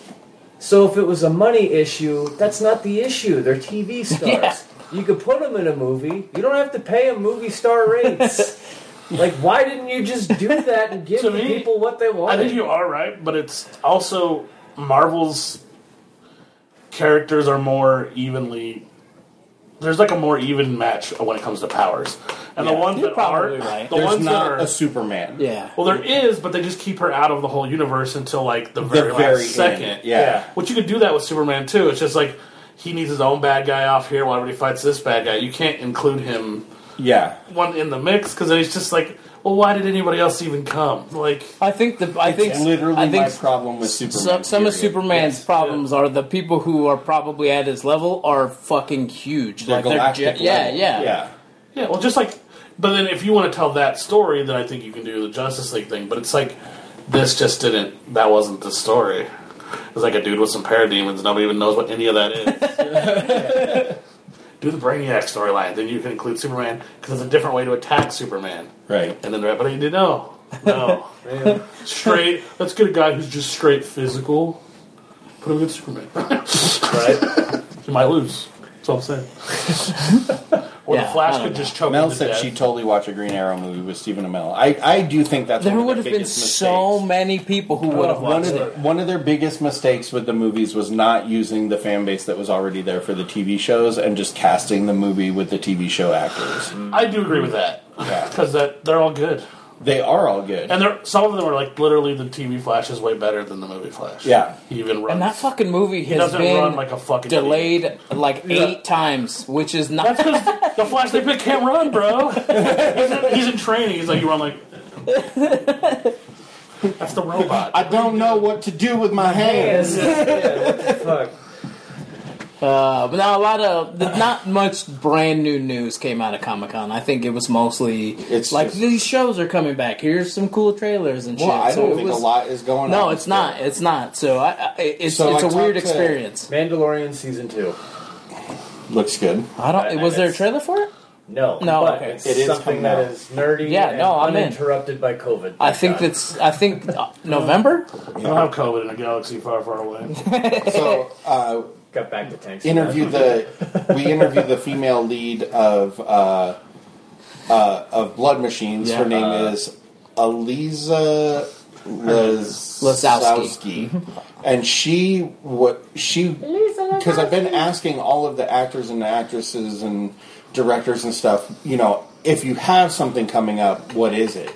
[SPEAKER 6] So if it was a money issue, that's not the issue. They're TV stars.
[SPEAKER 2] Yeah.
[SPEAKER 6] You could put them in a movie. You don't have to pay them movie star rates. like, why didn't you just do that and give
[SPEAKER 4] To
[SPEAKER 6] the
[SPEAKER 4] me,
[SPEAKER 6] people what they
[SPEAKER 4] I
[SPEAKER 6] wanted?
[SPEAKER 4] think you are right, but it's also Marvel's characters are more evenly. There's like a more even match when it comes to powers, and the ones
[SPEAKER 2] you're
[SPEAKER 4] that are
[SPEAKER 2] probably right.
[SPEAKER 4] the
[SPEAKER 5] There's
[SPEAKER 4] ones that
[SPEAKER 5] not
[SPEAKER 4] are
[SPEAKER 5] a Superman.
[SPEAKER 2] Yeah.
[SPEAKER 4] well, there is, but they just keep her out of the whole universe until like the
[SPEAKER 5] The
[SPEAKER 4] very,
[SPEAKER 5] very,
[SPEAKER 4] last
[SPEAKER 5] end.
[SPEAKER 4] second.
[SPEAKER 5] yeah.
[SPEAKER 4] Which you could do that with Superman too. It's just like he needs his own bad guy off here while everybody fights this bad guy. You can't include him
[SPEAKER 5] Yeah.
[SPEAKER 4] one in the mix because it's just like, well, why did anybody else even come? Like,
[SPEAKER 2] I think the I think
[SPEAKER 5] It's literally
[SPEAKER 2] I think
[SPEAKER 5] my problem with Superman.
[SPEAKER 2] some, some of
[SPEAKER 5] period.
[SPEAKER 2] Superman's problems are the people who are probably at his level are fucking huge.
[SPEAKER 5] They're
[SPEAKER 2] like they're
[SPEAKER 5] galactic
[SPEAKER 2] ge- yeah,
[SPEAKER 5] level.
[SPEAKER 2] yeah,
[SPEAKER 5] Yeah.
[SPEAKER 4] yeah, well, just like, but then if you want to tell that story, then I think you can do the Justice League thing. But it's like, this just didn't. That wasn't the story. It's like a dude with some parademons. Nobody even knows what any of that is. do the Brainiac storyline, then you can include Superman because it's a different way to attack Superman.
[SPEAKER 5] Right.
[SPEAKER 4] And then they're like, but I didn't know. No. straight. Let's get a guy who's just straight physical. Put him against Superman.
[SPEAKER 6] right?
[SPEAKER 4] he might lose. That's all I'm saying. or
[SPEAKER 2] Yeah,
[SPEAKER 4] the
[SPEAKER 2] I
[SPEAKER 4] Flash
[SPEAKER 2] don't
[SPEAKER 4] could just choke
[SPEAKER 5] Mel
[SPEAKER 4] him to
[SPEAKER 5] said
[SPEAKER 4] death.
[SPEAKER 5] she'd totally watch a Green Arrow movie with Stephen Amell. I, I do think that's
[SPEAKER 2] There
[SPEAKER 5] one of
[SPEAKER 2] would
[SPEAKER 5] their
[SPEAKER 2] have been
[SPEAKER 5] biggest
[SPEAKER 2] so
[SPEAKER 5] mistakes.
[SPEAKER 2] many people who would have
[SPEAKER 5] One
[SPEAKER 2] watched
[SPEAKER 5] of,
[SPEAKER 2] it.
[SPEAKER 5] the- one of their biggest mistakes with the movies was not using the fan base that was already there for the TV shows and just casting the movie with the TV show actors.
[SPEAKER 2] Mm-hmm.
[SPEAKER 4] I do agree with that.
[SPEAKER 5] Yeah.
[SPEAKER 4] Because that they're all good.
[SPEAKER 5] They are all good.
[SPEAKER 4] And they're, some of them are like literally the TV Flash is way better than the movie Flash.
[SPEAKER 5] Yeah.
[SPEAKER 4] He even runs.
[SPEAKER 2] And that fucking movie
[SPEAKER 4] he
[SPEAKER 2] has
[SPEAKER 4] doesn't
[SPEAKER 2] been
[SPEAKER 4] run like a fucking idiot.
[SPEAKER 2] delayed like eight times, which is not.
[SPEAKER 4] That's because the Flash they pick can't run, bro. he's, in, he's in training. He's like, you run like. That's the robot.
[SPEAKER 5] I don't know what to do with my hands.
[SPEAKER 6] Fuck.
[SPEAKER 2] Uh, but now a lot of the- not much brand new news came out of Comic Con. I think it was mostly
[SPEAKER 5] It's
[SPEAKER 2] like
[SPEAKER 5] just-
[SPEAKER 2] these shows are coming back. Here's some cool trailers and
[SPEAKER 5] Well,
[SPEAKER 2] shit.
[SPEAKER 5] I
[SPEAKER 2] So
[SPEAKER 5] don't
[SPEAKER 2] it
[SPEAKER 5] think
[SPEAKER 2] was-
[SPEAKER 5] a lot is going on.
[SPEAKER 2] No, it's not. It's not. So I, I it's
[SPEAKER 5] So
[SPEAKER 2] it's
[SPEAKER 5] I
[SPEAKER 2] a weird
[SPEAKER 5] talked to-
[SPEAKER 2] experience.
[SPEAKER 6] Mandalorian season two.
[SPEAKER 5] Looks good.
[SPEAKER 2] I don't.
[SPEAKER 6] I-
[SPEAKER 2] Was there a
[SPEAKER 6] it's-
[SPEAKER 2] trailer for it?
[SPEAKER 6] No,
[SPEAKER 2] No,
[SPEAKER 6] but
[SPEAKER 2] okay.
[SPEAKER 6] it's
[SPEAKER 5] It is
[SPEAKER 6] something
[SPEAKER 5] coming
[SPEAKER 6] that
[SPEAKER 5] out.
[SPEAKER 6] is nerdy.
[SPEAKER 2] Yeah,
[SPEAKER 6] and
[SPEAKER 2] no, I'm in.
[SPEAKER 6] uninterrupted by COVID.
[SPEAKER 2] I think
[SPEAKER 6] Thank God.
[SPEAKER 2] that's. I think uh, November.
[SPEAKER 4] I don't have COVID in a galaxy far, far away.
[SPEAKER 5] So, uh,
[SPEAKER 6] got back to tanks.
[SPEAKER 5] interviewed the we interviewed the female lead of uh, uh, of Blood Machines.
[SPEAKER 2] Yeah.
[SPEAKER 5] Her name is Aliza
[SPEAKER 2] Lazowski.
[SPEAKER 5] Lazowski, and she what she because I've been asking all of the actors and actresses and directors and stuff. You know, if you have something coming up, what is it?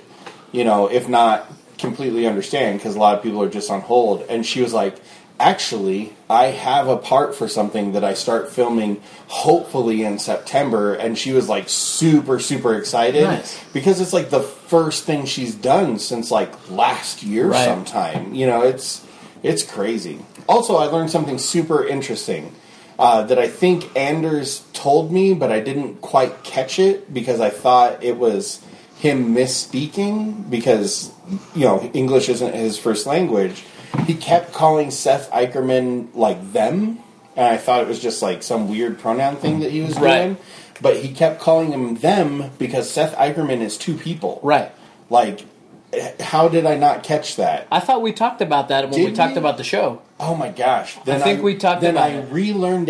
[SPEAKER 5] You know, if not completely understand because a lot of people are just on hold. And she was like, actually, I have a part for something that I start filming hopefully in September. And she was like super, super excited
[SPEAKER 2] Nice.
[SPEAKER 5] because it's like the first thing she's done since like last year
[SPEAKER 2] Right.
[SPEAKER 5] sometime. You know, it's it's crazy. Also, I learned something super interesting uh, that I think Anders told me, but I didn't quite catch it because I thought it was him misspeaking because you know English isn't his first language. He kept calling Seth Eicherman like them, and I thought it was just like some weird pronoun thing that he was
[SPEAKER 2] Right.
[SPEAKER 5] doing. But he kept calling him them because Seth Eicherman is two people.
[SPEAKER 2] Right.
[SPEAKER 5] Like, h- how did I not catch that?
[SPEAKER 2] I thought we talked about that when we
[SPEAKER 5] Did
[SPEAKER 2] talked
[SPEAKER 5] we?
[SPEAKER 2] about the show.
[SPEAKER 5] Oh my gosh! Then
[SPEAKER 2] think we talked
[SPEAKER 5] Then
[SPEAKER 2] about
[SPEAKER 5] I
[SPEAKER 2] it.
[SPEAKER 5] relearned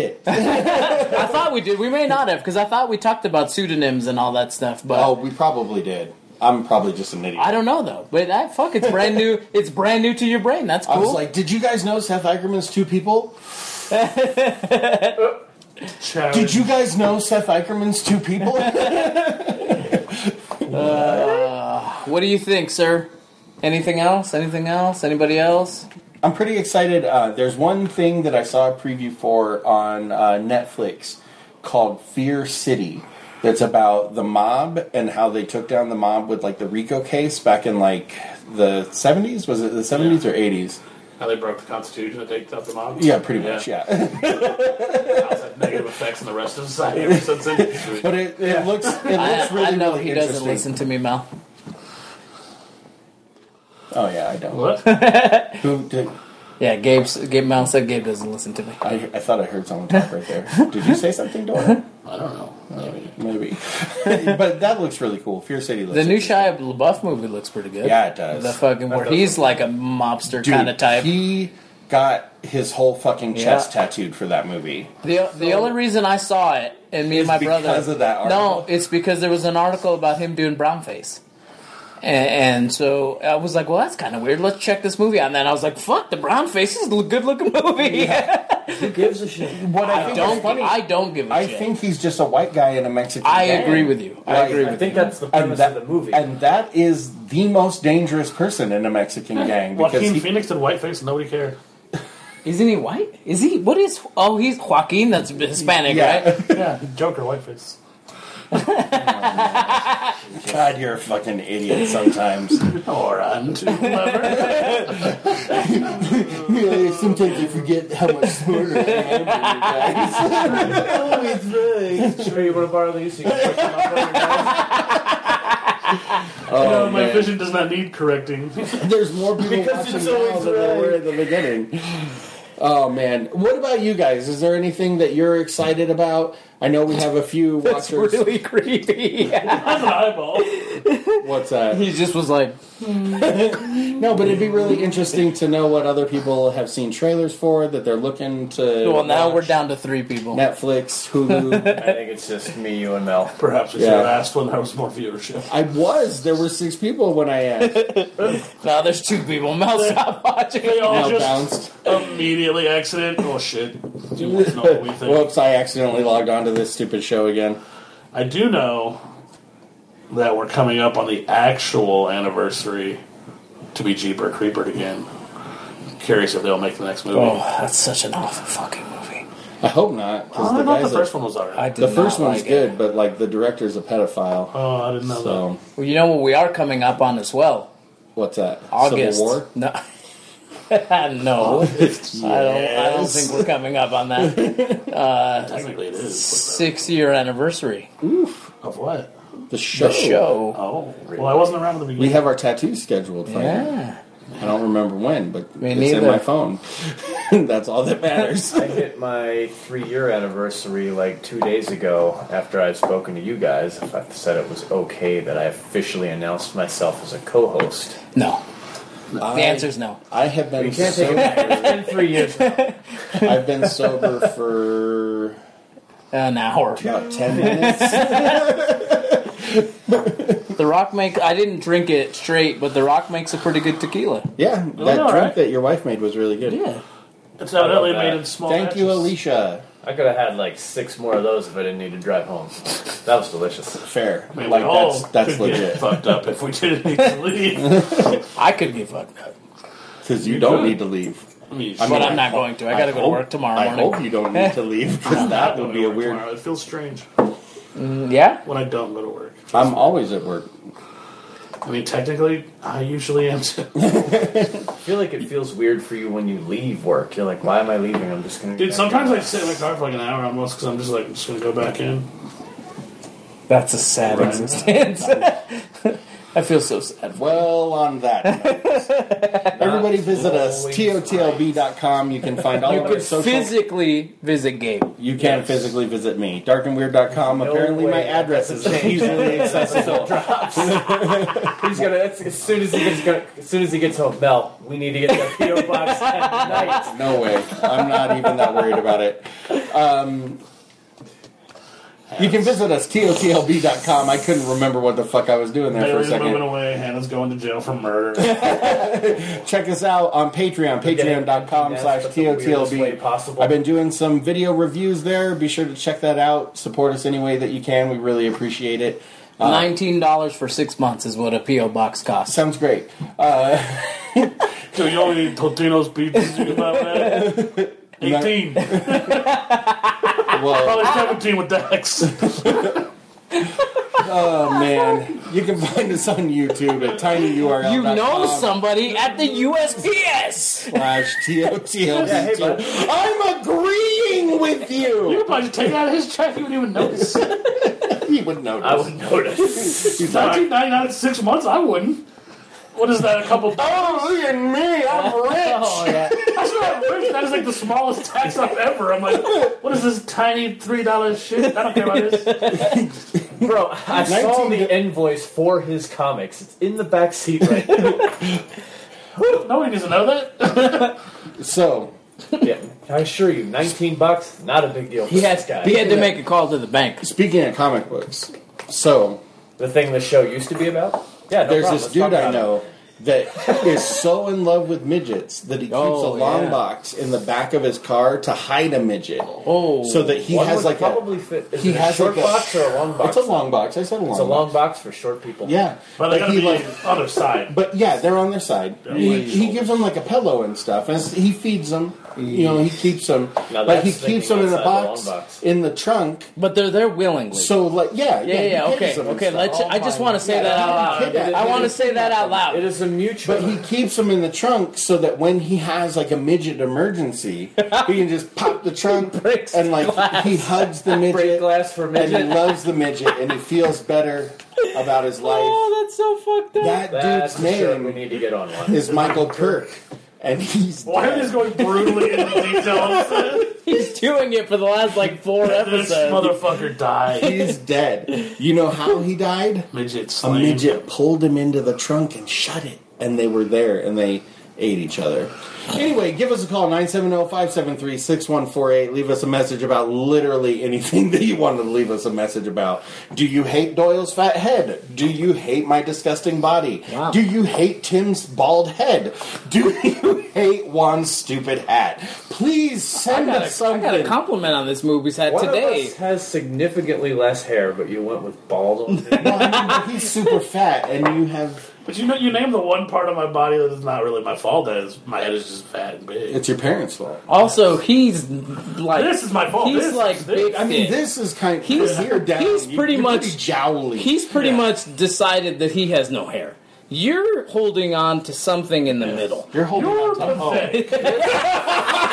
[SPEAKER 5] it.
[SPEAKER 2] I thought we did. We may not have because I thought we talked about pseudonyms and all that stuff. But
[SPEAKER 5] oh, we probably did. I'm probably just an idiot.
[SPEAKER 2] I don't know though. But I, fuck, it's brand new. It's brand new to your brain. That's cool.
[SPEAKER 5] I was like, did you guys know Seth Eicherman's two people?
[SPEAKER 4] Challenge.
[SPEAKER 5] Did you guys know Seth Eicherman's two people?
[SPEAKER 2] What do you think, sir? Anything else? Anything else? Anybody else?
[SPEAKER 5] I'm pretty excited. Uh, there's one thing that I saw a preview for on uh, Netflix called Fear City. That's about the mob and how they took down the mob with like the Rico case back in like the 70s. Was it the 70s or 80s?
[SPEAKER 4] How they broke the Constitution to take out the mob.
[SPEAKER 5] Yeah, pretty much. Yeah.
[SPEAKER 4] How's that negative effects on the rest of society ever since then?
[SPEAKER 5] But it, it looks it
[SPEAKER 2] I,
[SPEAKER 5] looks really,
[SPEAKER 2] I know
[SPEAKER 5] really
[SPEAKER 2] he doesn't
[SPEAKER 5] interesting.
[SPEAKER 2] listen to me, Mel.
[SPEAKER 5] Oh yeah, I don't.
[SPEAKER 4] What?
[SPEAKER 5] Who did,
[SPEAKER 2] Yeah, Gabe's, Gabe Mel said Gabe doesn't listen to me.
[SPEAKER 5] I, I thought I heard someone talk right there. Did you say something, Dora?
[SPEAKER 4] I don't know. Maybe.
[SPEAKER 5] Maybe. but that looks really cool. Fear City looks
[SPEAKER 2] The new Shia LaBeouf movie looks pretty good.
[SPEAKER 5] Yeah, it does.
[SPEAKER 2] The fucking where
[SPEAKER 4] does
[SPEAKER 2] he's like a mobster
[SPEAKER 5] Dude,
[SPEAKER 2] kind of type.
[SPEAKER 5] He got his whole fucking chest tattooed for that movie.
[SPEAKER 2] The, the only reason I saw it, and me and my brother,
[SPEAKER 5] because of that
[SPEAKER 2] no,
[SPEAKER 5] article.
[SPEAKER 2] it's because there was an article about him doing brownface, and, and so I was like, "Well, that's kind of weird. Let's check this movie out." And then I was like, "Fuck, the brownface is a good looking movie."
[SPEAKER 6] Who gives a shit?
[SPEAKER 5] What I, think
[SPEAKER 2] don't
[SPEAKER 5] is funny,
[SPEAKER 2] I don't give a
[SPEAKER 5] I
[SPEAKER 2] shit.
[SPEAKER 5] think he's just a white guy in a Mexican.
[SPEAKER 2] I
[SPEAKER 5] gang.
[SPEAKER 2] agree with you. I
[SPEAKER 5] Right.
[SPEAKER 2] agree
[SPEAKER 6] I
[SPEAKER 2] with
[SPEAKER 6] think that's the
[SPEAKER 5] And
[SPEAKER 6] premise
[SPEAKER 5] that,
[SPEAKER 6] of the movie.
[SPEAKER 5] and that is the most dangerous person in a Mexican gang because
[SPEAKER 4] Joaquin
[SPEAKER 5] he,
[SPEAKER 4] Phoenix did Whiteface and nobody cared.
[SPEAKER 2] you. Isn't he white? Is he? What is? Oh, he's Joaquin. That's Hispanic,
[SPEAKER 5] Yeah.
[SPEAKER 2] right?
[SPEAKER 4] Yeah, Joker, Whiteface.
[SPEAKER 5] God, you're a fucking idiot sometimes.
[SPEAKER 4] Or unto whoever.
[SPEAKER 5] sometimes I forget how much smarter I am. You guys.
[SPEAKER 6] sure you want to borrow these? You can push them up on your nose.
[SPEAKER 5] Oh,
[SPEAKER 4] no, my
[SPEAKER 5] man.
[SPEAKER 4] vision does not need correcting.
[SPEAKER 5] There's more people
[SPEAKER 6] Because
[SPEAKER 5] watching
[SPEAKER 6] it's
[SPEAKER 5] now
[SPEAKER 6] always
[SPEAKER 5] than there were
[SPEAKER 6] right.
[SPEAKER 5] in the beginning. Oh man, what about you guys? Is there anything that you're excited about? I know we have a few
[SPEAKER 2] That's
[SPEAKER 5] watchers.
[SPEAKER 2] really creepy.
[SPEAKER 4] That's an eyeball.
[SPEAKER 5] What's that?
[SPEAKER 2] he just was like,
[SPEAKER 5] No, but it'd be really interesting to know what other people have seen trailers for that they're looking to.
[SPEAKER 2] "Well, now
[SPEAKER 5] watch.
[SPEAKER 2] we're down to three people."
[SPEAKER 5] Netflix, Hulu.
[SPEAKER 6] I think it's just me, you, and Mel.
[SPEAKER 4] Perhaps we should
[SPEAKER 5] Yeah.
[SPEAKER 4] have asked when there was more viewership.
[SPEAKER 5] I was there were six people when I uh, asked.
[SPEAKER 2] Now there's two people. Mel, stop watching.
[SPEAKER 4] They all
[SPEAKER 5] Now
[SPEAKER 4] just
[SPEAKER 5] bounced.
[SPEAKER 4] immediately accident. Oh shit! You want to know what we think?
[SPEAKER 5] Whoops! I accidentally logged onto this stupid show again.
[SPEAKER 4] I do know that we're coming up on the actual anniversary to be Jeeper Creeper again. Curious if they'll make the next movie.
[SPEAKER 2] Oh, that's such an awful fucking movie.
[SPEAKER 5] I hope not. 'cause
[SPEAKER 4] I
[SPEAKER 5] the,
[SPEAKER 4] thought the
[SPEAKER 5] guys that-
[SPEAKER 4] first one was alright.
[SPEAKER 2] did
[SPEAKER 5] the first
[SPEAKER 2] not
[SPEAKER 5] one's
[SPEAKER 2] like it.
[SPEAKER 5] good, but like the director's a pedophile.
[SPEAKER 4] Oh, I didn't know
[SPEAKER 5] So
[SPEAKER 2] Well, you know what we are coming up on as well?
[SPEAKER 5] what's that?
[SPEAKER 2] August.
[SPEAKER 5] Civil War.
[SPEAKER 2] No. no, I don't. I don't
[SPEAKER 5] Yes.
[SPEAKER 2] think we're coming up on that
[SPEAKER 4] that. Technically, it is.
[SPEAKER 2] six-year anniversary.
[SPEAKER 4] but- Of what?
[SPEAKER 5] The show.
[SPEAKER 2] The show.
[SPEAKER 4] Oh, well, I wasn't around at the beginning.
[SPEAKER 5] We have our tattoos scheduled. For
[SPEAKER 2] Yeah.
[SPEAKER 5] I don't remember when, but
[SPEAKER 2] Me
[SPEAKER 5] it's in
[SPEAKER 2] neither.
[SPEAKER 5] my phone. That's all that matters.
[SPEAKER 6] I hit my three-year anniversary like two days ago after I've spoken to you guys. If I said it was okay that I officially announced myself as a co-host.
[SPEAKER 2] No.
[SPEAKER 5] I,
[SPEAKER 2] The answer's no.
[SPEAKER 5] I have
[SPEAKER 6] You
[SPEAKER 5] been
[SPEAKER 6] can't take it
[SPEAKER 5] sober.
[SPEAKER 6] back. It's been three years. now.
[SPEAKER 5] I've been sober for
[SPEAKER 2] An hour.
[SPEAKER 5] about ten minutes.
[SPEAKER 2] The Rock make. I didn't drink it straight, but The Rock makes a pretty good tequila.
[SPEAKER 5] Yeah, that
[SPEAKER 4] all
[SPEAKER 5] drink
[SPEAKER 4] right.
[SPEAKER 5] that your wife made was really good.
[SPEAKER 2] Yeah.
[SPEAKER 4] It's evidently
[SPEAKER 6] I love that.
[SPEAKER 4] made in small.
[SPEAKER 5] Thank you,
[SPEAKER 4] batches.
[SPEAKER 5] Alicia.
[SPEAKER 6] I could have had like six more of those if I didn't need to drive home. That was delicious.
[SPEAKER 5] Fair.
[SPEAKER 4] I mean,
[SPEAKER 5] like
[SPEAKER 4] we all
[SPEAKER 5] that's that's
[SPEAKER 4] could get
[SPEAKER 5] legit.
[SPEAKER 4] fucked up if we didn't need to leave.
[SPEAKER 2] I could get fucked up,
[SPEAKER 5] Because you don't need to leave.
[SPEAKER 4] I mean,
[SPEAKER 5] I
[SPEAKER 2] but
[SPEAKER 5] mean,
[SPEAKER 2] I'm not going to. I gotta
[SPEAKER 5] I
[SPEAKER 2] go to
[SPEAKER 5] hope-
[SPEAKER 2] work tomorrow
[SPEAKER 5] I
[SPEAKER 2] morning.
[SPEAKER 5] hope you don't need to leave because that would be a weird.
[SPEAKER 4] It feels strange
[SPEAKER 2] Yeah.
[SPEAKER 4] when I don't go to work.
[SPEAKER 5] I'm always at work.
[SPEAKER 4] I mean, technically, I usually am. Too.
[SPEAKER 6] I feel like it feels weird for you when you leave work. You're like, why am I leaving? I'm just gonna.
[SPEAKER 4] Dude, sometimes I sit in my car for like an hour almost because I'm just like, I'm just gonna go back in.
[SPEAKER 2] That's a sad
[SPEAKER 4] Right.
[SPEAKER 2] existence. I feel so sad.
[SPEAKER 5] Well, on that, note, everybody visit us
[SPEAKER 6] always
[SPEAKER 5] totlb.com. You can find all
[SPEAKER 2] You
[SPEAKER 5] of our
[SPEAKER 2] could
[SPEAKER 5] social. Uh.
[SPEAKER 2] physically visit Gabe.
[SPEAKER 5] you can physically visit me. Darkandweird.com.
[SPEAKER 6] No
[SPEAKER 5] Apparently, my
[SPEAKER 6] way.
[SPEAKER 5] address is easily accessible.
[SPEAKER 6] He's gonna. That's, as soon as he gets gonna, as soon as he gets home, Mel, we need to get the PO box tonight.
[SPEAKER 5] No way. I'm not even that worried about it. Um, you can visit us totlb.com. I couldn't remember what the fuck I was doing there for a
[SPEAKER 4] Bailey's moving
[SPEAKER 5] second.
[SPEAKER 4] away. Hannah's going to jail for murder.
[SPEAKER 5] Check us out on Patreon, patreon.com
[SPEAKER 6] That's
[SPEAKER 5] slash
[SPEAKER 6] the weirdest way
[SPEAKER 5] totlb.
[SPEAKER 6] possible.
[SPEAKER 5] I've been doing some video reviews there. Be sure to check that out. Support us any way that you can. We really appreciate it.
[SPEAKER 2] Nineteen dollars for six months is what a PO box costs.
[SPEAKER 5] Sounds great.
[SPEAKER 4] Do you only need Totino's pizzas to get by with that? 18.
[SPEAKER 5] Well,
[SPEAKER 4] Probably 17 with Dex.
[SPEAKER 5] oh man, you can find us on YouTube at tinyurl.
[SPEAKER 2] You know somebody at the USPS.
[SPEAKER 5] slash totlbt. I'm agreeing with you.
[SPEAKER 4] You're about to take out his check. You wouldn't even notice.
[SPEAKER 5] He would notice.
[SPEAKER 6] I would notice.
[SPEAKER 5] He's like,
[SPEAKER 4] 1999 is six months. I wouldn't. What is that? A couple.
[SPEAKER 5] oh, look at me, I'm rich.
[SPEAKER 2] Oh yeah.
[SPEAKER 4] That's not rich. That is like the smallest tax I've ever. I'm like, what is this tiny three dollar shit? I don't care about this.
[SPEAKER 6] Bro, I saw the invoice for his comics. It's in the back seat right now.
[SPEAKER 4] Nobody needs to know that.
[SPEAKER 5] So,
[SPEAKER 6] yeah, I assure you, 19 bucks, not a big deal for
[SPEAKER 2] He
[SPEAKER 6] this
[SPEAKER 2] had,
[SPEAKER 6] guy.
[SPEAKER 2] he had to make a call to the bank.
[SPEAKER 5] speaking of comic books, so
[SPEAKER 6] the thing the show used to be about? Yeah, no
[SPEAKER 5] there's this
[SPEAKER 6] problem. Let's talk
[SPEAKER 5] dude I
[SPEAKER 6] about it.
[SPEAKER 5] know that is so in love with midgets that he keeps
[SPEAKER 2] Oh,
[SPEAKER 5] a long
[SPEAKER 2] yeah.
[SPEAKER 5] box in the back of his car to hide a midget.
[SPEAKER 2] Oh.
[SPEAKER 5] so that he
[SPEAKER 6] One
[SPEAKER 5] has
[SPEAKER 6] would
[SPEAKER 5] like a.
[SPEAKER 6] probably fit. Is
[SPEAKER 5] he
[SPEAKER 6] it
[SPEAKER 5] has
[SPEAKER 6] a short
[SPEAKER 5] like a-
[SPEAKER 6] box or a long box?
[SPEAKER 5] It's a long box. I said a long.
[SPEAKER 6] It's a
[SPEAKER 5] box.
[SPEAKER 6] long box for short people.
[SPEAKER 5] Yeah,
[SPEAKER 4] But they gotta
[SPEAKER 5] he
[SPEAKER 4] be
[SPEAKER 5] like
[SPEAKER 4] other side.
[SPEAKER 5] But yeah, they're on their side. He, he gives them like a pillow and stuff, and it's- he feeds them. You know, he keeps them.
[SPEAKER 6] Now
[SPEAKER 5] Like he
[SPEAKER 6] that's
[SPEAKER 5] keeps them
[SPEAKER 6] thinking
[SPEAKER 5] in a
[SPEAKER 6] outside the
[SPEAKER 5] box,
[SPEAKER 6] long box.
[SPEAKER 5] in the trunk.
[SPEAKER 2] But they're there willingly.
[SPEAKER 5] So like, yeah,
[SPEAKER 2] yeah,
[SPEAKER 5] he
[SPEAKER 2] yeah,
[SPEAKER 5] gives
[SPEAKER 2] okay,
[SPEAKER 5] them and
[SPEAKER 2] okay.
[SPEAKER 5] stuff.
[SPEAKER 2] Let's. I just want to say that out
[SPEAKER 5] Kid
[SPEAKER 2] loud.
[SPEAKER 5] that-
[SPEAKER 2] I want to say that out
[SPEAKER 6] It
[SPEAKER 2] loud.
[SPEAKER 6] is a mutual.
[SPEAKER 5] But he keeps them in the trunk so that when he has like a midget emergency, he can just pop the trunk
[SPEAKER 6] breaks
[SPEAKER 5] and like
[SPEAKER 6] glass.
[SPEAKER 5] he hugs the
[SPEAKER 6] break
[SPEAKER 5] midget
[SPEAKER 6] glass for
[SPEAKER 5] and he
[SPEAKER 6] midget.
[SPEAKER 5] loves the midget and he feels better about his life.
[SPEAKER 2] Oh, that's so fucked up.
[SPEAKER 5] That
[SPEAKER 6] That's
[SPEAKER 5] dude's
[SPEAKER 6] a shirt we
[SPEAKER 5] name
[SPEAKER 6] need to get on one.
[SPEAKER 5] is Michael Kirk, and he's
[SPEAKER 4] Why are these going brutally into details?
[SPEAKER 2] He's doing it for the last like four
[SPEAKER 4] this
[SPEAKER 2] episodes.
[SPEAKER 4] motherfucker died.
[SPEAKER 5] he's dead. You know how he died?
[SPEAKER 4] Midget
[SPEAKER 5] A
[SPEAKER 4] slave.
[SPEAKER 5] midget pulled him into the trunk and shut it, and they were there and they ate each other. Anyway, give us a call oh, 970-573-6148. Leave us a message about literally anything that you want to leave us a message about. Do you hate Doyle's fat head? Do you hate my disgusting body?
[SPEAKER 2] Wow.
[SPEAKER 5] Do you hate Tim's bald head? Do you hate Juan's stupid hat? Please
[SPEAKER 2] I
[SPEAKER 5] send
[SPEAKER 2] got,
[SPEAKER 5] us
[SPEAKER 2] a, I got a
[SPEAKER 5] something.
[SPEAKER 2] compliment on this movie's hat
[SPEAKER 6] One
[SPEAKER 2] today.
[SPEAKER 6] of us has significantly less hair, but you went with bald. on me.
[SPEAKER 5] Well, I mean, he's super fat, and you have
[SPEAKER 4] But you know, you name the one part of my body that is not really my fault. That is, my head is just fat and big.
[SPEAKER 5] it's your parents' fault.
[SPEAKER 2] Also, he's like
[SPEAKER 4] This is my fault.
[SPEAKER 2] He's
[SPEAKER 4] This
[SPEAKER 2] like
[SPEAKER 4] is-
[SPEAKER 2] big.
[SPEAKER 5] I mean,
[SPEAKER 2] fit.
[SPEAKER 5] this is kind of
[SPEAKER 2] He's-
[SPEAKER 5] here down.
[SPEAKER 2] he's
[SPEAKER 5] You-
[SPEAKER 2] pretty
[SPEAKER 5] you're
[SPEAKER 2] much-
[SPEAKER 5] jowly.
[SPEAKER 2] He's pretty much decided that he has no hair. You're holding on to something in the middle.
[SPEAKER 5] you're holding
[SPEAKER 4] You're
[SPEAKER 5] on to
[SPEAKER 4] pathetic.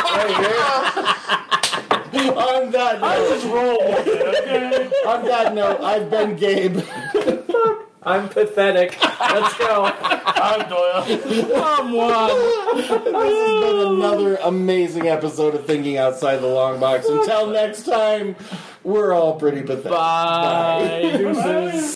[SPEAKER 5] On that
[SPEAKER 4] I
[SPEAKER 5] note,
[SPEAKER 4] just roll with it, okay?
[SPEAKER 5] on that note, I've been Gabe.
[SPEAKER 6] I'm pathetic. Let's go.
[SPEAKER 4] I'm Doyle.
[SPEAKER 2] Come on.
[SPEAKER 5] This has been another amazing episode of Thinking Outside the Long Box. Until next time, we're all pretty pathetic.
[SPEAKER 2] Bye. Deuces.